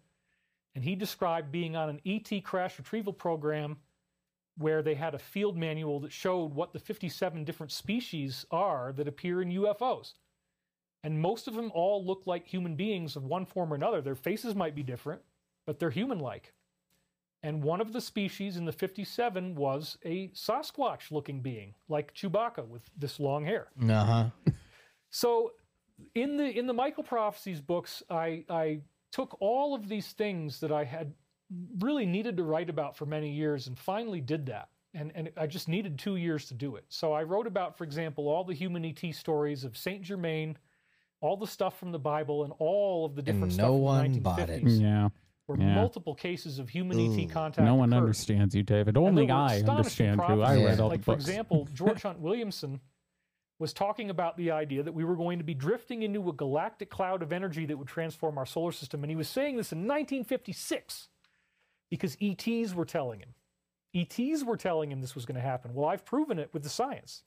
C: and he described being on an ET crash retrieval program where they had a field manual that showed what the 57 different species are that appear in UFOs. And most of them all look like human beings of one form or another. Their faces might be different, but they're human like. And one of the species in the 57 was a Sasquatch looking being, like Chewbacca with this long hair.
B: Uh huh.
C: Uh-huh, So in the in the Michael prophecies books, I I took all of these things that I had really needed to write about for many years and finally did that. And and I just needed 2 years to do it. So I wrote about for example all the human ET stories of Saint Germain, all the stuff from the Bible and all of the
B: And
C: different stuff
B: no
C: from
B: one
C: the
B: bought
C: 1950s
B: it.
A: Yeah.
C: where
A: yeah.
C: multiple cases of human ET contact
A: No one
C: occurred.
A: understands you, David.
C: And
A: Only
C: there were
A: I
C: astonishing
A: understand you. I
C: prophecies.
A: read all
C: like,
A: the books.
C: For example, George Hunt Williamson was talking about the idea that we were going to be drifting into a galactic cloud of energy that would transform our solar system. And he was saying this in 1956 because ETs were telling him. ETs were telling him this was going to happen. Well, I've proven it with the science.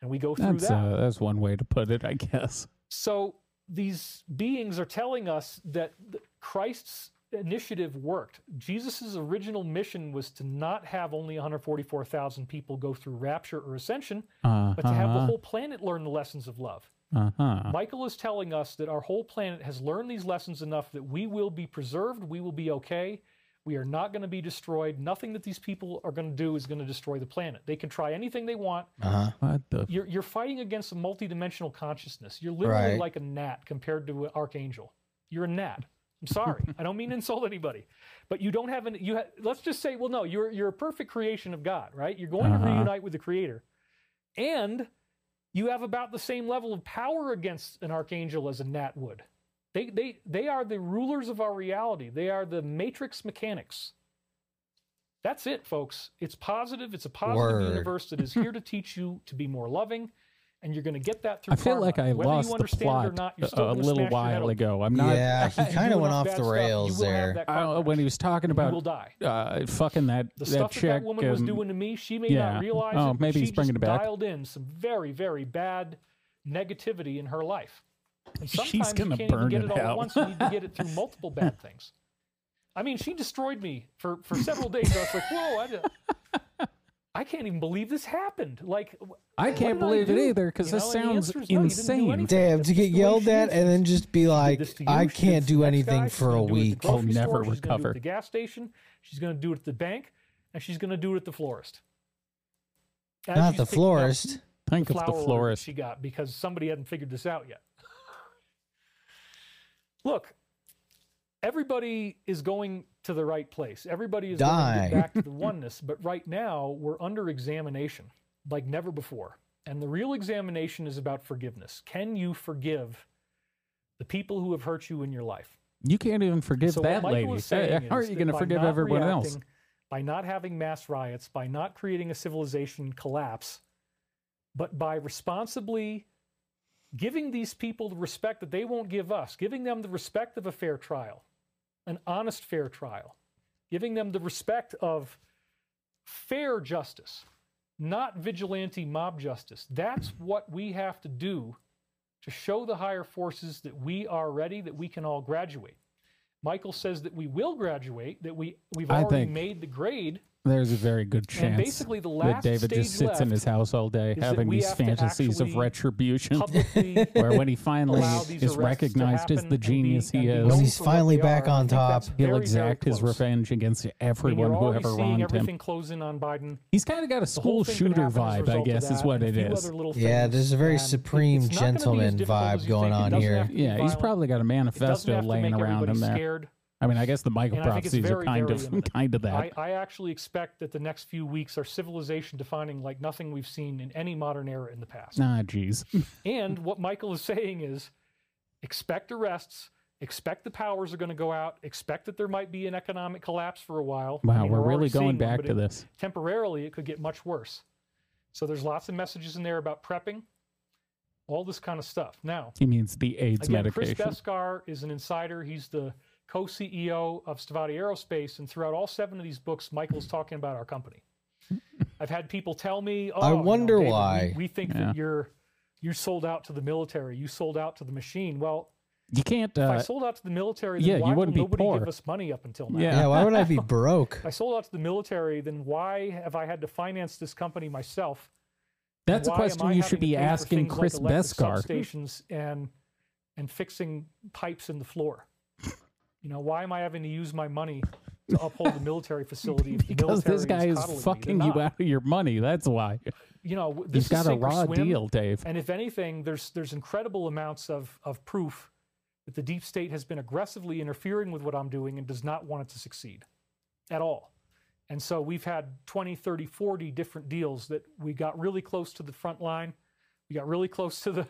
C: And we go through
A: that's
C: that.
A: uh, that's one way to put it, I guess.
C: So these beings are telling us that th- Christ's initiative worked. Jesus' original mission was to not have only 144,000 people go through rapture or ascension,
A: Uh-huh.
C: but to have the whole planet learn the lessons of love.
A: uh-huh.
C: Michael is telling us that our whole planet has learned these lessons enough that we will be preserved, we will be okay. We are not going to be destroyed. Nothing that these people are going to do is going to destroy the planet. They can try anything they want
B: Uh huh.
A: What the
C: you're you're fighting against a multidimensional consciousness. You're literally
B: Right.
C: like a gnat compared to an archangel. You're a gnat. I'm sorry. I don't mean to insult anybody, but you don't have an you. Ha- let's just say, well, no, you're you're a perfect creation of God, right? You're going
A: Uh-huh.
C: to reunite with the Creator, and you have about the same level of power against an archangel as a gnat would. They they they are the rulers of our reality. They are the matrix mechanics. That's it, folks. It's positive. It's a positive
B: Word.
C: universe that is here to teach you to be more loving and you're going to get that through.
A: I feel
C: karma.
A: like I
C: Whether
A: lost
C: you
A: the
C: understand it or
A: plot
C: not, you're
A: a,
C: still
A: a
C: gonna
A: little
C: smash your head
A: while
C: open.
A: ago. I'm not.
B: yeah,
C: If
B: he
C: you
B: kind
C: do
B: of went
C: enough
B: off
C: bad
B: the
C: stuff, you
B: rails
C: will have
B: there.
C: that
A: I don't-
C: karma.
A: when he was talking
C: You will
A: about
C: die.
A: uh, fucking that
C: The
A: that
C: stuff that
A: chick
C: that woman was
A: um,
C: doing to me, she may
A: yeah.
C: not realize
A: Oh,
C: it. but
A: maybe
C: she
A: he's bringing
C: just
A: it back.
C: dialed in some very, very bad negativity in her life. And
A: She's
C: sometimes
A: gonna
C: you can't
A: burn
C: even get
A: in
C: it all
A: hell.
C: at once. You need to get it through multiple bad things. I mean, she destroyed me for, for several days. I was like, whoa, I, don't- I can't even believe this happened. Like, wh-
A: I
C: what
A: can't
C: did
A: believe it
C: do?
A: either because
C: You
A: this
C: know, and the
A: sounds
C: answer is no, you didn't do
A: insane.
C: anything.
B: Damn,
C: That's
B: to
C: the
B: get
C: way
B: yelled
C: she
B: at
C: is.
B: and then just be like,
C: this to you,
B: I
C: she
B: can't
C: to
B: do
C: the next
B: anything
C: guy,
B: for
C: she's
B: a
C: gonna do it at the
B: week.
A: I'll
C: grocery store,
A: never
C: she's gonna do it
A: recover.
C: at the gas station. She's going to do it at the bank, and she's going to do it at the florist. As
B: Not
C: she's
B: the
C: picking up
B: florist.
A: Think of
C: flower
A: the
C: order that
A: florist.
C: she got because somebody hadn't figured this out yet. Look, everybody is going to the right place. Everybody is going to
B: Die.
C: get back to the oneness. But right now, we're under examination like never before. And the real examination is about forgiveness. Can you forgive the people who have hurt you in your life?
A: You can't even forgive
C: so
A: that
C: what Michael
A: lady.
C: Is saying
A: How are
C: is
A: you
C: that
A: going to
C: by
A: forgive
C: not
A: everyone else?
C: reacting, By not having mass riots, by not creating a civilization collapse, but by responsibly giving these people the respect that they won't give us, giving them the respect of a fair trial, an honest fair trial, giving them the respect of fair justice, not vigilante mob justice. That's what we have to do to show the higher forces that we are ready, that we can all graduate. Michael says that we will graduate, that we, we've
A: I
C: already
A: think
C: made the grade.
A: There's a very good
C: And
A: chance
C: basically the
A: that
C: last
A: David just
C: stage
A: sits in
C: left
A: his house all day
C: is that
A: having
C: we
A: these
C: have to
A: fantasies of
C: actually
A: retribution,
C: Publicly
A: where when he finally
C: allow these arrests
A: is
C: to
A: recognized as
C: happen
A: the
C: and be-
A: genius
C: and
A: he
C: be
A: is,
C: known
B: When he's
C: for what
B: finally
C: they
B: back
C: are, I
B: on
C: think that's
B: top,
A: he'll
C: very, very
A: exact his
C: close.
A: revenge against
C: And
A: everyone
C: you're
A: who
C: already
A: ever
C: seeing
A: wronged
C: everything
A: him.
C: close in on Biden.
A: He's kind of got a
C: The
A: school
C: whole thing could
A: shooter
C: happen as a
A: vibe,
C: result
A: I
C: of
A: guess, is
C: that,
A: what
C: and
A: it
C: a few
A: is.
C: other little
B: yeah,
C: things,
B: there's a very
C: and it- it's
B: supreme
C: not gonna be as
B: gentleman
C: difficult as
B: vibe
C: you
B: going
C: think. It
B: on
C: doesn't
B: here.
C: have to be
A: Yeah, he's
C: violent.
A: probably got a
C: It doesn't
A: manifesto
C: have to
A: laying
C: make
A: around
C: everybody
A: him there.
C: Scared.
A: I mean, I guess the Michael
C: And I think it's
A: prophecies are
C: very,
A: kind
C: very
A: of
C: imminent.
A: kind of that.
C: I, I actually expect that the next few weeks are civilization defining like nothing we've seen in any modern era in the past.
A: nah, jeez.
C: And what Michael is saying is expect arrests, expect the powers are going to go out, expect that there might be an economic collapse for a while. I
A: Wow,
C: mean,
A: we're really
C: already seeing
A: going
C: one,
A: back
C: but
A: to
C: it-
A: this.
C: Temporarily, it could get much worse. So there's lots of messages in there about prepping, all this kind of stuff. Now,
A: He means the AIDS
C: Again,
A: medication.
C: Chris Beskar is an insider. He's the co-CEO of Stavati Aerospace, and throughout all seven of these books, Michael's talking about our company. I've had people tell me, "Oh,
B: I
C: you know,
B: wonder
C: David, we-
B: why."
C: we, think
A: Yeah.
C: that you're you sold out to the military. You sold out to the machine." Well,
A: you can't.
C: if I
A: Uh,
C: sold out to the military, then
A: yeah, you
C: why will
A: wouldn't be
C: nobody
A: poor.
C: give us money up until now?
A: yeah.
B: Yeah, why would I be broke?
C: If I sold out to the military, then why have I had to finance this company myself?
A: that's a
C: Why am
A: question
C: I
A: you
C: having
A: should
C: to pay
A: be
C: for
A: asking
C: things like
A: Chris
C: electric
A: Beskar.
C: substations and and fixing pipes in the floor. You know, why am I having to use my money to uphold the military facility? if the
A: Because this
C: military
A: guy is
C: coddling me? They're
A: fucking you
C: not.
A: out of your money. That's why.
C: You know, w- this
A: You've
C: is
A: got a
C: sink or
A: raw
C: swim,
A: deal, Dave.
C: And if anything, there's there's incredible amounts of of proof that the deep state has been aggressively interfering with what I'm doing and does not want it to succeed at all. And so we've had 20, 30, 40 different deals that we got really close to the front line. We got really close to the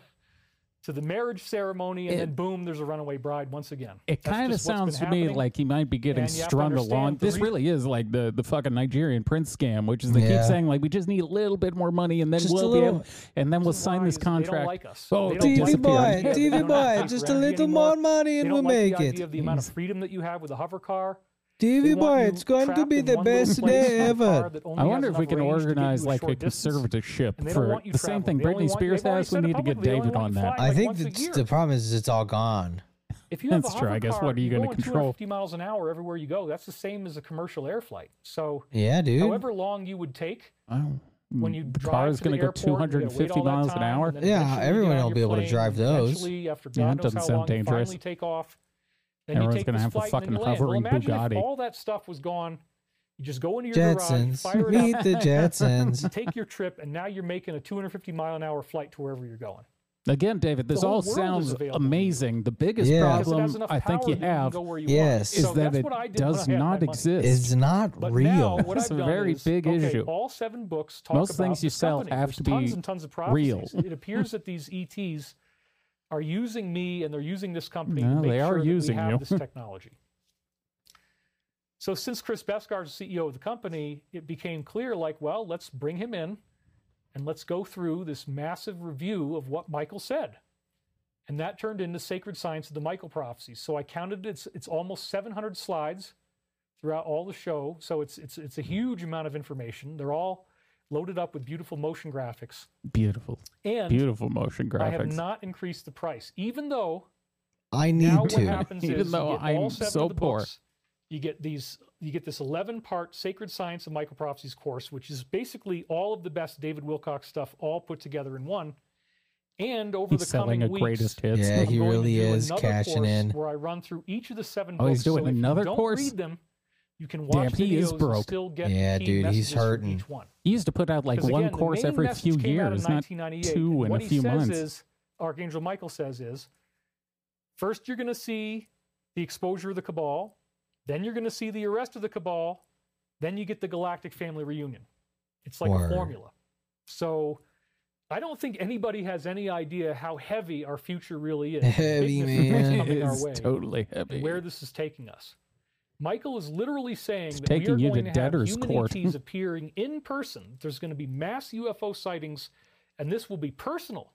C: to the marriage ceremony, and then boom, there's a runaway bride once again.
A: It
C: That's
A: kind of
C: just what's been
A: sounds to me
C: happening.
A: like he might be getting
C: And you have to
A: strung
C: understand
A: along.
C: the
A: This
C: re-
A: really is like the, the fucking Nigerian prince scam, which is they
B: Yeah.
A: keep saying like we just need a little bit more money and then
B: Just a
A: we'll
B: little-
A: be able, and then we'll sign
C: why
A: this
C: is they don't
A: contract.
C: like us.
A: Oh,
C: They don't
A: they
C: like
B: TV
C: the
A: disappeared.
B: boy,
C: idea that they
B: TV
C: don't have
B: boy,
C: to
B: just a
C: gravity
B: little
C: anymore.
B: more money
C: They
B: and
C: don't
B: we
C: like
B: make
C: the idea
B: it.
C: of the amount of freedom that you have with a hover car. They
B: TV
C: want
B: boy,
C: you
B: it's going to
C: trapped
B: be
C: in
B: the
C: one little
B: best
C: place
B: day
C: in a car
B: ever.
C: that only
A: I
C: has
A: wonder if
C: enough
A: we can
C: range to get you
A: organize
C: a
A: like a
C: short distance.
A: conservative shift
C: and they don't
A: for
C: want you
A: the same
C: traveling.
A: thing.
C: They only
A: Britney
C: want-
A: Spears
C: they've already
A: has. We
C: said it
A: need to get
C: publicly. They only
A: David
C: want
A: on
C: you
A: that.
C: flying
B: I
C: like
B: think
C: once a
B: that's
C: year.
B: the problem is it's all gone.
C: If you have
A: That's
C: a
A: true. I
C: hover
A: guess
C: car,
A: what are you
C: you're
A: gonna
C: going
A: control?
C: 250 miles an hour everywhere you go. That's the same as a commercial air flight. So,
B: Yeah, dude.
C: however long you would take
A: Wow.
C: when you
A: the
C: drive
A: car is
C: to the
A: going to go
C: airport, you're gonna wait
A: 250
C: all that
A: miles an
C: time,
A: hour.
C: and then
B: Yeah,
C: eventually you
B: everyone
C: get on
B: will
C: your
B: be able to
C: plane,
B: drive
C: and
B: those.
C: Eventually, after God
A: Yeah, it
C: knows
A: doesn't
C: how
A: sound
C: long, you
A: dangerous.
C: finally take off. Then
A: Everyone's
C: you take
A: gonna
C: this
A: have a
C: flight and then you
A: fucking
C: land. well,
A: hovering
C: imagine
A: Bugatti.
C: If all that stuff was gone. You just go into your
B: Jetsons,
C: garage, fire it up,
B: meet the Jetsons.
C: take your trip, and now you're making a 250 mile an hour flight to wherever you're going.
A: Again, David, this all
C: whole world is
A: sounds
C: available to you.
A: amazing. The biggest
B: Yeah.
C: Because it has
A: problem
C: enough
A: I think
C: power
A: you
C: that can
A: have
C: go where you
B: Yes.
C: want.
A: is
C: So
A: that
C: that's
A: it
C: what I did when I
A: does
C: had my
A: not
C: money.
A: exist.
B: It's not
C: But now
B: real.
C: what
A: That's
C: I've
A: a
C: done
A: very
C: is,
A: big
C: okay,
A: issue.
C: all seven books talk
A: Most
C: about
A: things you
C: this
A: sell
C: company.
A: have
C: There's
A: to be
C: tons and tons of
A: real.
C: prophecies. it appears that these E ETs are using me and they're using this company
A: No,
C: to make
A: they are
C: sure
A: using
C: that we have
A: you.
C: this technology. So E since Chris Beskar is the CEO of the company, it became clear like, well, let's bring him in and let's go through this massive review of what Michael said. And that turned into Sacred Science of the Michael Prophecies. So I counted it's it's almost 700 slides throughout all the show. So it's it's it's a huge amount of information. They're all loaded up with beautiful motion graphics.
A: Beautiful,
C: And
A: beautiful motion graphics.
C: I have not increased the price, even though
B: I
C: now
B: need
C: what
B: to.
C: happens
A: Even
C: is
A: though
C: you get all
A: I'm
C: seven
A: so
C: of the
A: poor.
C: books, you get these you get this 11 part sacred science of microprophecies course which is basically all of the best david wilcox stuff all put together in one and over
A: He's
C: the
A: selling
C: coming
A: a
C: weeks
A: greatest hits.
B: Yeah,
C: I'm
B: he
C: going to
B: really
C: do
B: is
C: another
B: cashing
C: course
B: in.
C: where i run through each of the seven
A: Oh,
C: books
A: he's doing
C: so if you
A: another
C: don't
A: course?
C: read them you can
A: Damn,
C: watch
A: he
C: videos
A: is
C: and
A: broke.
C: still get
B: Yeah,
C: key
B: dude, he's
C: messages from
B: hurting.
C: each one
A: He used to put out like
C: 'Cause
A: one
C: again, the
A: course
C: main
A: every
C: message
A: few
C: came out in
A: years, not
C: 1998,
A: two
C: and
A: in
C: what
A: a
C: he
A: few
C: says
A: months.
C: Is, Archangel Michael says is, first you're going to see the exposure of the Cabal, then you're going to see the arrest of the Cabal, then you get the Galactic Family Reunion. It's like
B: Word.
C: a formula. So I don't think anybody has any idea how heavy our future really is. and the
B: Heavy,
C: bigness that's
B: man.
C: coming our
A: It's
C: way,
A: totally heavy.
C: and where this is taking us. Michael is literally saying
A: It's
C: that we are
A: taking you to
C: going to,
A: debtor's
C: have human
A: court.
C: ETs appearing in person. There's going to be mass UFO sightings, and this will be personal.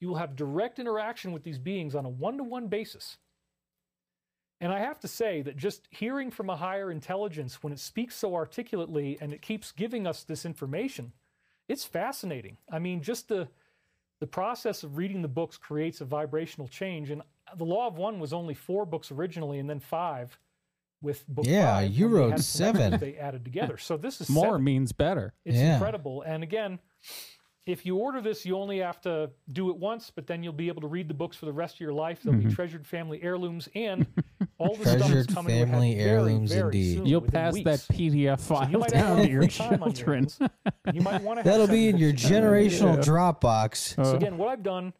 C: You will have direct interaction with these beings on a one-to-one basis. And I have to say that just hearing from a higher intelligence when it speaks so articulately and it keeps giving us this information, it's fascinating. I mean, just the the process of reading the books creates a vibrational change. And the Law of One was only four books originally, and then five with book
B: Yeah,
C: five,
B: you
C: when they
B: wrote
C: had some extras
B: seven.
C: They added together. So this is
A: More
C: seven.
A: means better.
C: It's
B: Yeah.
C: incredible. And again, if you order this, you only have to do it once, but then you'll be able to read the books for the rest of your life. They'll be treasured family heirlooms and all the stuff that's
B: Mm-hmm. Treasured
C: coming to a head
B: family
C: very,
B: heirlooms
C: very
B: indeed.
C: soon,
A: You'll
C: within
A: pass that
C: weeks.
A: PDF
C: So
A: file
C: you might have
A: down
C: a
A: to your
C: little time on your
A: children.
C: hands. You might want to.
B: That'll be in your generational
A: Yeah.
B: Dropbox.
C: So
A: Uh,
C: again, what I've done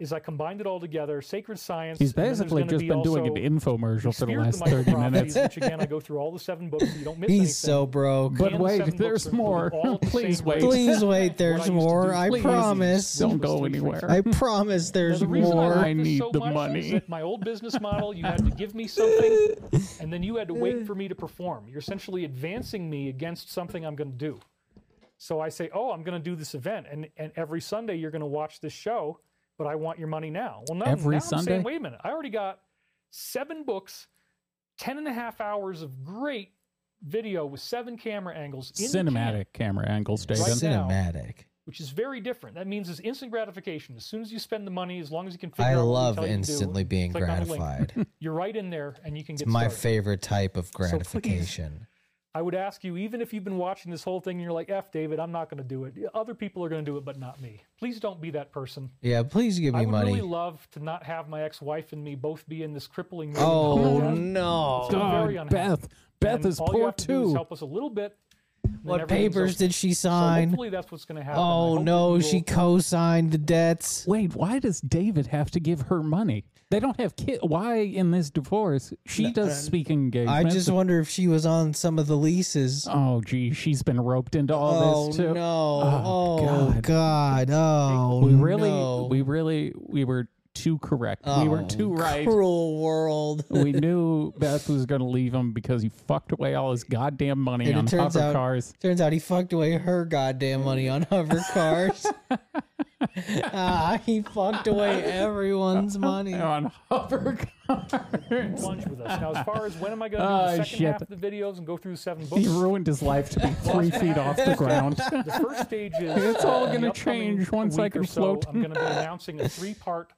C: is I combined it all together. Sacred science.
A: He's
C: and then there's
A: basically
C: gonna
A: just
C: be
A: been doing
C: also
A: an infomercial for the
C: Spirit of
A: last
C: the
A: 30
C: Microprophecies,
A: minutes.
C: Which again, I go through all the seven books, so you don't miss anything.
B: He's so broke.
A: But
C: And the
A: wait,
C: seven books
A: there's
C: are included
A: more.
C: all at the
A: Please
C: same
A: wait.
C: rate.
B: Please wait,
C: What
B: there's
C: I used to
B: more.
C: do
B: I
C: was
B: promise.
C: which
A: Don't
C: was
A: go
C: three, three,
A: anywhere.
C: three.
B: I promise
C: Now,
B: there's
C: the reason
B: more.
C: I,
A: I
C: like this
A: need
C: so
A: the
C: much Is
A: money.
C: that my old business model, you had to give me something, and then you had to wait for me to perform. You're essentially advancing me against something I'm going to do. So I say, "Oh, I'm going to do this event, and and every Sunday you're going to watch this show, but I want your money now." Well, now,
A: Every
C: now I'm
A: Sunday?
C: saying, "Wait a minute! I already got seven books, ten and a half hours of great video with seven camera angles, in the can,
A: Cinematic camera angles,
C: Right
A: David.
C: now-
B: Cinematic.
C: which is very different. That means it's instant gratification. As soon as you spend the money, as long as you can figure
B: I
C: out what we
B: love
C: tell you to do,
B: instantly being
C: click on the link.
B: gratified.
C: You're right in there, and you can
B: It's
C: get
B: my
C: started.
B: favorite type of
C: please-
B: gratification.
C: I would ask you, even if you've been watching this whole thing and you're like, F David, I'm not going to do it. Other people are going to do it, but not me. Please don't be that person.
B: yeah, please give
C: I
B: me
C: would
B: money.
C: really love to not have my ex wife and me both be in this crippling. room.
B: oh
C: Yeah.
B: no!
C: So I'm very
A: God,
C: unhappy.
A: Beth. Beth
C: And
A: is
C: all you
A: poor
C: have to do is
A: too.
C: help us a little bit. and then
B: What
C: everything's
B: papers
C: okay.
B: did she
C: So
B: sign?
C: hopefully that's what's going to happen. I hope
B: Oh
C: that
B: no,
C: you
B: she
C: will-
B: co-signed the debts.
A: Wait, why does David have to give her money? They don't have kid. Why in this divorce she does speak
B: I
A: engagements?
B: just wonder if she was on some of the leases.
A: Oh, gee, she's been roped into all
B: oh
A: this too.
B: no!
A: Oh,
B: Oh
A: God.
B: God! Oh,
A: we really,
B: no.
A: we really, we were too correct. we were
B: Oh,
A: too right.
B: Cruel world.
A: we knew Beth was going to leave him because he fucked away all his goddamn money
B: And it
A: on
B: turns
A: hover
B: out-
A: cars.
B: Turns out he fucked away her goddamn money on hover cars. ah, he fucked away everyone's money.
A: On hover cars.
C: plunge with us. Now, as far as when am I going to
B: Ah,
C: do
A: Oh,
C: the second
A: shit.
C: half of the videos and go through the seven books?
A: he ruined his life to be three feet off the ground.
C: The first stage is
A: It's all
C: in the
A: gonna
C: upcoming
A: change once I
C: week or
A: can
C: so,
A: float.
C: I'm going to be announcing a three-part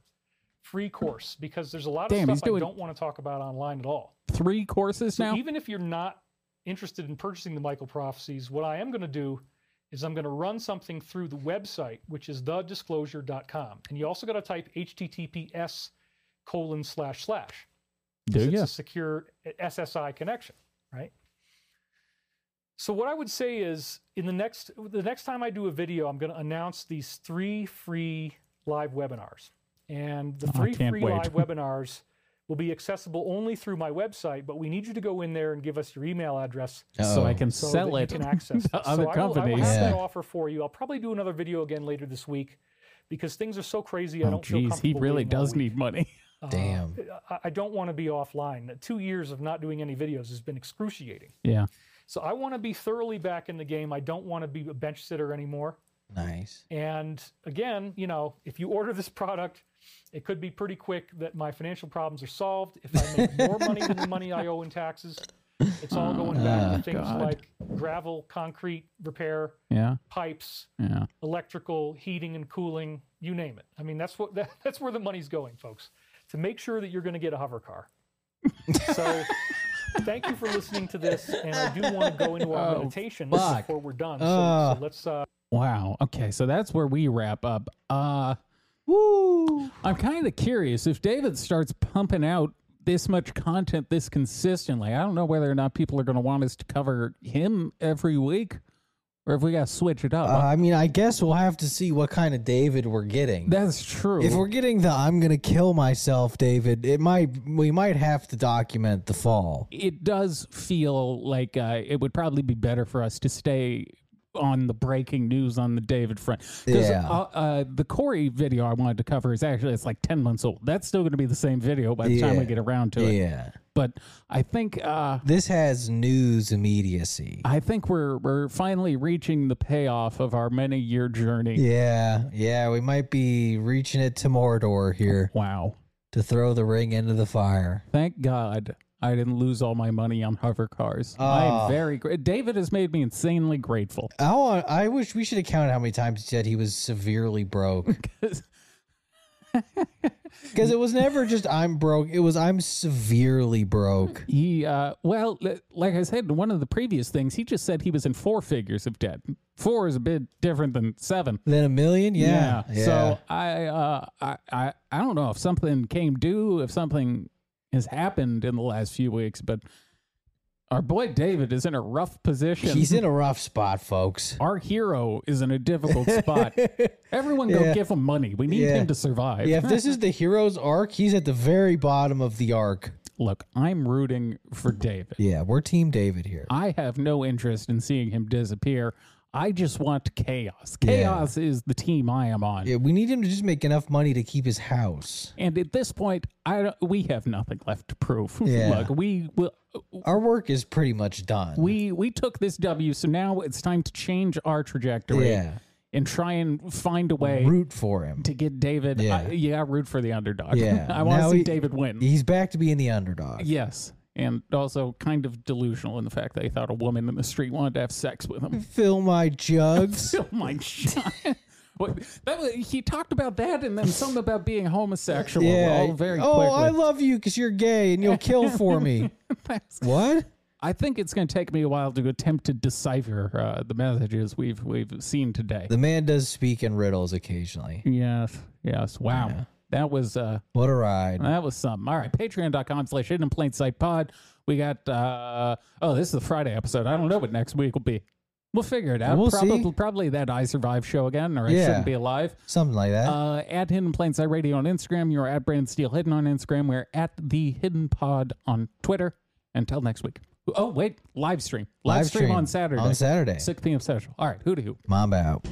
C: free course because there's a lot
A: Damn,
C: of
A: he's
C: stuff I
A: doing-
C: don't want to talk about online at all.
A: Three courses
C: So
A: now.
C: even if you're not interested in purchasing the Michael prophecies, what I am going to do is I'm going to run something through the website, which is thedisclosure.com, and you also got to type https colon slash slash.
A: Do
C: it's
A: ya?
C: a secure uh, SSI connection, right? So what I would say is in the next the next time I do a video, I'm going to announce these three free live webinars. And the
A: Ah, I
C: three
A: can't
C: free
A: wait.
C: live webinars will be accessible only through my website, but we need you to go in there and give us your email address
A: So I
B: Uh-oh.
A: can
C: so
A: sell
C: that
A: it
C: you can access
A: to
C: this.
A: other
C: so I will, I
A: companies.
C: will have that
B: Yeah.
C: offer for you. I'll probably do another video again later this week because things are so crazy. I
A: Oh,
C: don't feel
A: jeez, he
C: comfortable
A: really
C: leaving all
A: does
C: week.
A: need money.
C: Uh,
B: Damn.
C: I, I don't want to be offline. Two years of not doing any videos has been excruciating.
A: Yeah.
C: So I want to be thoroughly back in the game. I don't want to be a bench sitter anymore.
B: Nice.
C: And again, you know, if you order this product, it could be pretty quick that my financial problems are solved. If I make more money than the money I owe in taxes, it's all going back
A: Oh,
C: to things
A: God.
C: like gravel, concrete repair,
A: Yeah.
C: pipes,
A: Yeah.
C: electrical, heating and cooling, you name it. I mean, that's what that, that's where the money's going, folks, to make sure that you're going to get a hover car. so, thank you for listening to this, and I do want to go into our
A: Oh,
C: meditation
A: fuck.
C: before we're done. so,
B: Ugh.
C: so let's uh,
A: Wow. Okay. So that's where we wrap up. Uh,
B: Woo!
A: I'm kind of curious if David starts pumping out this much content this consistently. I don't know whether or not people are going to want us to cover him every week or if we got to switch it up.
B: Uh, I mean, I guess we'll have to see what kind of David we're getting.
A: That's true.
B: If we're getting the "I'm gonna kill myself," David, it might we might have to document the fall.
A: it does feel like uh, it would probably be better for us to stay on the breaking news on the David front. 'Cause,
B: Yeah.
A: Uh, uh, the Corey video I wanted to cover is actually it's like ten months old. That's still going to be the same video by the time we
B: Yeah.
A: get around to it.
B: Yeah,
A: But I think uh,
B: this has news immediacy.
A: I think we're we're finally reaching the payoff of our many year journey.
B: Yeah, yeah, we might be reaching it to Mordor here
A: Wow!
B: to throw the ring into the fire.
A: Thank God I didn't lose all my money on hover cars. I'm
B: Ah.
A: very gra- David has made me insanely grateful.
B: Oh, I wish we should have counted how many times he said he was severely broke.
A: 'Cause-
B: Because it was never just I'm broke. It was I'm severely broke.
A: He, uh, well, li- like I said, in one of the previous things, he just said he was in four figures of debt. Four is a bit different than seven.
B: Then a million? Yeah. yeah.
A: So I, uh, I, I, I don't know if something came due, if something has happened in the last few weeks, but our boy David is in a rough position.
B: he's in a rough spot, folks.
A: our hero is in a difficult spot. Everyone go
B: Yeah.
A: give him money. We need
B: Yeah.
A: him to survive.
B: Yeah, if this is the hero's arc, he's at the very bottom of the arc.
A: Look, I'm rooting for David.
B: Yeah, we're Team David here.
A: I have no interest in seeing him disappear. I just want chaos.
B: Yeah.
A: Chaos is the team I am on.
B: Yeah, we need him to just make enough money to keep his house.
A: And at this point, I don't, we have nothing left to prove.
B: Yeah.
A: Look, we will.
B: Our work is pretty much done.
A: We we took this W, so now it's time to change our trajectory
B: yeah,
A: and try and find a way
B: root for him.
A: to get David.
B: Yeah.
A: I, yeah, root for the underdog.
B: Yeah.
A: I want to
B: Now
A: see
B: he-
A: David win.
B: He's back to being the underdog.
A: yes, and also kind of delusional in the fact that he thought a woman in the street wanted to have sex with him.
B: Fill my jugs.
A: Oh my god! What, that was, he talked about that and then something about being homosexual.
B: yeah.
A: all very
B: oh, I
A: quickly.
B: love you because you're gay and you'll kill for me.
A: Thanks.
B: what?
A: I think it's going to take me a while to attempt to decipher uh, the messages we've we've seen today.
B: The man does speak in riddles occasionally.
A: yes, yes. Wow, that was uh,
B: What a ride.
A: that was something. All right, Patreon.com/slash Hidden in Plain Sight Pod. We got uh, oh, this is the Friday episode. I don't know what next week will be. We'll figure it out.
B: We'll see.
A: probably probably that I Survive show again, or I
B: Yeah.
A: shouldn't be alive.
B: Something like that.
A: Uh, at Hidden Plain Sight Radio on Instagram. You're at Brandon Steele Hidden on Instagram. We're at The Hidden Pod on Twitter. Until next week. Oh, wait. Live stream. Live, stream, on Saturday.
B: On Saturday.
A: 6 p.m. Central. All right. Who to who?
B: Mom out.